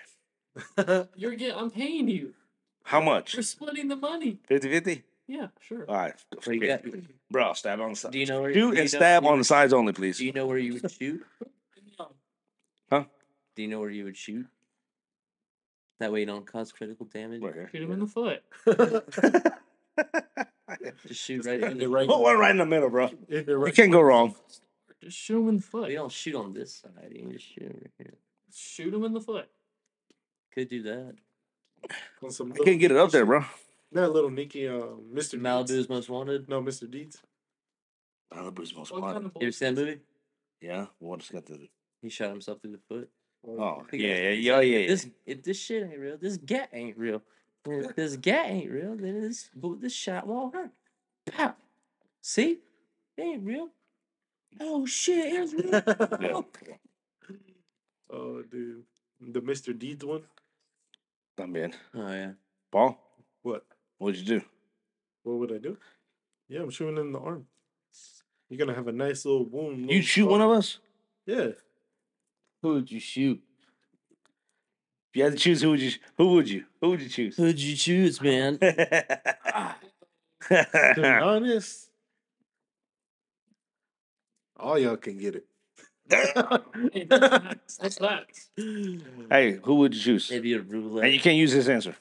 Speaker 3: You're get I'm paying you.
Speaker 2: How much?
Speaker 3: You're splitting the money.
Speaker 2: 50 50?
Speaker 3: Yeah, sure.
Speaker 2: All right.
Speaker 4: So you got,
Speaker 2: Bro, stab on the side.
Speaker 4: do you know where? do
Speaker 2: uh, Shoot
Speaker 4: you know-
Speaker 2: and stab
Speaker 4: do you
Speaker 2: on the sides only, please.
Speaker 4: Do you know where you would shoot?
Speaker 3: No.
Speaker 4: Do you know where you would shoot? That way you don't cause critical damage.
Speaker 2: Right here.
Speaker 3: Shoot him in the foot.
Speaker 4: Just shoot
Speaker 1: Just
Speaker 4: right in
Speaker 1: end it
Speaker 4: the
Speaker 1: right
Speaker 2: Put one right in the middle, bro.
Speaker 1: in the
Speaker 2: You
Speaker 1: right-
Speaker 2: can't go wrong.
Speaker 3: Just shoot him in the foot.
Speaker 4: We don't shoot on this side. You can just shoot over here.
Speaker 3: Shoot him in the foot.
Speaker 4: Could do that.
Speaker 1: on some
Speaker 2: I can't get it up there, bro.
Speaker 1: That little Nikki, uh, Mr. Deeds.
Speaker 4: Malibu's Most Wanted.
Speaker 1: No, Mr. Deeds.
Speaker 2: Malibu's most
Speaker 3: What kind
Speaker 2: wanted.
Speaker 3: of
Speaker 4: You ever
Speaker 3: bullshit?
Speaker 4: seen that movie?
Speaker 2: Yeah, water's got the.
Speaker 4: He shot himself through the foot.
Speaker 1: Um,
Speaker 2: Oh,
Speaker 4: think
Speaker 2: yeah,
Speaker 4: it
Speaker 2: yeah, yeah, yeah. yeah.
Speaker 4: This if this shit ain't real, this gat ain't real. And If this gat ain't real, then this bo- this shot won't hurt. Pow. See, it ain't real. Oh shit, it was real.
Speaker 1: oh,
Speaker 2: Yeah.
Speaker 1: dude. uh, The Mr. Deeds one?
Speaker 2: I'm in.
Speaker 4: Oh yeah.
Speaker 2: Paul,
Speaker 1: What?
Speaker 2: what'd you do?
Speaker 1: What would I do? Yeah, I'm shooting in the arm. You're gonna have a nice little wound.
Speaker 2: You'd shoot one of us?
Speaker 1: Yeah.
Speaker 4: Who would you shoot?
Speaker 2: If you had to choose, who would you? sh- Who would you? Who would you choose?
Speaker 4: Who'd you choose, man?
Speaker 1: To be honest, all y'all can get it.
Speaker 3: Hey, that's- that's that.
Speaker 2: hey, who would you choose?
Speaker 4: Maybe a roulette.
Speaker 2: And you can't use this answer.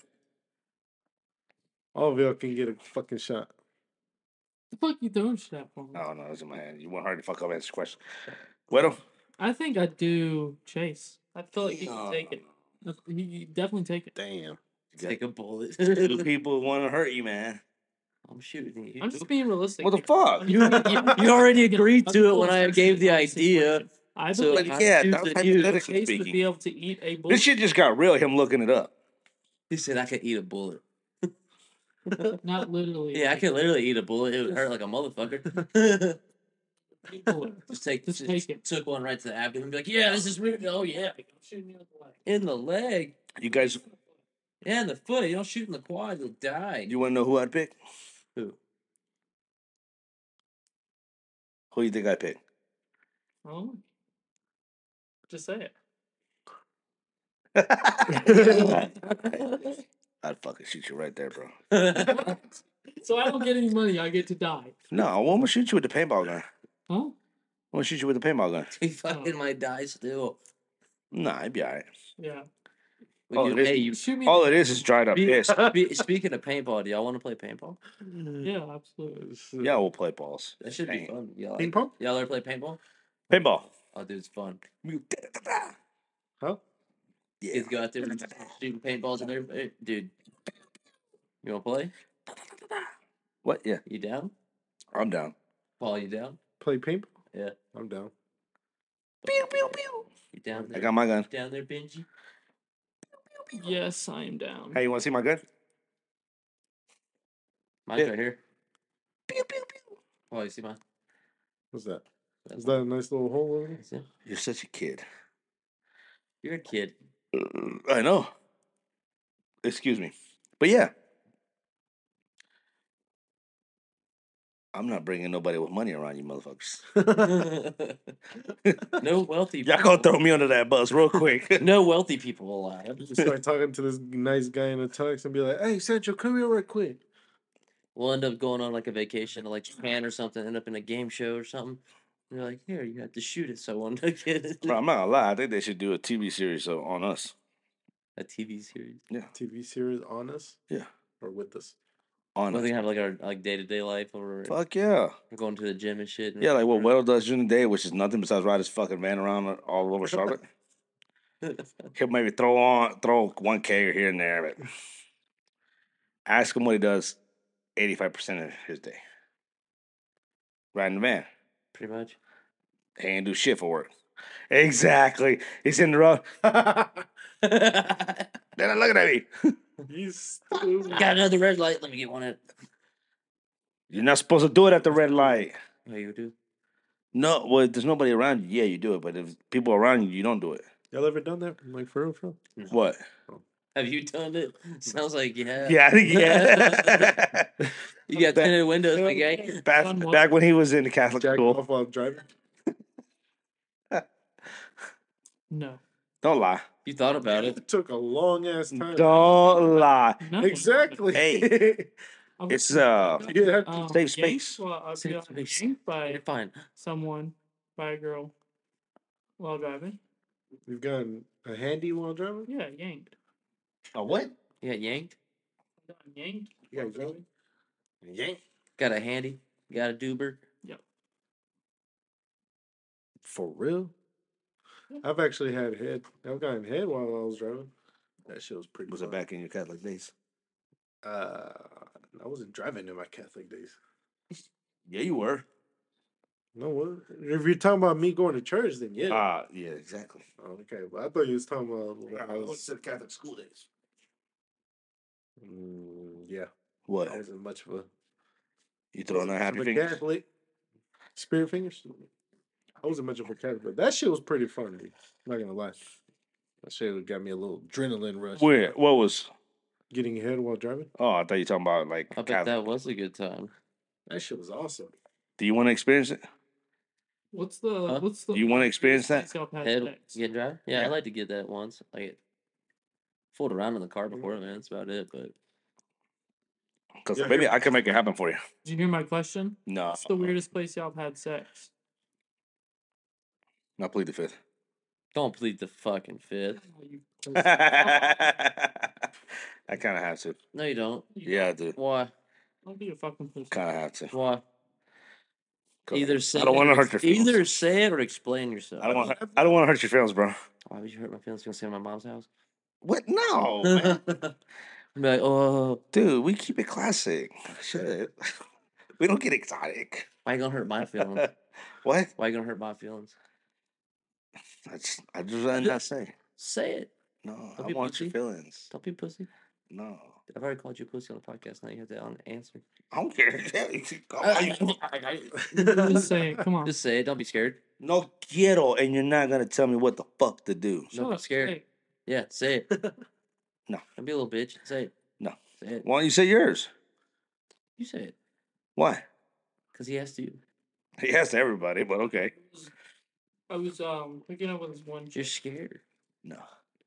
Speaker 1: all of y'all can get a fucking shot.
Speaker 3: The fuck you throwing shit at for me?
Speaker 2: Oh no, it's in my hand. You want her to fuck up answer the question. Weddle?
Speaker 3: I think I do chase. I feel like he
Speaker 2: Oh,
Speaker 3: can take it. He, he definitely take it.
Speaker 1: Damn.
Speaker 4: Take a bullet.
Speaker 2: Two people want to hurt you, man.
Speaker 4: I'm shooting you.
Speaker 3: I'm just being realistic.
Speaker 2: What the
Speaker 3: here.
Speaker 2: fuck?
Speaker 4: you, you, you already agreed to it when I gave the idea.
Speaker 3: I
Speaker 4: So
Speaker 3: believe
Speaker 2: But
Speaker 4: I
Speaker 2: yeah,
Speaker 4: choose
Speaker 2: that was
Speaker 4: that you-
Speaker 2: hypothetically
Speaker 3: Chase would be
Speaker 2: speaking.
Speaker 3: able to eat a bullet.
Speaker 2: This shit just got real. Him looking it up.
Speaker 4: He said I could eat a bullet.
Speaker 3: Not literally.
Speaker 4: Yeah, I could literally eat a bullet. It would hurt like a motherfucker.
Speaker 3: eat a Oh, bullet.
Speaker 4: just take
Speaker 3: Just
Speaker 4: just,
Speaker 3: take it.
Speaker 4: took one right to the abdomen. and Be like, yeah, this is real. Oh yeah,
Speaker 3: I'm shooting you in the leg.
Speaker 4: in the leg.
Speaker 2: You guys,
Speaker 4: Yeah, in the foot. You don't shoot in the quad, you'll die.
Speaker 2: You want to know who I'd pick?
Speaker 4: Who?
Speaker 2: Who you think I pick?
Speaker 3: Oh. Just say it.
Speaker 2: I'd fucking shoot you right there, bro.
Speaker 3: So I don't get any money. I get to die.
Speaker 2: No, I won't shoot you with the paintball gun.
Speaker 3: Huh?
Speaker 2: I won't shoot you with the paintball gun.
Speaker 4: he fucking might die still.
Speaker 2: Nah, I'd be all right.
Speaker 3: Yeah.
Speaker 4: We
Speaker 2: Oh,
Speaker 4: do-
Speaker 2: it is-
Speaker 4: hey, you.
Speaker 3: Shoot me.
Speaker 2: All it is is dried up piss.
Speaker 4: Spe- speaking of paintball, do y'all want to play paintball?
Speaker 3: Yeah, absolutely.
Speaker 2: Yeah, we'll play balls.
Speaker 4: That should be
Speaker 2: Dang.
Speaker 4: fun. Y'all, like,
Speaker 1: uh, Ping pong?
Speaker 4: y'all ever play paintball?
Speaker 2: Paintball.
Speaker 4: Oh, dude, it's fun.
Speaker 1: Huh?
Speaker 2: Yeah.
Speaker 4: Kids go out there and just shooting paintballs and everything. eh, Dude, you want to play?
Speaker 2: What? Yeah,
Speaker 4: You down?
Speaker 2: I'm down.
Speaker 4: Paul, you down?
Speaker 1: Play paintball?
Speaker 4: Yeah.
Speaker 1: I'm down.
Speaker 4: Pew, pew, pew. You down
Speaker 2: I
Speaker 4: there?
Speaker 2: got my gun.
Speaker 4: down there, Benji?
Speaker 3: Yes, I am down.
Speaker 2: Hey, you want to see my gun?
Speaker 4: Mine's
Speaker 2: Yeah.
Speaker 4: right here. Paul, you see mine?
Speaker 1: What's that?
Speaker 4: That's
Speaker 1: Is that a nice little hole over there?
Speaker 4: You see?
Speaker 2: You're such a kid.
Speaker 4: You're a kid.
Speaker 2: I know. Excuse me. But yeah. I'm not bringing nobody with money around you motherfuckers.
Speaker 4: no wealthy
Speaker 2: Y'all gonna
Speaker 4: people-
Speaker 2: throw me under that bus real quick.
Speaker 4: No wealthy people alive.
Speaker 1: You start talking to this nice guy in a tux and be like, hey, Sancho, come here right quick.
Speaker 4: We'll end up going on like a vacation to like Japan or something, end up in a game show or something. And you're like, here, you have to shoot at someone to get it.
Speaker 2: Bro, I'm not gonna lie. I think they should do a TV series uh, on us.
Speaker 4: a TV series.
Speaker 1: TV series on us?
Speaker 2: Yeah.
Speaker 1: Or with us?
Speaker 2: On
Speaker 4: Well,
Speaker 2: us.
Speaker 4: they have like our like day to day life or
Speaker 2: Fuck yeah.
Speaker 4: going to the gym and shit. and-
Speaker 2: Yeah, like what Weddle does during the day, which is nothing besides ride his fucking van around all over Charlotte. He'll maybe throw on throw one kegger here and there, but ask him what he does eighty five percent of his day. Riding the van.
Speaker 4: pretty much.
Speaker 2: He ain't do shit for work. Exactly. He's in the road.
Speaker 4: Got
Speaker 2: They're not looking at me.
Speaker 1: He's
Speaker 4: another red light. Let me get one. At
Speaker 2: You're not supposed to do it at the red light.
Speaker 4: oh, you do.
Speaker 2: No, well, if there's nobody around you, yeah, you do it. But if people around you, you don't do it.
Speaker 1: Y'all ever done that? Like, for real, for real?
Speaker 2: What?
Speaker 4: Have you done it? Sounds like you have.
Speaker 2: Yeah, I think- yeah.
Speaker 4: You got
Speaker 2: That-
Speaker 4: tinted windows, big guy.
Speaker 2: back,
Speaker 3: Done what?
Speaker 2: back when he was in the Catholic
Speaker 1: Jack
Speaker 2: school.
Speaker 1: off while driving?
Speaker 3: No.
Speaker 2: Don't lie.
Speaker 4: You thought about it.
Speaker 1: It took a long ass time.
Speaker 2: Don't lie.
Speaker 3: no.
Speaker 1: Exactly.
Speaker 2: Hey.
Speaker 3: I'm-
Speaker 2: It's uh,
Speaker 1: yeah.
Speaker 3: um,
Speaker 2: safe
Speaker 3: yanked-
Speaker 2: space.
Speaker 3: Well, I'll
Speaker 4: Safe
Speaker 3: be honest,
Speaker 4: space.
Speaker 3: yanked
Speaker 4: You're
Speaker 3: by
Speaker 4: fine.
Speaker 3: someone, by a girl, while driving.
Speaker 1: You've gotten a handy while driving?
Speaker 3: Yeah, yanked.
Speaker 2: A what?
Speaker 4: You got yanked.
Speaker 3: Yanked.
Speaker 1: Yeah,
Speaker 3: while
Speaker 1: you got-
Speaker 3: driving.
Speaker 4: Got a handy. Got a duber.
Speaker 1: For real? I've actually had head. I've gotten head while I was driving. That shit was pretty
Speaker 2: Was it
Speaker 1: fun.
Speaker 2: back in your Catholic days?
Speaker 1: Uh, I wasn't driving in my Catholic days.
Speaker 2: Yeah, you were.
Speaker 1: No, what? If you're talking about me going to church, then yeah.
Speaker 2: Ah, yeah, exactly.
Speaker 1: Oh, okay, well, I thought you was talking about when I
Speaker 7: I went
Speaker 1: was.
Speaker 7: to Catholic school days.
Speaker 1: Mm, yeah,
Speaker 2: What?
Speaker 1: I wasn't much of a.
Speaker 2: You throwing out happy
Speaker 1: of a
Speaker 2: fingers?
Speaker 1: Catholic. Spirit fingers. I wasn't much of a Catholic, but that shit was pretty fun. Dude. I'm not gonna lie. That shit got me a little adrenaline rush.
Speaker 2: Where? What was?
Speaker 1: Getting head while driving.
Speaker 2: Oh, I thought you were talking about like
Speaker 4: I bet
Speaker 2: Catholic.
Speaker 4: that was a good time.
Speaker 1: That shit was awesome.
Speaker 2: Do you want to experience it?
Speaker 3: What's the?
Speaker 4: Huh?
Speaker 3: What's the?
Speaker 2: You wanna experience that?
Speaker 3: Scale past
Speaker 4: Head
Speaker 3: next?
Speaker 4: you get dry. Yeah,
Speaker 2: Yeah.
Speaker 4: I like to get that once. I get fooled around in the car before, man. That's about it. But
Speaker 2: Because
Speaker 1: Yeah,
Speaker 2: maybe
Speaker 1: here-
Speaker 2: I can make it happen for you.
Speaker 3: Did you hear my question?
Speaker 2: No,
Speaker 3: What's the weirdest place y'all have had sex?
Speaker 2: Not plead the fifth.
Speaker 4: don't plead the fucking fifth.
Speaker 3: Oh, you-
Speaker 2: I kind of have to.
Speaker 4: No, you don't.
Speaker 2: Yeah, I do.
Speaker 4: Why?
Speaker 3: Don't be a fucking pussy.
Speaker 2: Kind of have to. 'Cause
Speaker 4: Why? Either say
Speaker 2: I don't
Speaker 4: it
Speaker 2: want to
Speaker 4: or
Speaker 2: hurt your
Speaker 4: ex-
Speaker 2: feelings.
Speaker 4: Either say it or explain yourself.
Speaker 2: I don't want. I don't want to hurt your feelings, bro.
Speaker 4: Why would you hurt my feelings? Gonna stay at my mom's house?
Speaker 2: What? No, Oh, man.
Speaker 4: I'm like, oh,
Speaker 2: dude. We keep it classic. Shit. we don't get exotic.
Speaker 4: why you gonna hurt my feelings?
Speaker 2: What?
Speaker 4: Why you gonna hurt my feelings?
Speaker 2: I just, I just rather not say.
Speaker 4: Say it.
Speaker 2: No,
Speaker 4: Don't
Speaker 2: I
Speaker 4: be
Speaker 2: want your
Speaker 4: bitchy.
Speaker 2: feelings.
Speaker 4: Don't be pussy.
Speaker 2: No,
Speaker 4: I've already called you pussy on the podcast. Now you have to un- answer.
Speaker 2: I don't care. Call you-
Speaker 3: Just say it. Come on.
Speaker 4: Just say it. Don't be scared.
Speaker 2: no quiero, and you're not gonna tell me what the fuck to do.
Speaker 4: Don't
Speaker 3: Shut
Speaker 4: be
Speaker 3: up,
Speaker 4: scared.
Speaker 3: hey,
Speaker 4: Yeah, say it.
Speaker 2: No.
Speaker 4: Don't be a little bitch. Say it.
Speaker 2: No.
Speaker 4: Say it.
Speaker 2: Why don't you say yours?
Speaker 4: You say it.
Speaker 2: Why?
Speaker 4: Because he has to.
Speaker 2: He asked everybody, but okay.
Speaker 3: I was um hooking up with this one chick,
Speaker 4: You're scared.
Speaker 2: No.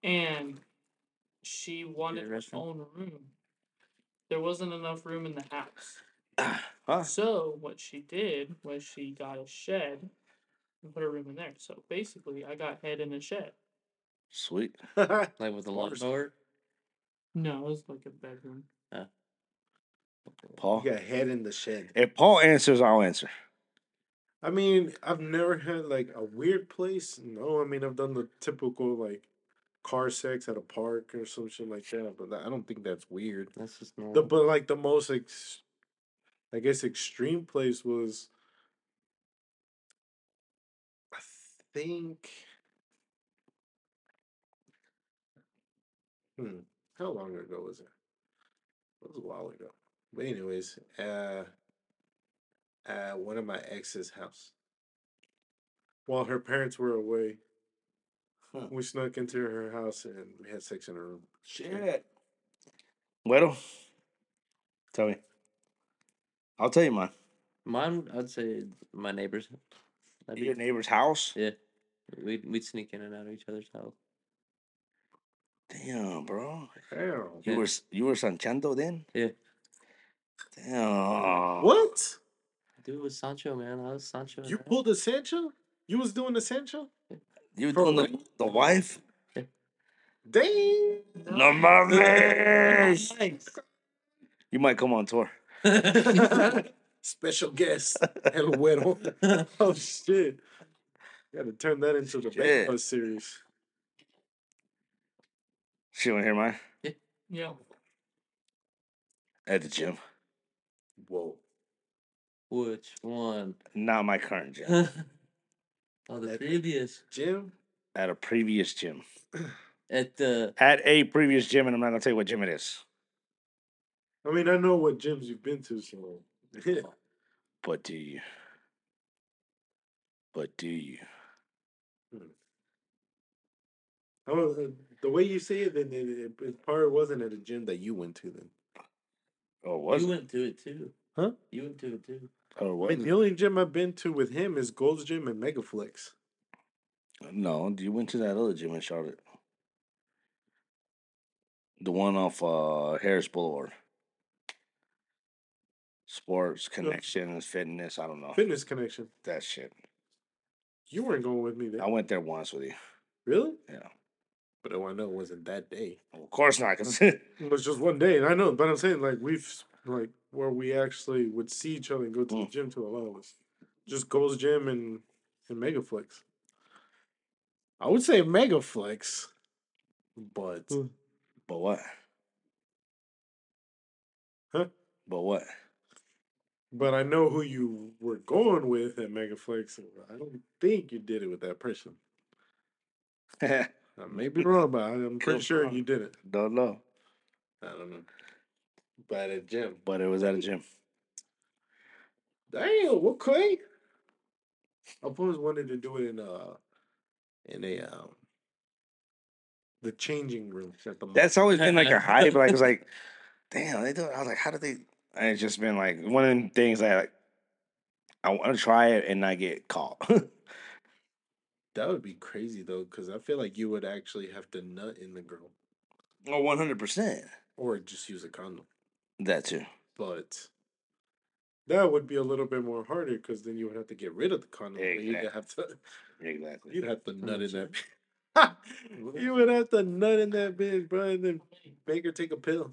Speaker 3: and she wanted her
Speaker 4: restaurant?
Speaker 3: own room. There wasn't enough room in the house.
Speaker 2: huh?
Speaker 3: So what she did was she got a shed and put her room in there. So basically, I got head in a shed.
Speaker 2: Sweet.
Speaker 4: Like with a
Speaker 1: Bars.
Speaker 4: lawnmower.
Speaker 3: No, it was like a bedroom.
Speaker 2: Paul.
Speaker 1: You got head in the shed.
Speaker 2: If Paul answers, I'll answer.
Speaker 1: I mean, I've never had like a weird place. No, I mean, I've done the typical like car sex at a park or some shit like that, but I don't think that's weird.
Speaker 4: That's just
Speaker 1: The
Speaker 4: normal.
Speaker 1: but like the most ex, I guess extreme place was I think hmm, how long ago was it? It was a while ago. But anyways, uh at one of my ex's house. While her parents were away,
Speaker 8: Huh.
Speaker 1: we snuck into her house and we had sex in her room.
Speaker 8: Shit.
Speaker 2: Weddle, tell me. I'll tell you mine.
Speaker 4: Mine, I'd say my neighbors. That'd be-
Speaker 2: Your neighbor's house?
Speaker 4: yeah. We'd, we'd sneak in and out of each other's house.
Speaker 2: Damn, bro.
Speaker 1: Damn.
Speaker 2: You
Speaker 4: Yeah.
Speaker 2: were s- you were Sanchando then?
Speaker 4: Yeah.
Speaker 2: Damn.
Speaker 1: What?
Speaker 4: Dude, it was Sancho, man. I was Sancho. in
Speaker 1: You
Speaker 4: that.
Speaker 1: pulled a Sancho? You was doing the Sancho?
Speaker 2: You were
Speaker 1: For
Speaker 2: doing the,
Speaker 1: real?
Speaker 2: the wife?
Speaker 1: Dang.
Speaker 2: No mames.
Speaker 3: Nice.
Speaker 2: You might come on tour.
Speaker 1: Special guest, El Güero. oh, shit. Gotta turn that into the
Speaker 2: Shit.
Speaker 1: Bank Bus series.
Speaker 2: She wanna hear mine?
Speaker 3: Yeah.
Speaker 2: At the gym.
Speaker 1: Whoa.
Speaker 4: Which one?
Speaker 2: Not my current gym.
Speaker 4: oh, the previous.
Speaker 1: Jim?
Speaker 2: At a previous gym.
Speaker 4: At the.
Speaker 2: At a previous gym, and I'm not gonna tell you what gym it is.
Speaker 1: I mean, I know what gyms you've been to, so.
Speaker 2: But do you? But do you?
Speaker 1: I was, Hmm. uh, the way you say it, then it, it, it probably wasn't at a gym that you went to then.
Speaker 2: Or was
Speaker 4: you
Speaker 2: Oh, it?
Speaker 4: went to it too.
Speaker 1: Huh?
Speaker 4: You went to it too.
Speaker 2: Or
Speaker 1: I
Speaker 2: was
Speaker 1: mean, the
Speaker 2: it?
Speaker 1: only gym I've been to with him is Gold's Gym and Megaflex.
Speaker 2: No, you went to that other gym in Charlotte. The one off uh, Harris Boulevard. Sports, connections, fitness, I don't know.
Speaker 1: Fitness Connection.
Speaker 2: That shit.
Speaker 1: You weren't going with me then.
Speaker 2: I went there once with you.
Speaker 1: Really?
Speaker 2: Yeah.
Speaker 1: But oh, I know it wasn't that day.
Speaker 2: Of course not, because
Speaker 1: It was just one day, and I know. But I'm saying like we've s- like where we actually would see each other and go to the
Speaker 2: Mm.
Speaker 1: gym to a lot of us. Just Gold's Gym and and Megaflex. I would say Megaflex, but
Speaker 2: But what?
Speaker 1: Huh?
Speaker 2: But what?
Speaker 1: but I know who you were going with at Megaflex. and I don't think you did it with that person. I may be wrong, but I- I'm pretty
Speaker 2: Could
Speaker 1: sure
Speaker 2: be.
Speaker 1: you did it.
Speaker 2: don't know.
Speaker 1: I don't know. But at a gym.
Speaker 2: But it was at a gym.
Speaker 1: Damn, okay. I've always wanted to do it in a in a um the changing room at the mall.
Speaker 2: That's always been like a hype. Like it's like, damn, they do. it. I was like, how did they? And it's just been like one of them things that like, I want to try it and not get caught.
Speaker 1: that would be crazy though, because I feel like you would actually have to nut in the girl
Speaker 2: Oh, one hundred percent.
Speaker 1: or just use a condom.
Speaker 2: That too.
Speaker 1: But that would be a little bit more harder because then you would have to get rid of the condom. but You'd
Speaker 2: Exact-
Speaker 1: have to
Speaker 2: Exactly.
Speaker 1: you'd have to nut in that.
Speaker 2: Mm-hmm.
Speaker 1: bi- you would have to nut in that bitch, bro, and then make her take a pill.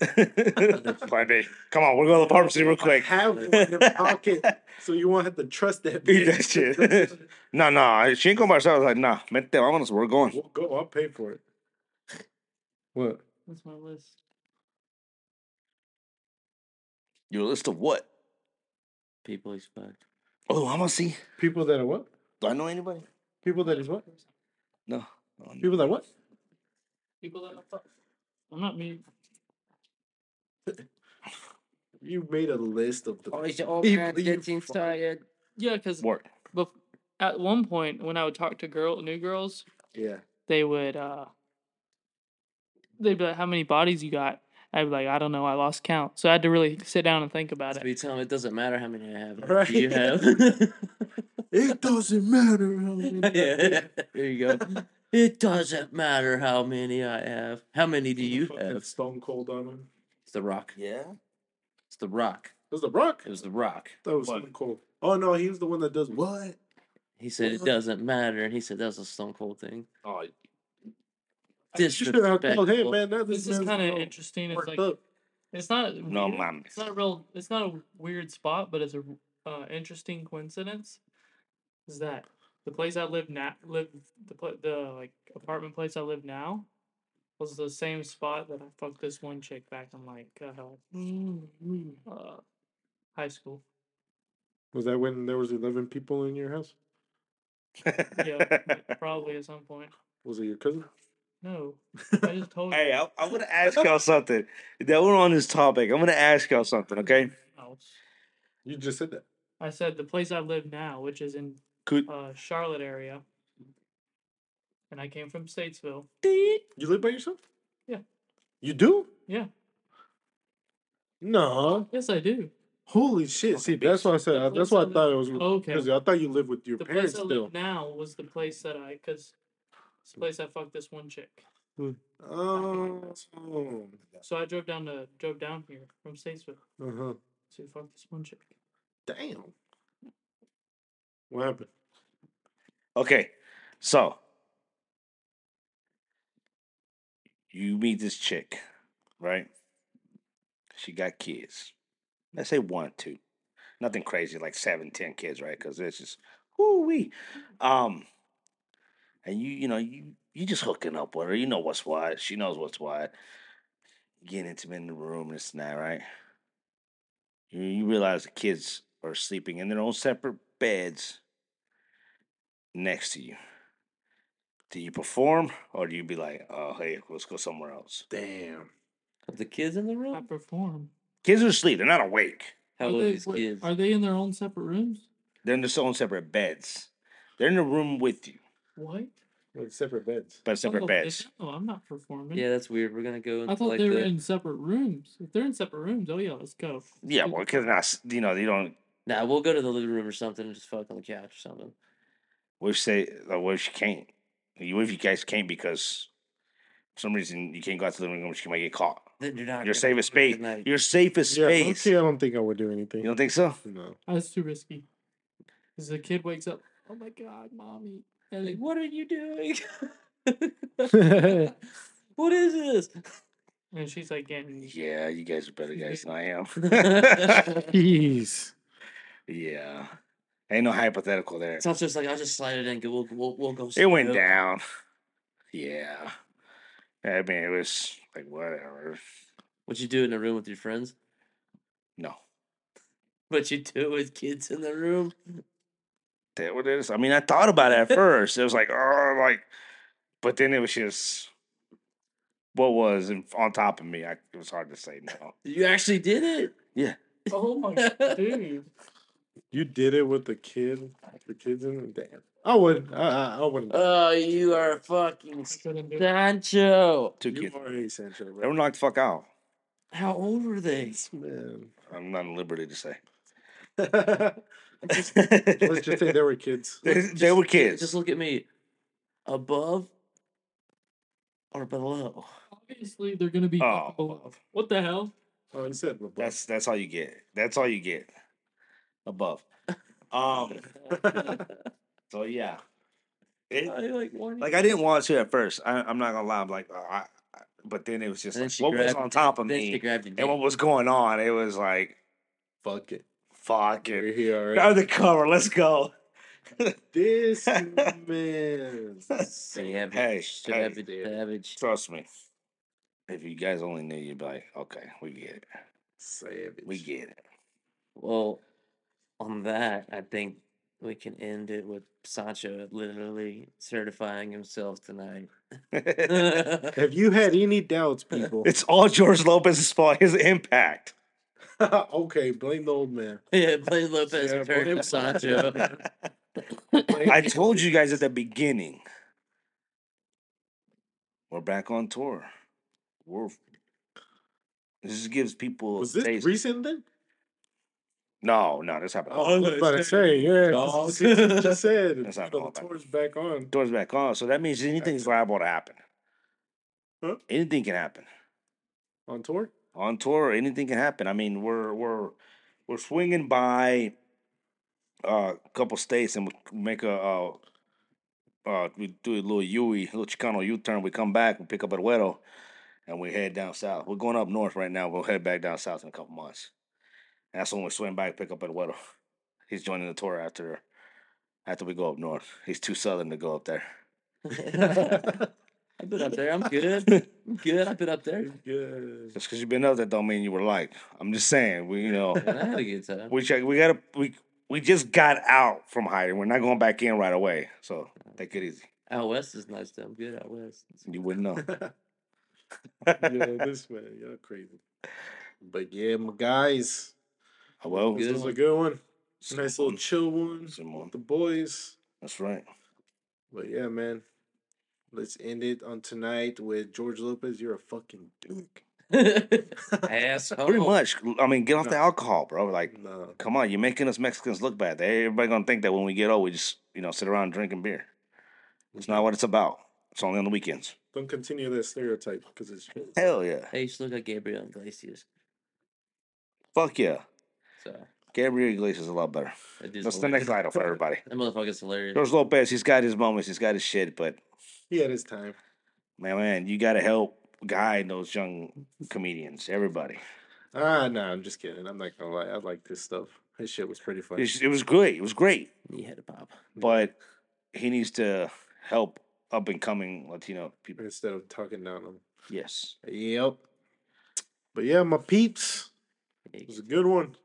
Speaker 2: Plan B. Come on, we'll go to the pharmacy real
Speaker 1: I
Speaker 2: quick.
Speaker 1: have one in the pocket, so you won't have to trust that
Speaker 2: Eat
Speaker 1: bitch.
Speaker 2: that shit. no, no, she ain't going by herself. I was like, nah, mete, vámonos, we're going.
Speaker 1: We'll go. I'll pay for it. What?
Speaker 3: That's my list.
Speaker 2: Your list of what?
Speaker 4: People he's fucked.
Speaker 2: Oh, I'm gonna see.
Speaker 1: People that are what?
Speaker 2: Do I know anybody?
Speaker 1: People that is what?
Speaker 2: No. Oh, no.
Speaker 1: People that what?
Speaker 3: People that I fuck. I'm not me.
Speaker 1: You made a list of the.
Speaker 4: Oh, all
Speaker 1: People man you getting fuck.
Speaker 4: tired.
Speaker 3: Yeah, because
Speaker 2: Work.
Speaker 3: bef- at one point when I would talk to girl new girls,
Speaker 1: Yeah.
Speaker 3: they would uh they'd be like, "How many bodies you got?" I'd be like, "I don't know. I lost count." So I had to really sit down and think about
Speaker 4: So
Speaker 3: it.
Speaker 4: you tell them it doesn't matter how many I have. if
Speaker 1: Right.
Speaker 4: You have.
Speaker 1: It doesn't matter. how many-
Speaker 4: yeah. There you go. It doesn't matter how many I have. How many do you
Speaker 1: Fucking
Speaker 4: have?
Speaker 1: Stone Cold on him.
Speaker 4: It's the Rock.
Speaker 2: Yeah.
Speaker 4: It's the Rock.
Speaker 1: Was the Rock?
Speaker 4: It was the Rock.
Speaker 1: That was
Speaker 2: What?
Speaker 1: Stone Cold. Oh no, he was the one that does what?
Speaker 4: He said it
Speaker 1: What?
Speaker 4: doesn't matter, and he said that's a Stone Cold thing.
Speaker 2: Oh,
Speaker 1: You should have called him,
Speaker 4: Disrespectful.
Speaker 1: man. That
Speaker 3: This is
Speaker 1: man's
Speaker 3: kind of
Speaker 1: all
Speaker 3: interesting. It's
Speaker 1: worked
Speaker 3: like
Speaker 1: up.
Speaker 3: it's not
Speaker 2: no,
Speaker 3: weird-
Speaker 2: man.
Speaker 3: It's not real. It's not a weird spot, but it's a uh, interesting coincidence. Is that the place I live now? Live the pla- the like apartment place I live now was the same spot that I fucked this one chick back in like uh, uh, high school.
Speaker 1: Was that when there was eleven people in your house?
Speaker 3: Yeah, probably at some point.
Speaker 1: Was it your cousin?
Speaker 3: No, I just told you.
Speaker 2: Hey, I, I'm gonna ask y'all something. That we're on this topic. I'm gonna ask y'all something, okay?
Speaker 3: House.
Speaker 1: You just said that.
Speaker 3: I said the place I live now, which is in
Speaker 2: Could
Speaker 3: uh, Charlotte area, and I came from Statesville.
Speaker 1: You live by yourself?
Speaker 3: Yeah.
Speaker 1: You do?
Speaker 3: Yeah,
Speaker 1: No.
Speaker 3: yes, I do.
Speaker 1: Holy shit! See, that's why I said. I, that's why I thought it was
Speaker 3: Okay.
Speaker 1: crazy. I thought you lived with your
Speaker 3: the
Speaker 1: parents
Speaker 3: place I
Speaker 1: still.
Speaker 3: live now was the place that I, cause it's the place I fucked this one chick.
Speaker 1: Oh.
Speaker 3: So I drove down to drove down here from Statesville
Speaker 1: Uh huh.
Speaker 3: to fuck this one chick.
Speaker 1: Damn. What happened?
Speaker 2: okay, so you meet this chick, right? She got kids. Let's say one, two, nothing crazy, like seven, ten kids, right? Because it's just woo wee. Um, and you, you know, you you just hooking up with her. You know what's what. She knows what's what. Getting intimate in the room, this and that, right? You, you realize the kids are sleeping in their own separate beds next to you. Do you perform or do you be like, oh, hey, let's go somewhere else?
Speaker 1: Damn.
Speaker 4: With the kids in the
Speaker 3: I
Speaker 4: room?
Speaker 3: perform.
Speaker 2: Kids are asleep. They're not awake.
Speaker 4: How
Speaker 3: Are
Speaker 4: old are
Speaker 3: they-
Speaker 4: these
Speaker 3: wait,
Speaker 4: kids?
Speaker 3: Are they in their own separate rooms?
Speaker 2: They're in their own separate beds. They're in the room with you,
Speaker 3: What?
Speaker 1: Like separate beds.
Speaker 2: but separate
Speaker 3: oh, they-
Speaker 2: beds.
Speaker 3: No, I'm not performing.
Speaker 4: Yeah, that's weird. We're gonna go
Speaker 3: I
Speaker 4: into
Speaker 3: thought
Speaker 4: like
Speaker 3: they were
Speaker 4: the
Speaker 3: in separate rooms. If they're in separate rooms, oh yeah, let's go.
Speaker 2: Yeah,
Speaker 3: Do
Speaker 2: well, because not, s- you know, they don't.
Speaker 4: Nah, we'll go to the living room or something and just fuck on the couch or something.
Speaker 2: What if say, like, what if she can't? You- What if you guys can't because for some reason you can't go out to the living room? She might get caught.
Speaker 4: Then you're not
Speaker 2: You're
Speaker 4: gonna
Speaker 2: safe as
Speaker 4: sleep at
Speaker 2: space.
Speaker 4: night.
Speaker 2: You're safe as
Speaker 1: Yeah.
Speaker 2: space.
Speaker 1: See, I don't think I would do anything.
Speaker 2: You don't think so?
Speaker 1: No.
Speaker 3: That's too risky. Because the kid wakes up, oh my god, mommy. And
Speaker 4: Like,
Speaker 3: they,
Speaker 4: what are you doing? what is this?
Speaker 3: and she's like getting
Speaker 2: Yeah, you guys are better guys than I am.
Speaker 1: Jeez.
Speaker 2: yeah. Ain't no hypothetical there.
Speaker 4: It's not just like I'll just slide it in. Go, we'll, we'll, we'll go.
Speaker 2: It went
Speaker 4: slow.
Speaker 2: down. Yeah. I mean, it was like, whatever.
Speaker 4: Would you do it in a room with your friends?
Speaker 2: No.
Speaker 4: But you do it with kids in the room.
Speaker 2: That what it is. I mean, I thought about it at first. It was like, oh, like, but then it was just what was in, on top of me. I, it was hard to say no.
Speaker 4: You actually did it.
Speaker 3: Oh my god, dude.
Speaker 1: You did it with the kid. The kids in the damn. I would. I. I, I wouldn't.
Speaker 2: Uh,
Speaker 4: Oh, you are a fucking
Speaker 3: I couldn't do it.
Speaker 4: Sancho.
Speaker 2: Two
Speaker 1: you
Speaker 2: kids.
Speaker 1: are a Sancho,
Speaker 2: They were
Speaker 1: bro.
Speaker 2: knocked the fuck out.
Speaker 4: How old were they?
Speaker 1: Man.
Speaker 2: I'm not at liberty to say.
Speaker 1: Let's just say they were kids.
Speaker 2: they,
Speaker 4: Look,
Speaker 2: they
Speaker 4: just-
Speaker 2: were kids.
Speaker 4: Just look at me. Above or below?
Speaker 3: Obviously, they're gonna be
Speaker 2: Oh.
Speaker 3: above. What the hell?
Speaker 1: Oh, you said my
Speaker 2: That's that's all you get. That's all you get. Above. Um. So yeah. It-
Speaker 4: I like one.
Speaker 2: like I didn't want to at first. I, I'm not gonna lie. I'm like, uh, I, I, but then it was just
Speaker 4: And then
Speaker 2: like,
Speaker 4: she
Speaker 2: what was
Speaker 4: grabbed-
Speaker 2: on top of
Speaker 4: then she
Speaker 2: me
Speaker 4: grabbed your
Speaker 2: and what
Speaker 4: dick.
Speaker 2: was going on. It was like,
Speaker 1: fuck it.
Speaker 2: fuck
Speaker 1: You're
Speaker 2: it,
Speaker 1: here already.
Speaker 2: grab the cover, let's go.
Speaker 1: This man.
Speaker 4: Savage,
Speaker 2: Hey, hey,
Speaker 4: savage,
Speaker 1: dude.
Speaker 4: savage.
Speaker 2: Trust me. If you guys only knew, you'd be like, okay, we get it,
Speaker 1: Savage.
Speaker 2: we get it.
Speaker 4: Well, on that, I think we can end it with Sancho literally certifying himself tonight.
Speaker 1: Have you had any doubts, people?
Speaker 2: it's all George Lopez's fault. His impact.
Speaker 1: okay, blame the old man.
Speaker 4: yeah, play Lopez
Speaker 1: Yeah,
Speaker 4: return
Speaker 1: blame-
Speaker 4: of Sancho.
Speaker 2: I told you guys at the beginning. We're back on tour. we're this gives people
Speaker 1: Was
Speaker 2: a
Speaker 1: this
Speaker 2: taste.
Speaker 1: recent then?
Speaker 2: no, no, this happened.
Speaker 1: Oh, I was
Speaker 9: about to say, yeah.
Speaker 1: Dog.
Speaker 9: Just just said,
Speaker 2: That's not
Speaker 9: put
Speaker 2: all
Speaker 9: the
Speaker 2: that.
Speaker 9: torch back on.
Speaker 2: doors back on. So that means anything's liable to happen.
Speaker 1: Huh?
Speaker 2: Anything can happen
Speaker 9: On tour?
Speaker 2: on tour. Anything can happen. I mean, we're we're we're swinging by uh, a couple states and we make a uh, uh, we do a little U little Chicano U turn. We come back, we pick up at Weddle, and we head down south. We're going up north right now. We'll head back down south in a couple months. And that's when we swing back, pick up at Weddle. He's joining the tour after after we go up north. He's too southern to go up there.
Speaker 4: I've been up there. I'm good. I'm good. I've been up there.
Speaker 1: Yes.
Speaker 2: Just because you've been up there don't mean you were like. I'm just saying, we you know.
Speaker 4: Man, I had a good time.
Speaker 2: We check. We gotta. We we just got out from hiding. We're not going back in right away. So take it easy.
Speaker 4: Out west is nice though. I'm good out west.
Speaker 2: You wouldn't know.
Speaker 1: Yo, this man, y'all crazy. But yeah, my guys,
Speaker 2: well,
Speaker 1: this
Speaker 4: Good
Speaker 1: was a
Speaker 4: one.
Speaker 1: good one.
Speaker 2: some-
Speaker 1: Nice little Oh. chill one
Speaker 2: some more.
Speaker 1: with the boys.
Speaker 2: That's right.
Speaker 1: But yeah, man, let's end it on tonight with George Lopez. You're a fucking duke.
Speaker 4: Asshole.
Speaker 2: Pretty much. I mean, get off
Speaker 1: No.
Speaker 2: the alcohol, bro. Like,
Speaker 1: No,
Speaker 2: come on, you're making us Mexicans look bad. They- Everybody gonna think that when we get old, we just you know sit around drinking beer. It's
Speaker 1: Mm-hmm.
Speaker 2: not what it's about. It's only on the weekends.
Speaker 1: don't continue that stereotype because it's true.
Speaker 2: Hell yeah.
Speaker 4: Hey, you should look at Gabriel Iglesias.
Speaker 2: Fuck yeah.
Speaker 4: So
Speaker 2: Gabriel Iglesias is a lot better.
Speaker 4: that dude's
Speaker 2: That's the
Speaker 4: hilarious.
Speaker 2: next item for everybody.
Speaker 4: That motherfucker's hilarious.
Speaker 2: George Lopez, he's got his moments, he's got his shit, but
Speaker 1: He had his time.
Speaker 2: Man, man, you gotta help guide those young comedians. Everybody,
Speaker 1: Ah, no, I'm just kidding. I'm not gonna lie. I like this stuff. His shit was pretty funny.
Speaker 2: It's- it was great. It was great,
Speaker 4: He had a pop.
Speaker 2: but he needs to help up and coming Latino people.
Speaker 1: Instead of talking down on him.
Speaker 2: Yes,
Speaker 1: Yep. But yeah, my peeps, it was a good one.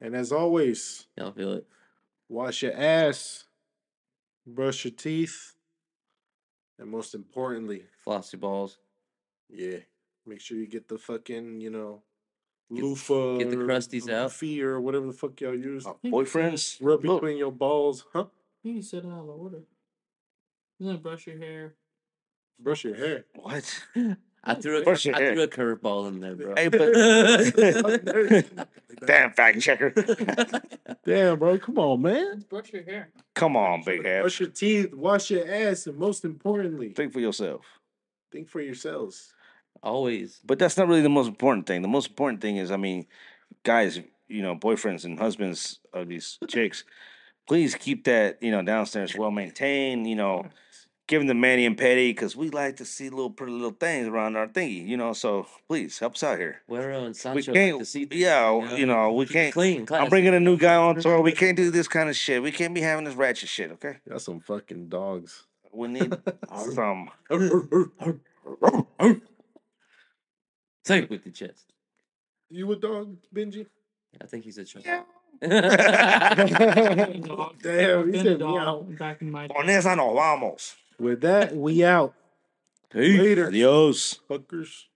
Speaker 1: And as always,
Speaker 4: Y'all feel it.
Speaker 1: wash your ass, brush your teeth, and most importantly,
Speaker 4: Flossy balls.
Speaker 1: yeah, make sure you get the fucking, you know,
Speaker 4: Get-
Speaker 1: loofah.
Speaker 4: get the
Speaker 1: or
Speaker 4: crusties out.
Speaker 1: Loofie or whatever the fuck y'all use.
Speaker 2: Uh, boyfriends.
Speaker 1: Rub
Speaker 2: look,
Speaker 1: between your balls, huh?
Speaker 3: You can sit down and order. You gonna brush your hair.
Speaker 1: Brush your hair.
Speaker 2: what?
Speaker 4: I threw a, I
Speaker 2: Brush your hair.
Speaker 4: threw a curveball in there, bro.
Speaker 2: Hey, but damn fact checker.
Speaker 9: Damn, bro. Come on, man.
Speaker 3: Brush your hair.
Speaker 2: Come on, big head.
Speaker 1: Brush your teeth, wash your ass, and most importantly,
Speaker 2: Think for yourself.
Speaker 1: think for yourselves.
Speaker 4: Always.
Speaker 2: But that's not really the most important thing. The most important thing is, I mean, guys, you know, boyfriends and husbands of these chicks, please keep that, you know, downstairs well maintained, you know, give them the manny and petty because we like to see little pretty little things around our thingy, you know. So please help us out here.
Speaker 4: Guerrero and
Speaker 2: We
Speaker 4: Sancho like
Speaker 2: can't,
Speaker 4: to see things,
Speaker 2: yeah, you know, we
Speaker 4: Keep it
Speaker 2: can't.
Speaker 4: Clean, classy.
Speaker 2: I'm bringing a new guy on tour. We can't do this kind of shit. We can't be having this ratchet shit, okay?
Speaker 1: Y'all some fucking dogs.
Speaker 2: We need some.
Speaker 4: Take with the chest.
Speaker 1: You a dog, Benji?
Speaker 4: I think he's a chest.
Speaker 3: Been a dog.
Speaker 1: Damn, he
Speaker 3: Been a
Speaker 1: said
Speaker 3: dog
Speaker 1: meow.
Speaker 3: back in my
Speaker 2: Con esa nos vamos.
Speaker 1: With that, we out,
Speaker 2: Peace.
Speaker 1: Later.
Speaker 2: Adios.
Speaker 1: fuckers.